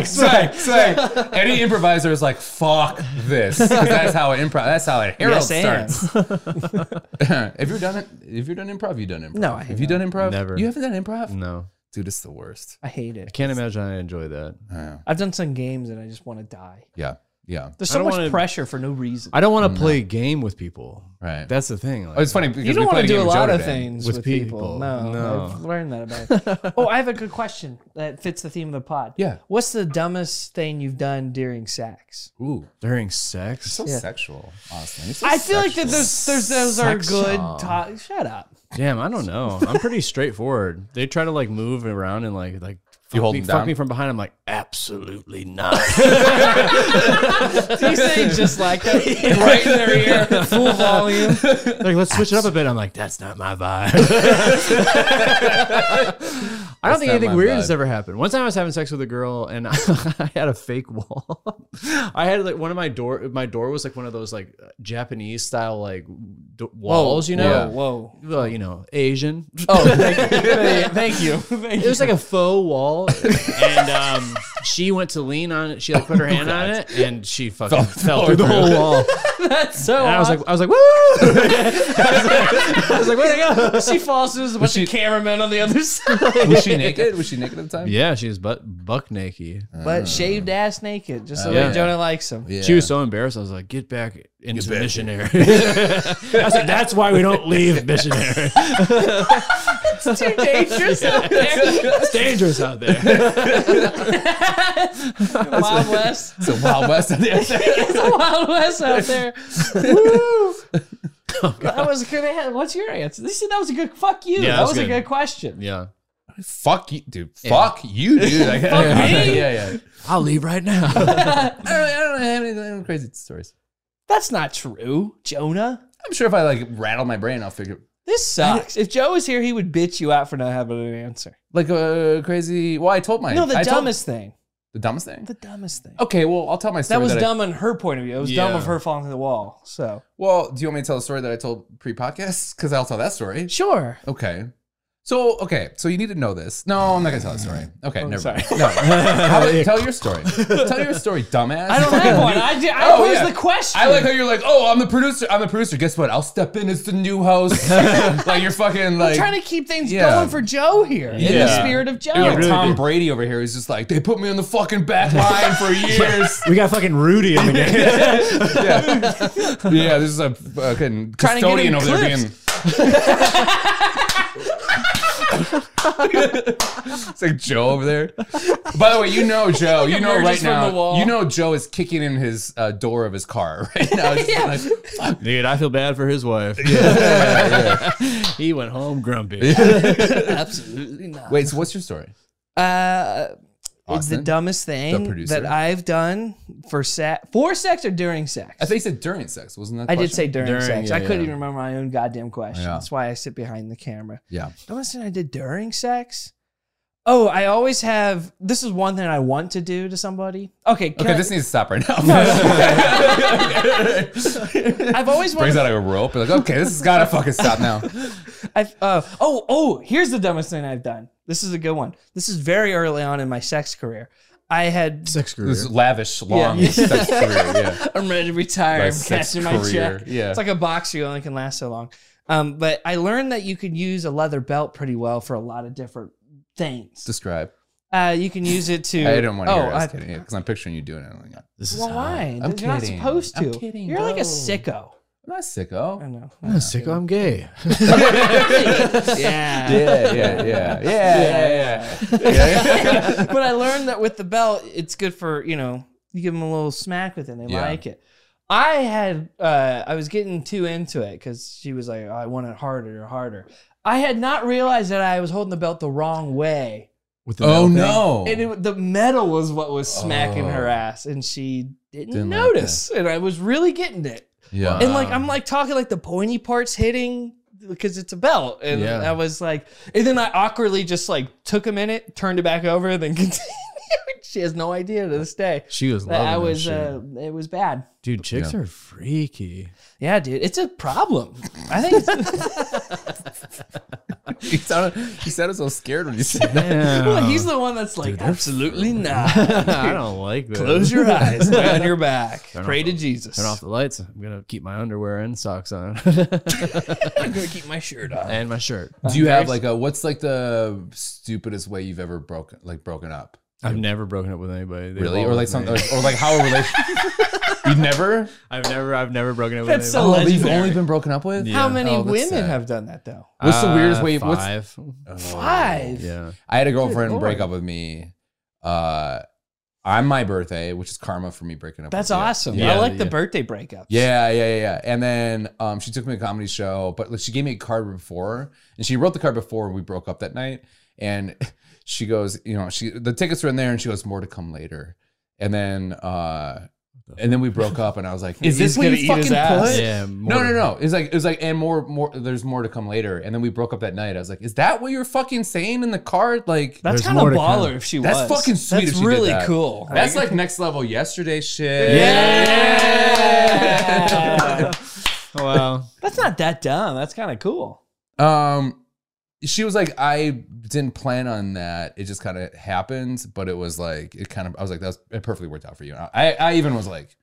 S3: swag, swag.
S2: swag. Any improviser is like, "Fuck this." 'Cause That's how it improv. That's how it herald
S4: Yes, and.
S2: starts.
S3: [laughs]
S4: [laughs]
S2: have you done it? Have you done improv? You done improv?
S4: No, I
S2: Have you done improv?
S3: Never.
S2: You haven't done improv,
S3: No,
S2: dude. It's the worst.
S4: I hate it.
S3: I can't imagine I enjoy that.
S2: Yeah,
S4: I've done some games and I just want to die.
S2: yeah, yeah.
S4: There's
S3: I
S4: so
S3: don't
S4: much
S3: wanna-
S4: pressure for no reason.
S3: I don't want to play a game with people.
S2: Right.
S3: That's the thing.
S2: oh, it's funny because
S4: you
S2: we
S4: don't
S2: played
S4: want to
S2: game
S4: do a
S2: with Joe
S4: lot of
S2: today.
S4: things
S3: With
S4: with, people.
S3: people.
S4: No,
S3: No.
S4: I've learned that about. [laughs] It. oh, I have a good question that fits the theme of the pod.
S2: Yeah.
S4: What's the dumbest thing you've done during sex?
S2: Ooh,
S3: during sex.
S2: so
S4: Yeah.
S2: sexual, honestly.
S4: [laughs]
S2: It's so
S4: I feel like that
S2: sexual.
S4: there's there's those are
S3: Sexual.
S4: good. To- Shut up. [laughs]
S3: Damn, I don't know. I'm pretty straightforward. They try to like move around and like like fuck,
S2: hold
S3: me,
S2: them
S3: fuck
S2: down?
S3: me from behind. I'm like absolutely not.
S4: Do you say just like that? [laughs] Right in their ear, [laughs] full volume.
S3: [laughs] like let's switch it up a bit. I'm like that's not my vibe. [laughs] I don't
S2: That's
S3: think
S2: not
S3: anything
S2: my
S3: weird
S2: vibe.
S3: has ever happened. One time I was having sex with a girl and [laughs] I had a fake wall. I had like one of my door. My door was like one of those like Japanese style like d- walls. you know,
S2: Yeah.
S4: Whoa.
S3: well, you know, Asian.
S4: Oh,
S3: [laughs]
S4: thank you. Thank
S3: It
S4: you.
S3: was like a faux wall, and um, she went to lean on it. She like put her hand on it, and she fucking fell through the whole wall.
S4: That's so.
S3: And I was
S4: awesome.
S3: like, I was like, woo! [laughs] I was like, I was like, where'd it go?
S4: [laughs] she falls through. There's a bunch
S2: she-
S4: of cameramen on the [laughs] other side.
S2: Was she naked? Was she naked at the time?
S3: Yeah, she was butt buck naked.
S4: But shaved ass naked, just the
S3: Yeah.
S4: way Jonah likes him.
S2: Yeah.
S3: She was so embarrassed. I was like, get back into [laughs] missionary. I was like, that's why we don't leave [laughs] missionary.
S4: [laughs] It's too dangerous out [laughs] there.
S3: It's dangerous out there.
S4: Wild West.
S2: It's a Wild West.
S4: It's the Wild
S2: [laughs]
S4: West out there. Woo. [laughs] that was a good answer. What's your answer? This, that was a good fuck you.
S3: Yeah,
S4: that, was, a good question.
S3: Yeah,
S2: Fuck you, dude. Fuck you, [laughs] dude. I,
S4: Fuck me.
S2: Yeah, yeah.
S3: I'll leave right now.
S2: I don't, I don't have any, I don't have crazy stories.
S4: That's not true, Jonah.
S2: I'm sure if I like rattle my brain, I'll figure.
S4: This sucks. If Joe was here, he would bitch you out for not having an answer.
S2: Like a crazy. Well, I told my.
S4: No, the
S2: I told-
S4: dumbest thing.
S2: the dumbest thing.
S4: The dumbest thing.
S2: okay, well, I'll tell my story.
S4: that was
S2: I-
S4: dumb on her point of view. It was dumb
S3: Yeah.
S4: of her falling to the wall. So
S2: well, do you want me to tell the story that I told pre-podcast? Because I'll tell that story.
S4: sure.
S2: Okay. So okay, so you need to know this. No, I'm not gonna tell the story. Okay,
S4: Oh,
S2: never
S4: sorry.
S2: mind.
S4: [laughs]
S2: No, How about- tell your story. Tell your story, dumbass.
S4: I
S2: [laughs]
S4: don't have one. I, did, I
S2: Oh,
S4: posed
S2: yeah.
S4: the question.
S2: I like how you're like, oh, I'm the producer. I'm the producer. Guess what? I'll step in. It's the new
S4: [laughs]
S2: host. like you're fucking like
S4: I'm trying to keep things
S2: Yeah.
S4: going for Joe here in the
S2: Yeah.
S4: spirit of Joe.
S2: You're like
S3: really
S2: Tom
S3: do.
S2: Brady over here. He's just like, they put me on the fucking back line for years.
S3: [laughs] We got fucking Rudy [laughs] in the
S2: yeah.
S3: game.
S2: yeah, this is a fucking
S4: Trying to get
S2: custodian
S4: him
S2: over there being. [laughs] it's like Joe over there. By the way, you know Joe. You know right
S4: Emerges from the
S2: now.
S4: wall.
S2: You know Joe is kicking in his uh, door of his car right now. Just
S4: [laughs] Yeah.
S2: [laughs] like,
S3: Dude, I feel bad for his wife. [laughs] he went home grumpy.
S4: Absolutely not.
S2: Wait, so what's your story?
S4: [laughs] Uh, it's the
S2: Austin,
S4: dumbest
S2: the
S4: thing
S2: producer.
S4: that I've done for sex, for sex or during sex.
S2: I think you said during sex, wasn't that? the
S4: I did
S2: question?
S4: say during,
S3: During,
S4: sex.
S3: yeah,
S4: I couldn't
S3: yeah.
S4: even remember my own goddamn question.
S2: Yeah.
S4: That's why I sit behind the camera.
S2: Yeah.
S4: Dumbest thing I did during sex. Oh, I always have. This is one thing I want to do to somebody. Okay, can
S2: Okay,
S4: I-
S2: this needs to stop right
S4: [laughs]
S2: now. [laughs]
S4: I've always
S2: [laughs]
S4: wanted.
S2: Brings out a rope. Like, okay, this has got to fucking stop now.
S4: I've, uh, oh, oh, here's the dumbest thing I've done. This is a good one. This is very early on in my sex career. I had,
S3: Sex career.
S2: This lavish,
S4: [laughs]
S2: long
S4: Yeah.
S2: sex career. Yeah.
S4: I'm ready to retire.
S2: Like
S4: I'm
S2: sex
S4: cashing my
S2: career,
S4: check.
S2: yeah.
S4: It's like a boxer, you only can last so long. Um, but I learned that you can use a leather belt pretty well for a lot of different things.
S2: Describe.
S4: Uh, you can use it to.
S2: [laughs] I didn't want to
S4: oh,
S2: hear. it. I
S4: I-
S2: was kidding. Because I'm picturing you doing it. I'm like, I'm
S3: This is
S4: Well, why?
S2: I'm
S4: You're not
S2: kidding.
S4: supposed to.
S2: I'm kidding,
S4: You're like a
S2: bro.
S4: sicko.
S2: not
S4: I [laughs]
S2: sicko.
S4: know.
S3: I'm a sicko. I'm gay.
S4: yeah.
S2: Yeah, yeah, yeah, yeah, yeah, yeah. yeah.
S4: [laughs] but I learned that with the belt, it's good for you know you give them a little smack with it, they
S2: Yeah.
S4: like it. I had uh, I was getting too into it because she was like, "Oh, I want it harder, harder. I had not realized that I was holding the belt the wrong way,
S3: With the
S2: Oh
S3: metal thing.
S2: no!
S4: and it, the metal was what was smacking
S2: Oh.
S4: her ass, and she didn't,
S2: Didn't like
S4: notice, and I was really getting it.
S2: yeah.
S4: And
S3: Uh-huh.
S4: like I'm like talking like the pointy parts hitting because it's a belt, and
S3: Yeah.
S4: I was like, and then I awkwardly just like took a minute, turned it back over, and then [laughs] continued. she has no idea to this day
S3: She was
S4: that
S3: loving
S4: I
S3: that
S4: was.
S3: shit.
S4: Uh, it was bad.
S3: Dude, chicks
S2: [laughs]
S3: are freaky.
S4: Yeah, dude, it's a problem. I think
S3: [laughs]
S4: [laughs]
S2: [laughs]
S4: it's,
S2: you sounded, you sounded so scared when you said that.
S4: well,
S3: Damn.
S4: he's the one that's like, absolutely
S3: [laughs]
S4: not.
S3: I don't like this.
S4: [laughs] Close your eyes, lay on your back,
S3: Turn
S4: pray
S3: off
S4: to
S3: the-
S4: Jesus.
S3: Turn off the lights. I'm gonna keep my underwear and
S2: [laughs]
S3: socks on,
S4: [laughs] I'm gonna keep my shirt
S3: [laughs]
S4: on.
S3: and my shirt.
S2: Do you have like a what's like the stupidest way you've ever broken like broken up?
S3: I've never broken up with anybody. They've
S2: Really?
S3: all
S2: Or like
S3: with
S2: something
S3: me.
S2: or like how a relation
S4: [laughs]
S2: you never?
S3: I've never, I've never broken up with
S4: That's
S3: anybody.
S4: so-
S2: You've
S4: Legendary.
S2: only been broken up with?
S4: How
S3: Yeah.
S4: many
S2: Oh, that's
S4: women
S2: sad.
S4: have done that though?
S2: What's the weirdest
S3: Uh,
S2: way- what's-
S3: Five.
S4: Five.
S3: Yeah.
S2: I had a girlfriend
S4: lord.
S2: break up with me uh on my birthday, which is karma for me breaking up
S4: That's
S2: with you.
S4: awesome.
S2: Yeah.
S4: I like the
S3: yeah.
S4: birthday breakups.
S2: Yeah, yeah, yeah, yeah. And then um, she took me to a comedy show, but like, she gave me a card before, and she wrote the card before we broke up that night. And [laughs] she goes, you know, she the tickets were in there, and she goes, more to come later. And then, uh, and then we broke up, and I was like,
S4: Is this
S2: he's
S4: what
S2: gonna
S4: you
S2: eat his
S4: fucking
S2: ass?
S4: put?
S3: Yeah.
S2: No,
S3: more-
S2: no, no. It's like it was like, and more, more. There's more to come later. And then we broke up that night. I was like, is that what you're fucking saying in the card? Like,
S3: There's
S4: That's kind of
S3: more to
S4: baller
S3: come.
S4: if she
S2: That's
S4: was.
S2: fucking sweet
S4: That's
S2: if she did
S4: really
S2: that.
S4: cool.
S2: that's like next level yesterday shit.
S4: Yeah.
S3: Wow.
S4: That's not that dumb. That's kind of cool.
S2: Um, she was like, I didn't plan on that. It just kind of happened, but it was like, it kind of, I was like, that's it perfectly worked out for you. And I, I even was like,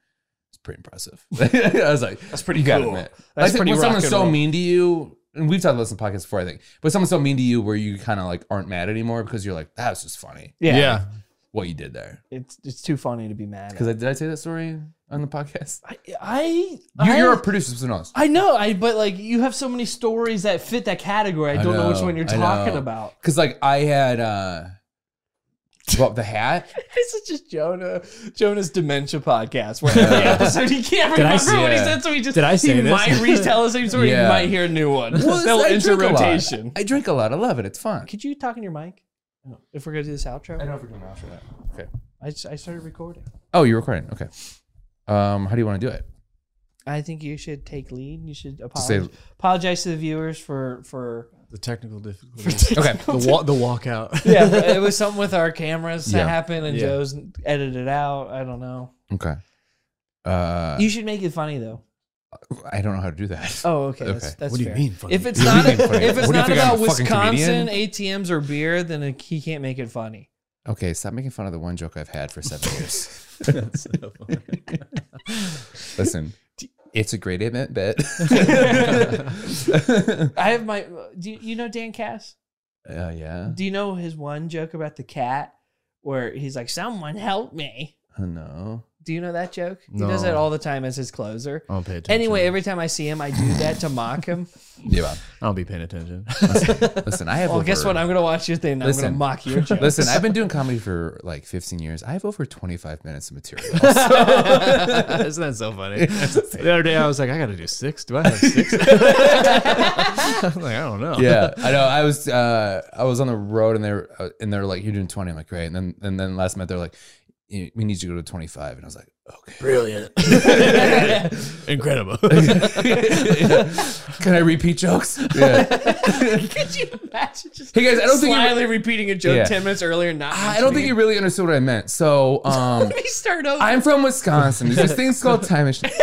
S2: it's pretty impressive. [laughs] I was like, that's pretty good.
S4: cool.
S2: I think
S4: pretty
S2: when
S4: rock
S2: someone's
S4: and
S2: so
S4: roll.
S2: mean to you, and we've talked about this in podcasts before, I think, but someone's so mean to you where you kind of like aren't mad anymore because you're like, that was just funny
S4: [laughs] Yeah.
S3: yeah.
S2: what you did there.
S4: It's it's too funny to be mad.
S2: Because
S4: At.
S2: I, did I say that story on the podcast?
S4: I I,
S2: You,
S4: I
S2: you're a producer, so knows.
S4: I know. I but like you have so many stories that fit that category. I
S2: I
S4: don't know, which
S2: know,
S4: one you're
S2: I
S4: talking
S2: know.
S4: about. [laughs]
S2: Because like I had, uh, about the hat.
S4: This is just Jonah Jonah's dementia podcast where every episode he can't
S3: Did I
S4: remember
S3: say-
S4: what he
S2: yeah.
S4: said, so he just
S3: Did I say
S4: he
S3: this?
S4: might retell the same story.
S2: Yeah.
S4: He might hear a new one.
S2: Well, it's-
S4: They'll
S2: I
S4: enter
S2: drink a lot.
S4: rotation.
S2: I drink a lot. I love it. It's fun.
S4: Could you talk in your mic? Oh, If we're gonna do this outro,
S2: know if we're doing after that. Okay.
S4: I, s- I started recording.
S2: Oh, you're recording. Okay. Um, how do you want to do it?
S4: I think you should take lead. You should
S2: say-
S4: apologize, apologize to the viewers for for
S3: The technical difficulties.
S2: Okay.
S3: the wa- the [laughs] walkout.
S4: [laughs] yeah. it was something with our cameras that
S2: Yeah.
S4: happened, and
S3: Yeah.
S4: Joe's edited it out. I don't know.
S2: Okay. Uh,
S4: You should make it funny though.
S2: I don't know how to do that. [laughs]
S4: Oh, okay. That's,
S2: Okay.
S4: that's
S3: What do you
S4: fair.
S3: mean, funny?
S4: If it's
S2: What do you
S4: not
S2: mean funny?
S4: if it's
S2: What do you
S4: not
S2: think, I'm
S4: about
S2: a fucking
S4: Wisconsin
S2: comedian?
S4: ATMs or beer, then it, he can't make it funny.
S2: Okay, stop making fun of the one joke I've had for seven years. Listen, it's a great event [laughs] bet. uh,
S4: I have my. Do you, you know Dan Cass?
S2: yeah.
S4: Do you know his one joke about the cat where he's like, "Someone help me."
S2: Oh, no.
S4: Do you know that joke? He does
S3: No.
S4: that all the time as his closer.
S2: Oh,
S3: I don't pay attention.
S4: Anyway, every time I see him, I do that to mock
S2: [laughs]
S4: him.
S2: Yeah.
S3: I don't be paying [laughs] attention.
S2: Listen, I have.
S4: Well,
S2: over,
S4: guess what? I'm gonna watch your thing. and I'm gonna
S2: Listen.
S4: mock your
S2: [laughs]
S4: joke.
S2: Listen, I've been doing comedy for like 15 years. I have over 25 minutes of material.
S3: Isn't that so [laughs] funny? the other day I was like, I got to do six. Do I have [laughs] six? I'm like, I don't know.
S2: yeah, I know. I was uh, I was on the road and they're uh, and they're like, "You're doing 20." I'm like, "Great." And then and then last night they're like, "You- "We need you to go to 25." And I was like, "Okay."
S3: Brilliant. [laughs] Incredible.
S2: Can I repeat [laughs] jokes? Yeah.
S4: Could you imagine just
S2: Hey, guys, I don't think you-
S4: slyly repeating a joke
S2: Yeah.
S4: ten minutes earlier? and Not
S2: I don't think you really understood what I meant. So, [laughs] um,
S4: Let [laughs] me start over.
S2: I'm from Wisconsin. There's this thing's called time machine.
S4: You-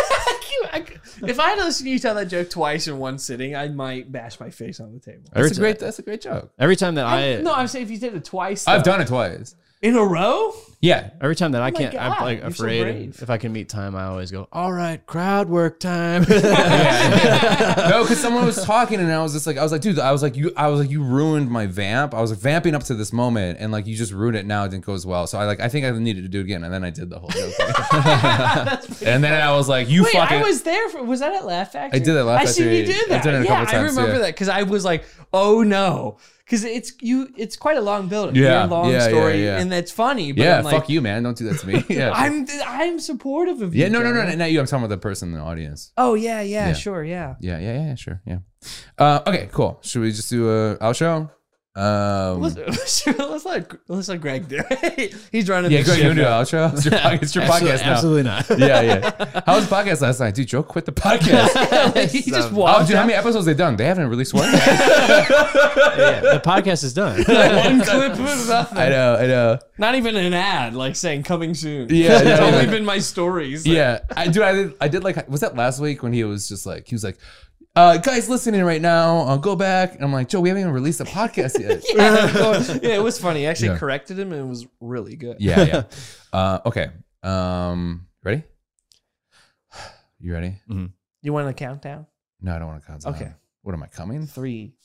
S4: I c- if I had to listen to you tell that joke twice in one sitting, I might bash my face on the table.
S2: That's a great. That's a great joke.
S3: Every time that I,
S4: no, I'm saying if you did it twice
S2: I've
S4: though.
S2: done it twice.
S4: in a row,
S2: Yeah,
S3: every time that I can't,
S4: God,
S3: I'm like
S4: you're so
S3: afraid
S4: brave.
S3: if I can meet time, I always go, all right, crowd work [laughs] time.
S2: no, because someone was talking and I was just like, I was like, dude, I was like, you, I was like, you ruined my vamp. I was like vamping up to this moment and like you just ruined it. Now it didn't go as well. So I like, I think I needed to do it again. And then I did the whole joke. and then I was like, you
S4: wait,
S2: fucking.
S4: I was there. For, was that at Laugh Factory?
S2: I did at Laugh
S4: I seen
S2: Factory.
S4: you do
S2: I've
S4: that.
S2: done it a
S4: yeah,
S2: couple
S4: I
S2: times,
S4: remember
S2: yeah.
S4: that because I was like, oh no, because it's you. It's quite a long build. Very
S2: Yeah,
S4: long
S2: yeah, yeah,
S4: story,
S2: yeah.
S4: and that's funny. But
S2: yeah,
S4: I'm like,
S2: fuck you, man. Don't do that to
S4: [laughs]
S2: me. Yeah.
S4: I'm I'm supportive of you.
S2: yeah, no, no, no,
S4: Jonah.
S2: no, not you. I'm talking about the person in the audience.
S4: Oh yeah, yeah,
S2: Yeah. Mm.
S4: sure, yeah.
S2: Yeah, yeah, yeah, yeah, sure. Yeah. Uh, okay, cool. Should we just do a outro? Um,
S4: Let's, [laughs] let's let let's let Greg do it. [laughs] He's running.
S2: yeah,
S4: the
S2: Greg, you
S4: show.
S2: want to do an outro?
S4: [laughs]
S2: It's your, pod- it's your podcast
S3: Absolutely-
S2: now.
S3: absolutely [laughs] not.
S2: Yeah, yeah. How was the podcast last night? Dude, Joe quit the
S4: [laughs]
S2: podcast.
S4: he just
S2: Oh, [laughs]
S4: walked. [laughs]
S2: dude, how many episodes they done? They haven't released one. I
S3: Yeah, the podcast is done. [laughs]
S4: one clip of nothing.
S2: know, I know.
S4: Not even an ad, like saying coming soon.
S2: Yeah,
S4: it's
S2: yeah,
S4: only
S2: yeah.
S4: been my stories.
S2: Yeah, I do. I did. I did like. Was that last week when he was just like he was like, uh, "Guys, listening right now, uh, go back." And I'm like, Joe, we haven't even released a podcast
S4: [laughs]
S2: yet.
S4: yeah, it was funny. I actually
S2: Yeah.
S4: corrected him, and it was really good.
S2: yeah,
S4: [laughs]
S2: yeah. Uh, okay. Um, ready? You ready?
S4: You want a countdown?
S2: No, I don't want to count. down.
S4: Okay.
S2: What am I coming?
S4: Three.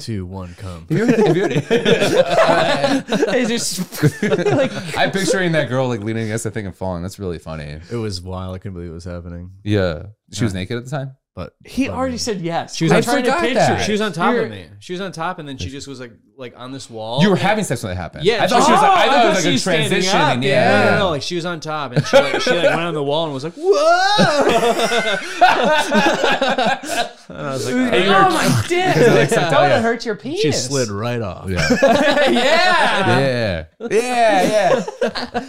S3: Two, one, come.
S2: Have you ever- have you ever-
S4: [laughs] It's just [laughs] like
S2: I'm picturing that girl like leaning against the thing and falling. That's really funny.
S3: It was wild. I couldn't believe it was happening.
S2: Yeah, she was naked at the time.
S3: But
S4: he already said yes.
S3: She was
S4: I
S3: on-
S4: tried to
S2: forgot
S4: picture
S2: that.
S4: it.
S3: she was on top
S4: You're-
S3: of me. She was on top, and then she just was like, like on this wall.
S2: You were having sex when it happened.
S3: Yeah,
S2: I thought
S3: she-
S2: she was like, I
S4: Oh, I
S2: thought it
S4: thought
S2: was like a
S4: she was standing
S2: transition.
S4: up.
S2: and
S3: Yeah,
S2: yeah,
S3: no, no, no, like she was on top, and she like, she like went on the wall and was like, "Whoa!" and I was like,
S4: Oh my dick!
S2: like
S4: That
S2: sucked out,
S4: would have
S2: yeah.
S4: hurt your penis.
S3: she
S4: [laughs]
S3: slid right off.
S4: yeah.
S2: yeah,
S4: [laughs]
S2: yeah, yeah,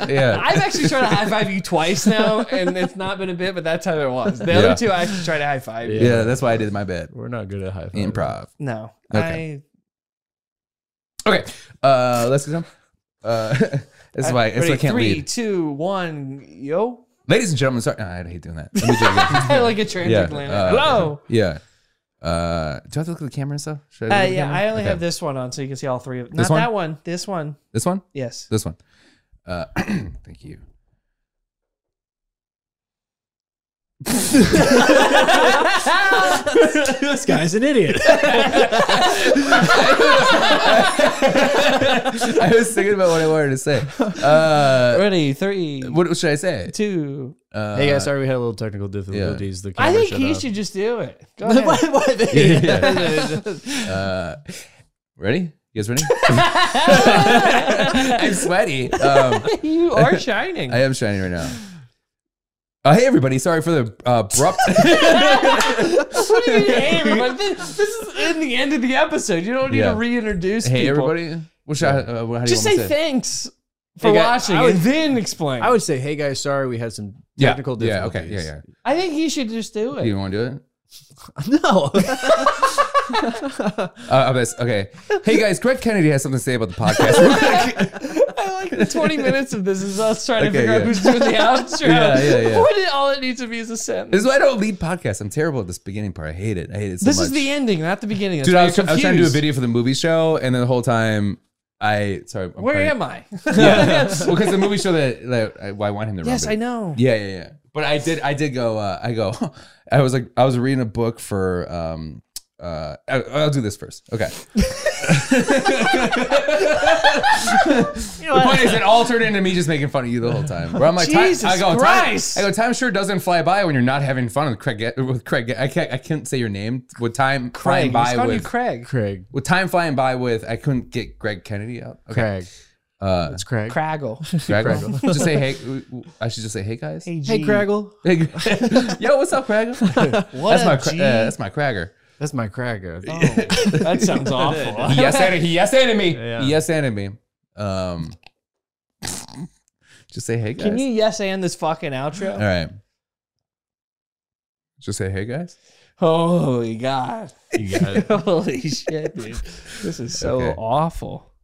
S2: yeah.
S4: I've actually tried to high five you twice now, and it's not been a bit, but that's how it was. The
S2: Yeah.
S4: other two, I actually tried to high five you.
S2: Yeah, that's why I did my bed.
S3: We're not good at high five.
S2: [laughs] Improv.
S4: No,
S2: Okay. Okay, uh, let's get on. Uh, [laughs] this
S4: I,
S2: is why this is why I
S4: ready,
S2: can't
S4: three,
S2: lead.
S4: two, one, yo.
S2: Ladies and gentlemen, sorry, I hate doing that. Let me do it
S4: [laughs]
S2: again.
S4: like a transatlantic.
S2: uh,
S4: Hello.
S2: yeah. Uh, do I have to look at the camera and stuff? Should
S4: Uh,
S2: I look at the
S4: yeah,
S2: camera?
S4: I only
S2: Okay.
S4: have this one on, so you can see all three of them.
S2: This
S4: Not
S2: one?
S4: that one. This one.
S2: This one.
S4: Yes.
S2: This one. Uh, [clears throat] thank you. [laughs]
S3: This guy's an idiot.
S2: I was thinking about what I wanted to say. Uh,
S4: Ready, three,
S2: what should I say?
S4: two.
S2: Uh,
S3: hey guys, sorry we had a little technical difficulties. The camera
S4: I think
S3: shut
S4: he
S3: off.
S4: should just do it. Go ahead. [laughs]
S2: [laughs] Uh, ready? You guys ready? I'm sweaty. Um,
S4: you are shining.
S2: I am shining right now. Uh, hey everybody! Sorry for the uh, abrupt.
S4: what do you mean, hey, everybody? This, this is in the end of the episode. You don't need
S2: Yeah.
S4: to reintroduce
S2: hey
S4: people.
S2: everybody! What should I, uh, how do
S4: Just
S2: you
S4: say
S2: want me to say?
S4: thanks for
S3: Hey, guy,
S4: watching
S3: I would-
S4: and then explain.
S3: I would say, hey guys, sorry we had some
S2: Yeah,
S3: technical
S2: yeah,
S3: difficulties.
S2: okay, yeah,
S4: I think he should just do
S2: yeah.
S4: it.
S2: [laughs]
S3: [laughs]
S2: Do you want to do it?
S3: yeah. No.
S2: Uh, I bet- okay. Hey guys, Greg Kennedy has something to say about the podcast.
S4: [laughs]
S2: [laughs]
S4: I like the 20 minutes of this is us trying to
S2: Okay,
S4: figure out
S2: yeah.
S4: who's
S2: [laughs]
S4: doing the outro.
S2: Yeah, yeah, yeah.
S4: [laughs] What it- all it needs to be is a sentence.
S2: this is why I don't lead podcasts. I'm terrible at this beginning part. I hate it. I hate it so
S4: This
S2: much.
S4: is the ending, not the beginning. That's
S2: Dude,
S4: why
S2: I was,
S4: you're
S2: I was trying to do a
S4: confused.
S2: video for the movie show, and then the whole time, I sorry. I'm
S4: Where
S2: trying-
S4: am
S2: [laughs]
S4: I?
S2: Well, because the movie show that, that I, well, I want him to.
S4: [laughs] yes,
S2: remember.
S4: I know.
S2: Yeah, yeah, yeah. But I did, I did go. Uh, I go. [laughs] I was like, I was reading a book for. um uh, I, I'll do this first. Okay. [laughs]
S4: You know
S2: The
S4: what?
S2: point is, it all turned into me just making fun of you the whole time. Where I'm like, time-
S4: Jesus
S2: I go, time-
S4: Christ.
S2: I go, time sure doesn't fly by when you're not having fun with Craig. Ge- With Craig, Ge- I can't, I can't say your name. With time flying
S4: Craig.
S2: by
S4: He's calling you
S2: with,
S4: Craig.
S3: Craig.
S2: with time flying by with, I couldn't get Greg Kennedy out. Okay.
S3: Craig.
S2: Uh,
S3: It's Craig.
S4: Craggle.
S2: Craggle. just say hey. I should just say hey guys.
S4: Hey,
S3: Hey,
S4: G.
S3: Craggle.
S2: [laughs] Hey, Gr- Yo, what's up,
S4: [laughs]
S2: Craggle?
S4: What
S2: that's
S4: a
S2: my cra-
S4: G.
S2: uh, that's my Cragger.
S3: That's my Cragger.
S4: that [laughs] sounds awful.
S2: He yes and he yes and me.
S3: Yeah.
S2: He yes and me. Um, [laughs] just say hey guys.
S4: Can you yes and this fucking outro?
S2: All right. Just say hey guys.
S4: Holy God.
S3: You got it.
S4: [laughs] Holy shit, dude. This is so
S2: Okay.
S4: awful. [laughs]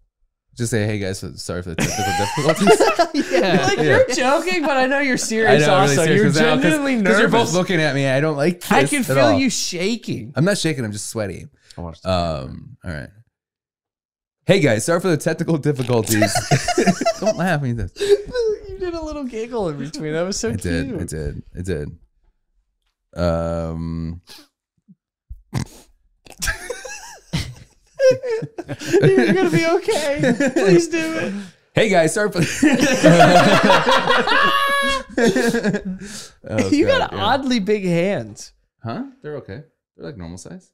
S2: Just say hey guys. so- Sorry for the technical difficulties.
S4: You're like,
S2: Yeah.
S4: you're joking, but I
S2: [laughs]
S4: know you're serious
S2: I'm
S4: also. you're
S2: serious 'cause now- 'cause-
S4: genuinely
S2: 'cause
S4: nervous.
S2: You're both looking at me. I don't like. This
S4: I can
S2: at
S4: feel
S2: all. [laughs]
S4: you shaking. [laughs]
S2: I'm not shaking. I'm just sweaty.
S3: I watched it.
S2: Um, all right. Hey guys, sorry for the technical difficulties. [laughs] Don't laugh at me. This.
S4: you did a little giggle in between. That was so
S2: I
S4: cute.
S2: did. I did. I did. Um,
S4: [laughs] You're gonna be
S2: [laughs]
S4: okay. Please do it.
S2: hey guys, sorry for. [laughs] Oh,
S4: you got
S2: God, yeah.
S4: oddly big hands.
S2: Huh? They're okay. They're like normal size.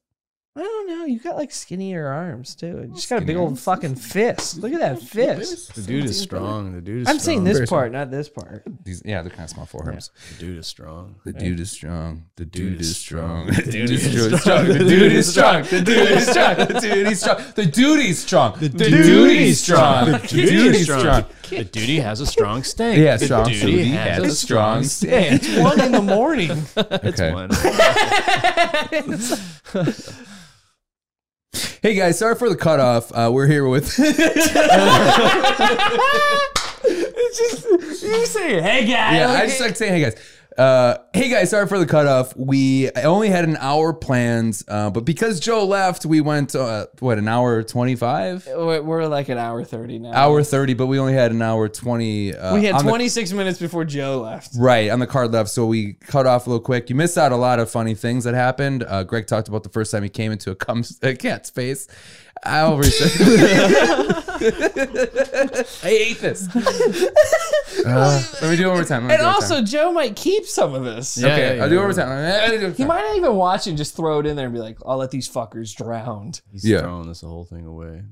S4: I don't know. You got like skinnier arms too. You just got a
S2: Skinny
S4: big old
S2: arms?
S4: fucking fist. Look at that fist.
S3: The dude is strong. The dude is
S4: I'm
S3: strong.
S4: saying this
S2: Very
S4: part, not this part.
S2: These, yeah, they're kind of small forearms.
S3: The dude is strong.
S2: The dude is strong. The dude
S3: is
S2: is strong.
S3: strong.
S2: The dude is strong. The dude is strong. The dude [laughs] is strong. The dude is strong. The dude is strong. The dude is strong. The dude is strong.
S3: The duty has a
S2: [laughs]
S3: strong stink.
S2: Yeah, strong.
S3: The duty has, a strong stink. [laughs]
S2: stance.
S4: It's one in the morning.
S2: [laughs] Okay.
S3: One.
S2: Hey guys, sorry for the cutoff. Uh, we're here with. [laughs]
S4: It's just you say, "Hey guy."
S2: Yeah, I just like saying, hey guys. Uh, hey guys, sorry for the cutoff. We only had an hour planned, uh, but because Joe left, we went uh, what an hour twenty five,
S4: we're, we're like an hour thirty now.
S2: hour thirty, but we only had an hour twenty. Uh,
S4: we had
S2: on the-
S4: twenty six minutes before Joe left.
S2: Right on the card left, so we cut off a little quick. You missed out a lot of funny things that happened. Uh, Greg talked about the first time he came into a, cum, [laughs] a cat's face. [laughs] I over. I hate
S4: [laughs]
S2: this. Uh, let me do it one more time. Let me do it one more
S4: And also,
S2: time.
S4: Joe might keep some of this.
S3: Yeah,
S2: okay,
S3: yeah,
S2: I'll
S3: yeah.
S2: do it one more time.
S4: He might not even watch and just throw it in there and be like, "I'll let these fuckers drown."
S3: He's
S2: Yeah.
S3: throwing this whole thing away.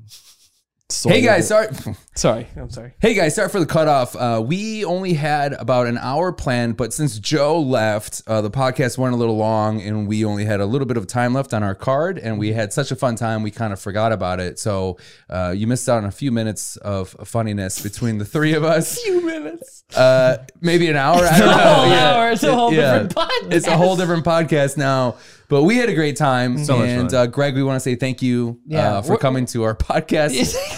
S2: Hey
S3: [laughs]
S2: guys, sorry.
S4: sorry, I'm sorry.
S2: Hey guys, sorry for the cutoff. Uh, we only had about an hour planned, but since Joe left, uh, the podcast went a little long, and we only had a little bit of time left on our card. And we had such a fun time, we kind of forgot about it. So uh, you missed out on a few minutes of funniness between the three of us.
S4: Two [laughs] minutes.
S2: Uh, maybe an hour. I don't know.
S4: A [laughs] whole
S2: Yeah.
S4: hour. It's a whole
S2: Yeah.
S4: different podcast.
S2: It's a whole different podcast now, but we had a great time.
S3: So much
S2: and
S3: fun.
S2: uh, Greg, we want to say thank you
S4: Yeah.
S2: uh, for
S4: We're-
S2: coming to our
S4: [laughs]
S2: podcast.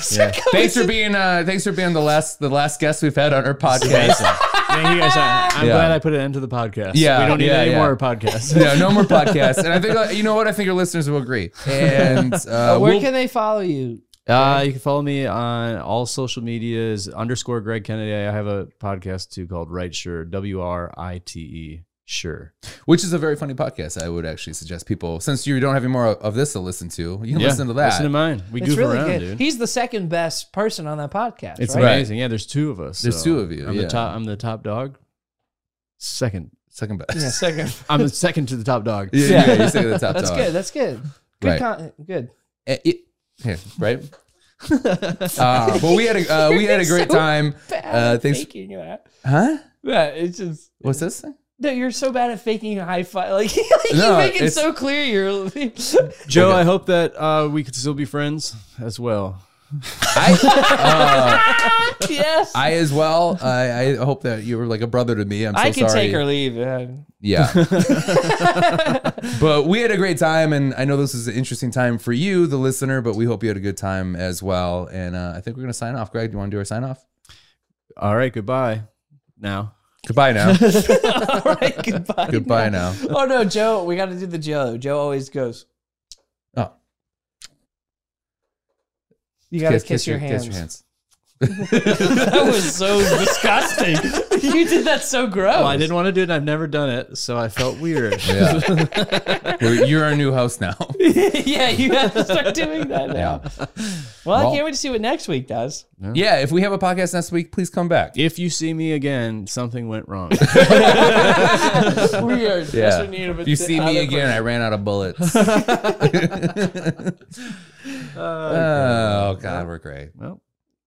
S4: Thanks for coming
S2: Thanks for
S4: to-
S2: being uh, thanks for being the last the last guest we've had on our podcast.
S3: Thank you guys. I, I'm
S2: Yeah.
S3: glad I put an end to the podcast.
S2: Yeah,
S3: We don't need
S2: yeah,
S3: any
S2: yeah.
S3: more podcasts.
S2: no, no more podcasts. And I think uh, you know what I think your listeners will agree.
S4: [laughs]
S2: And uh,
S4: Uh, Where
S2: we'll-
S4: can they follow you?
S3: [laughs] Uh, you can follow me on all social medias underscore Greg Kennedy. I have a podcast too called Right Sure W R I T E Sure.
S2: which is a very funny podcast. I would actually suggest people since you don't have any more of this to listen to, you can [laughs] listen to that.
S3: Listen to mine. We
S4: It's
S3: goof
S4: really
S3: around,
S4: good.
S3: dude.
S4: He's the second best person on that podcast.
S3: It's
S4: right?
S2: Right.
S3: amazing. Yeah, there's two of us.
S2: There's two of you,
S3: I'm
S2: yeah.
S3: the top. I'm the top dog. Second.
S2: Second best.
S4: Yeah, second.
S3: I'm the second to the top dog.
S2: Yeah, [laughs] yeah, you're second to the top
S4: That's
S2: dog.
S4: good. That's good. Good
S2: Uh, Right.
S4: content. Good.
S2: Eh, it- yeah,
S4: [laughs]
S2: right? uh, but we had a uh, we had a great
S4: So
S2: time. Uh,
S4: at
S2: thanks.
S4: faking that.
S2: Huh?
S4: Yeah, it's just
S2: What's
S4: [laughs]
S2: this? thing?
S4: no. You're so bad at faking a high five. [laughs] Like, like you
S2: No,
S4: make it
S2: it's-
S4: [laughs] so clear. You're
S3: Joe, I hope that uh, we could still be friends as well.
S2: I, uh,
S4: yes. I,
S2: I as well. I, I hope that you were like a brother to me. I'm so
S4: can
S2: sorry.
S4: take or leave. Yeah. [laughs]
S2: [laughs] Yeah. but we had a great time, and I know this is an interesting time for you, the listener. But we hope you had a good time as well. And uh, I think we're gonna sign off. Greg, do you want to do our sign off?
S3: All right, goodbye. Now.
S2: [laughs] Goodbye now.
S4: All right. Goodbye.
S2: Goodbye now.
S4: Oh no, Joe. We got to do the Joe. Joe always goes.
S2: Oh.
S4: You got to kiss, your hands.
S2: Kiss your hands.
S4: [laughs] That was so disgusting. [laughs] you did that so gross.
S3: [laughs] Well, I didn't want to do it. I've never done it, so I felt weird.
S2: Yeah. [laughs] We're- You're our new host now.
S4: [laughs] yeah, you have to start doing that now.
S2: Yeah.
S4: Well,
S2: Well-
S4: I can't wait to see what next week
S2: [laughs]
S4: does. [laughs]
S2: Yeah. If we have a podcast next week, please come back.
S3: If you see me again, something went wrong.
S4: we are
S2: Yeah.
S4: just in need of
S2: If you see me
S4: another
S2: again, I ran out of
S4: [laughs]
S2: bullets. [laughs] oh, God, we're great.
S3: well,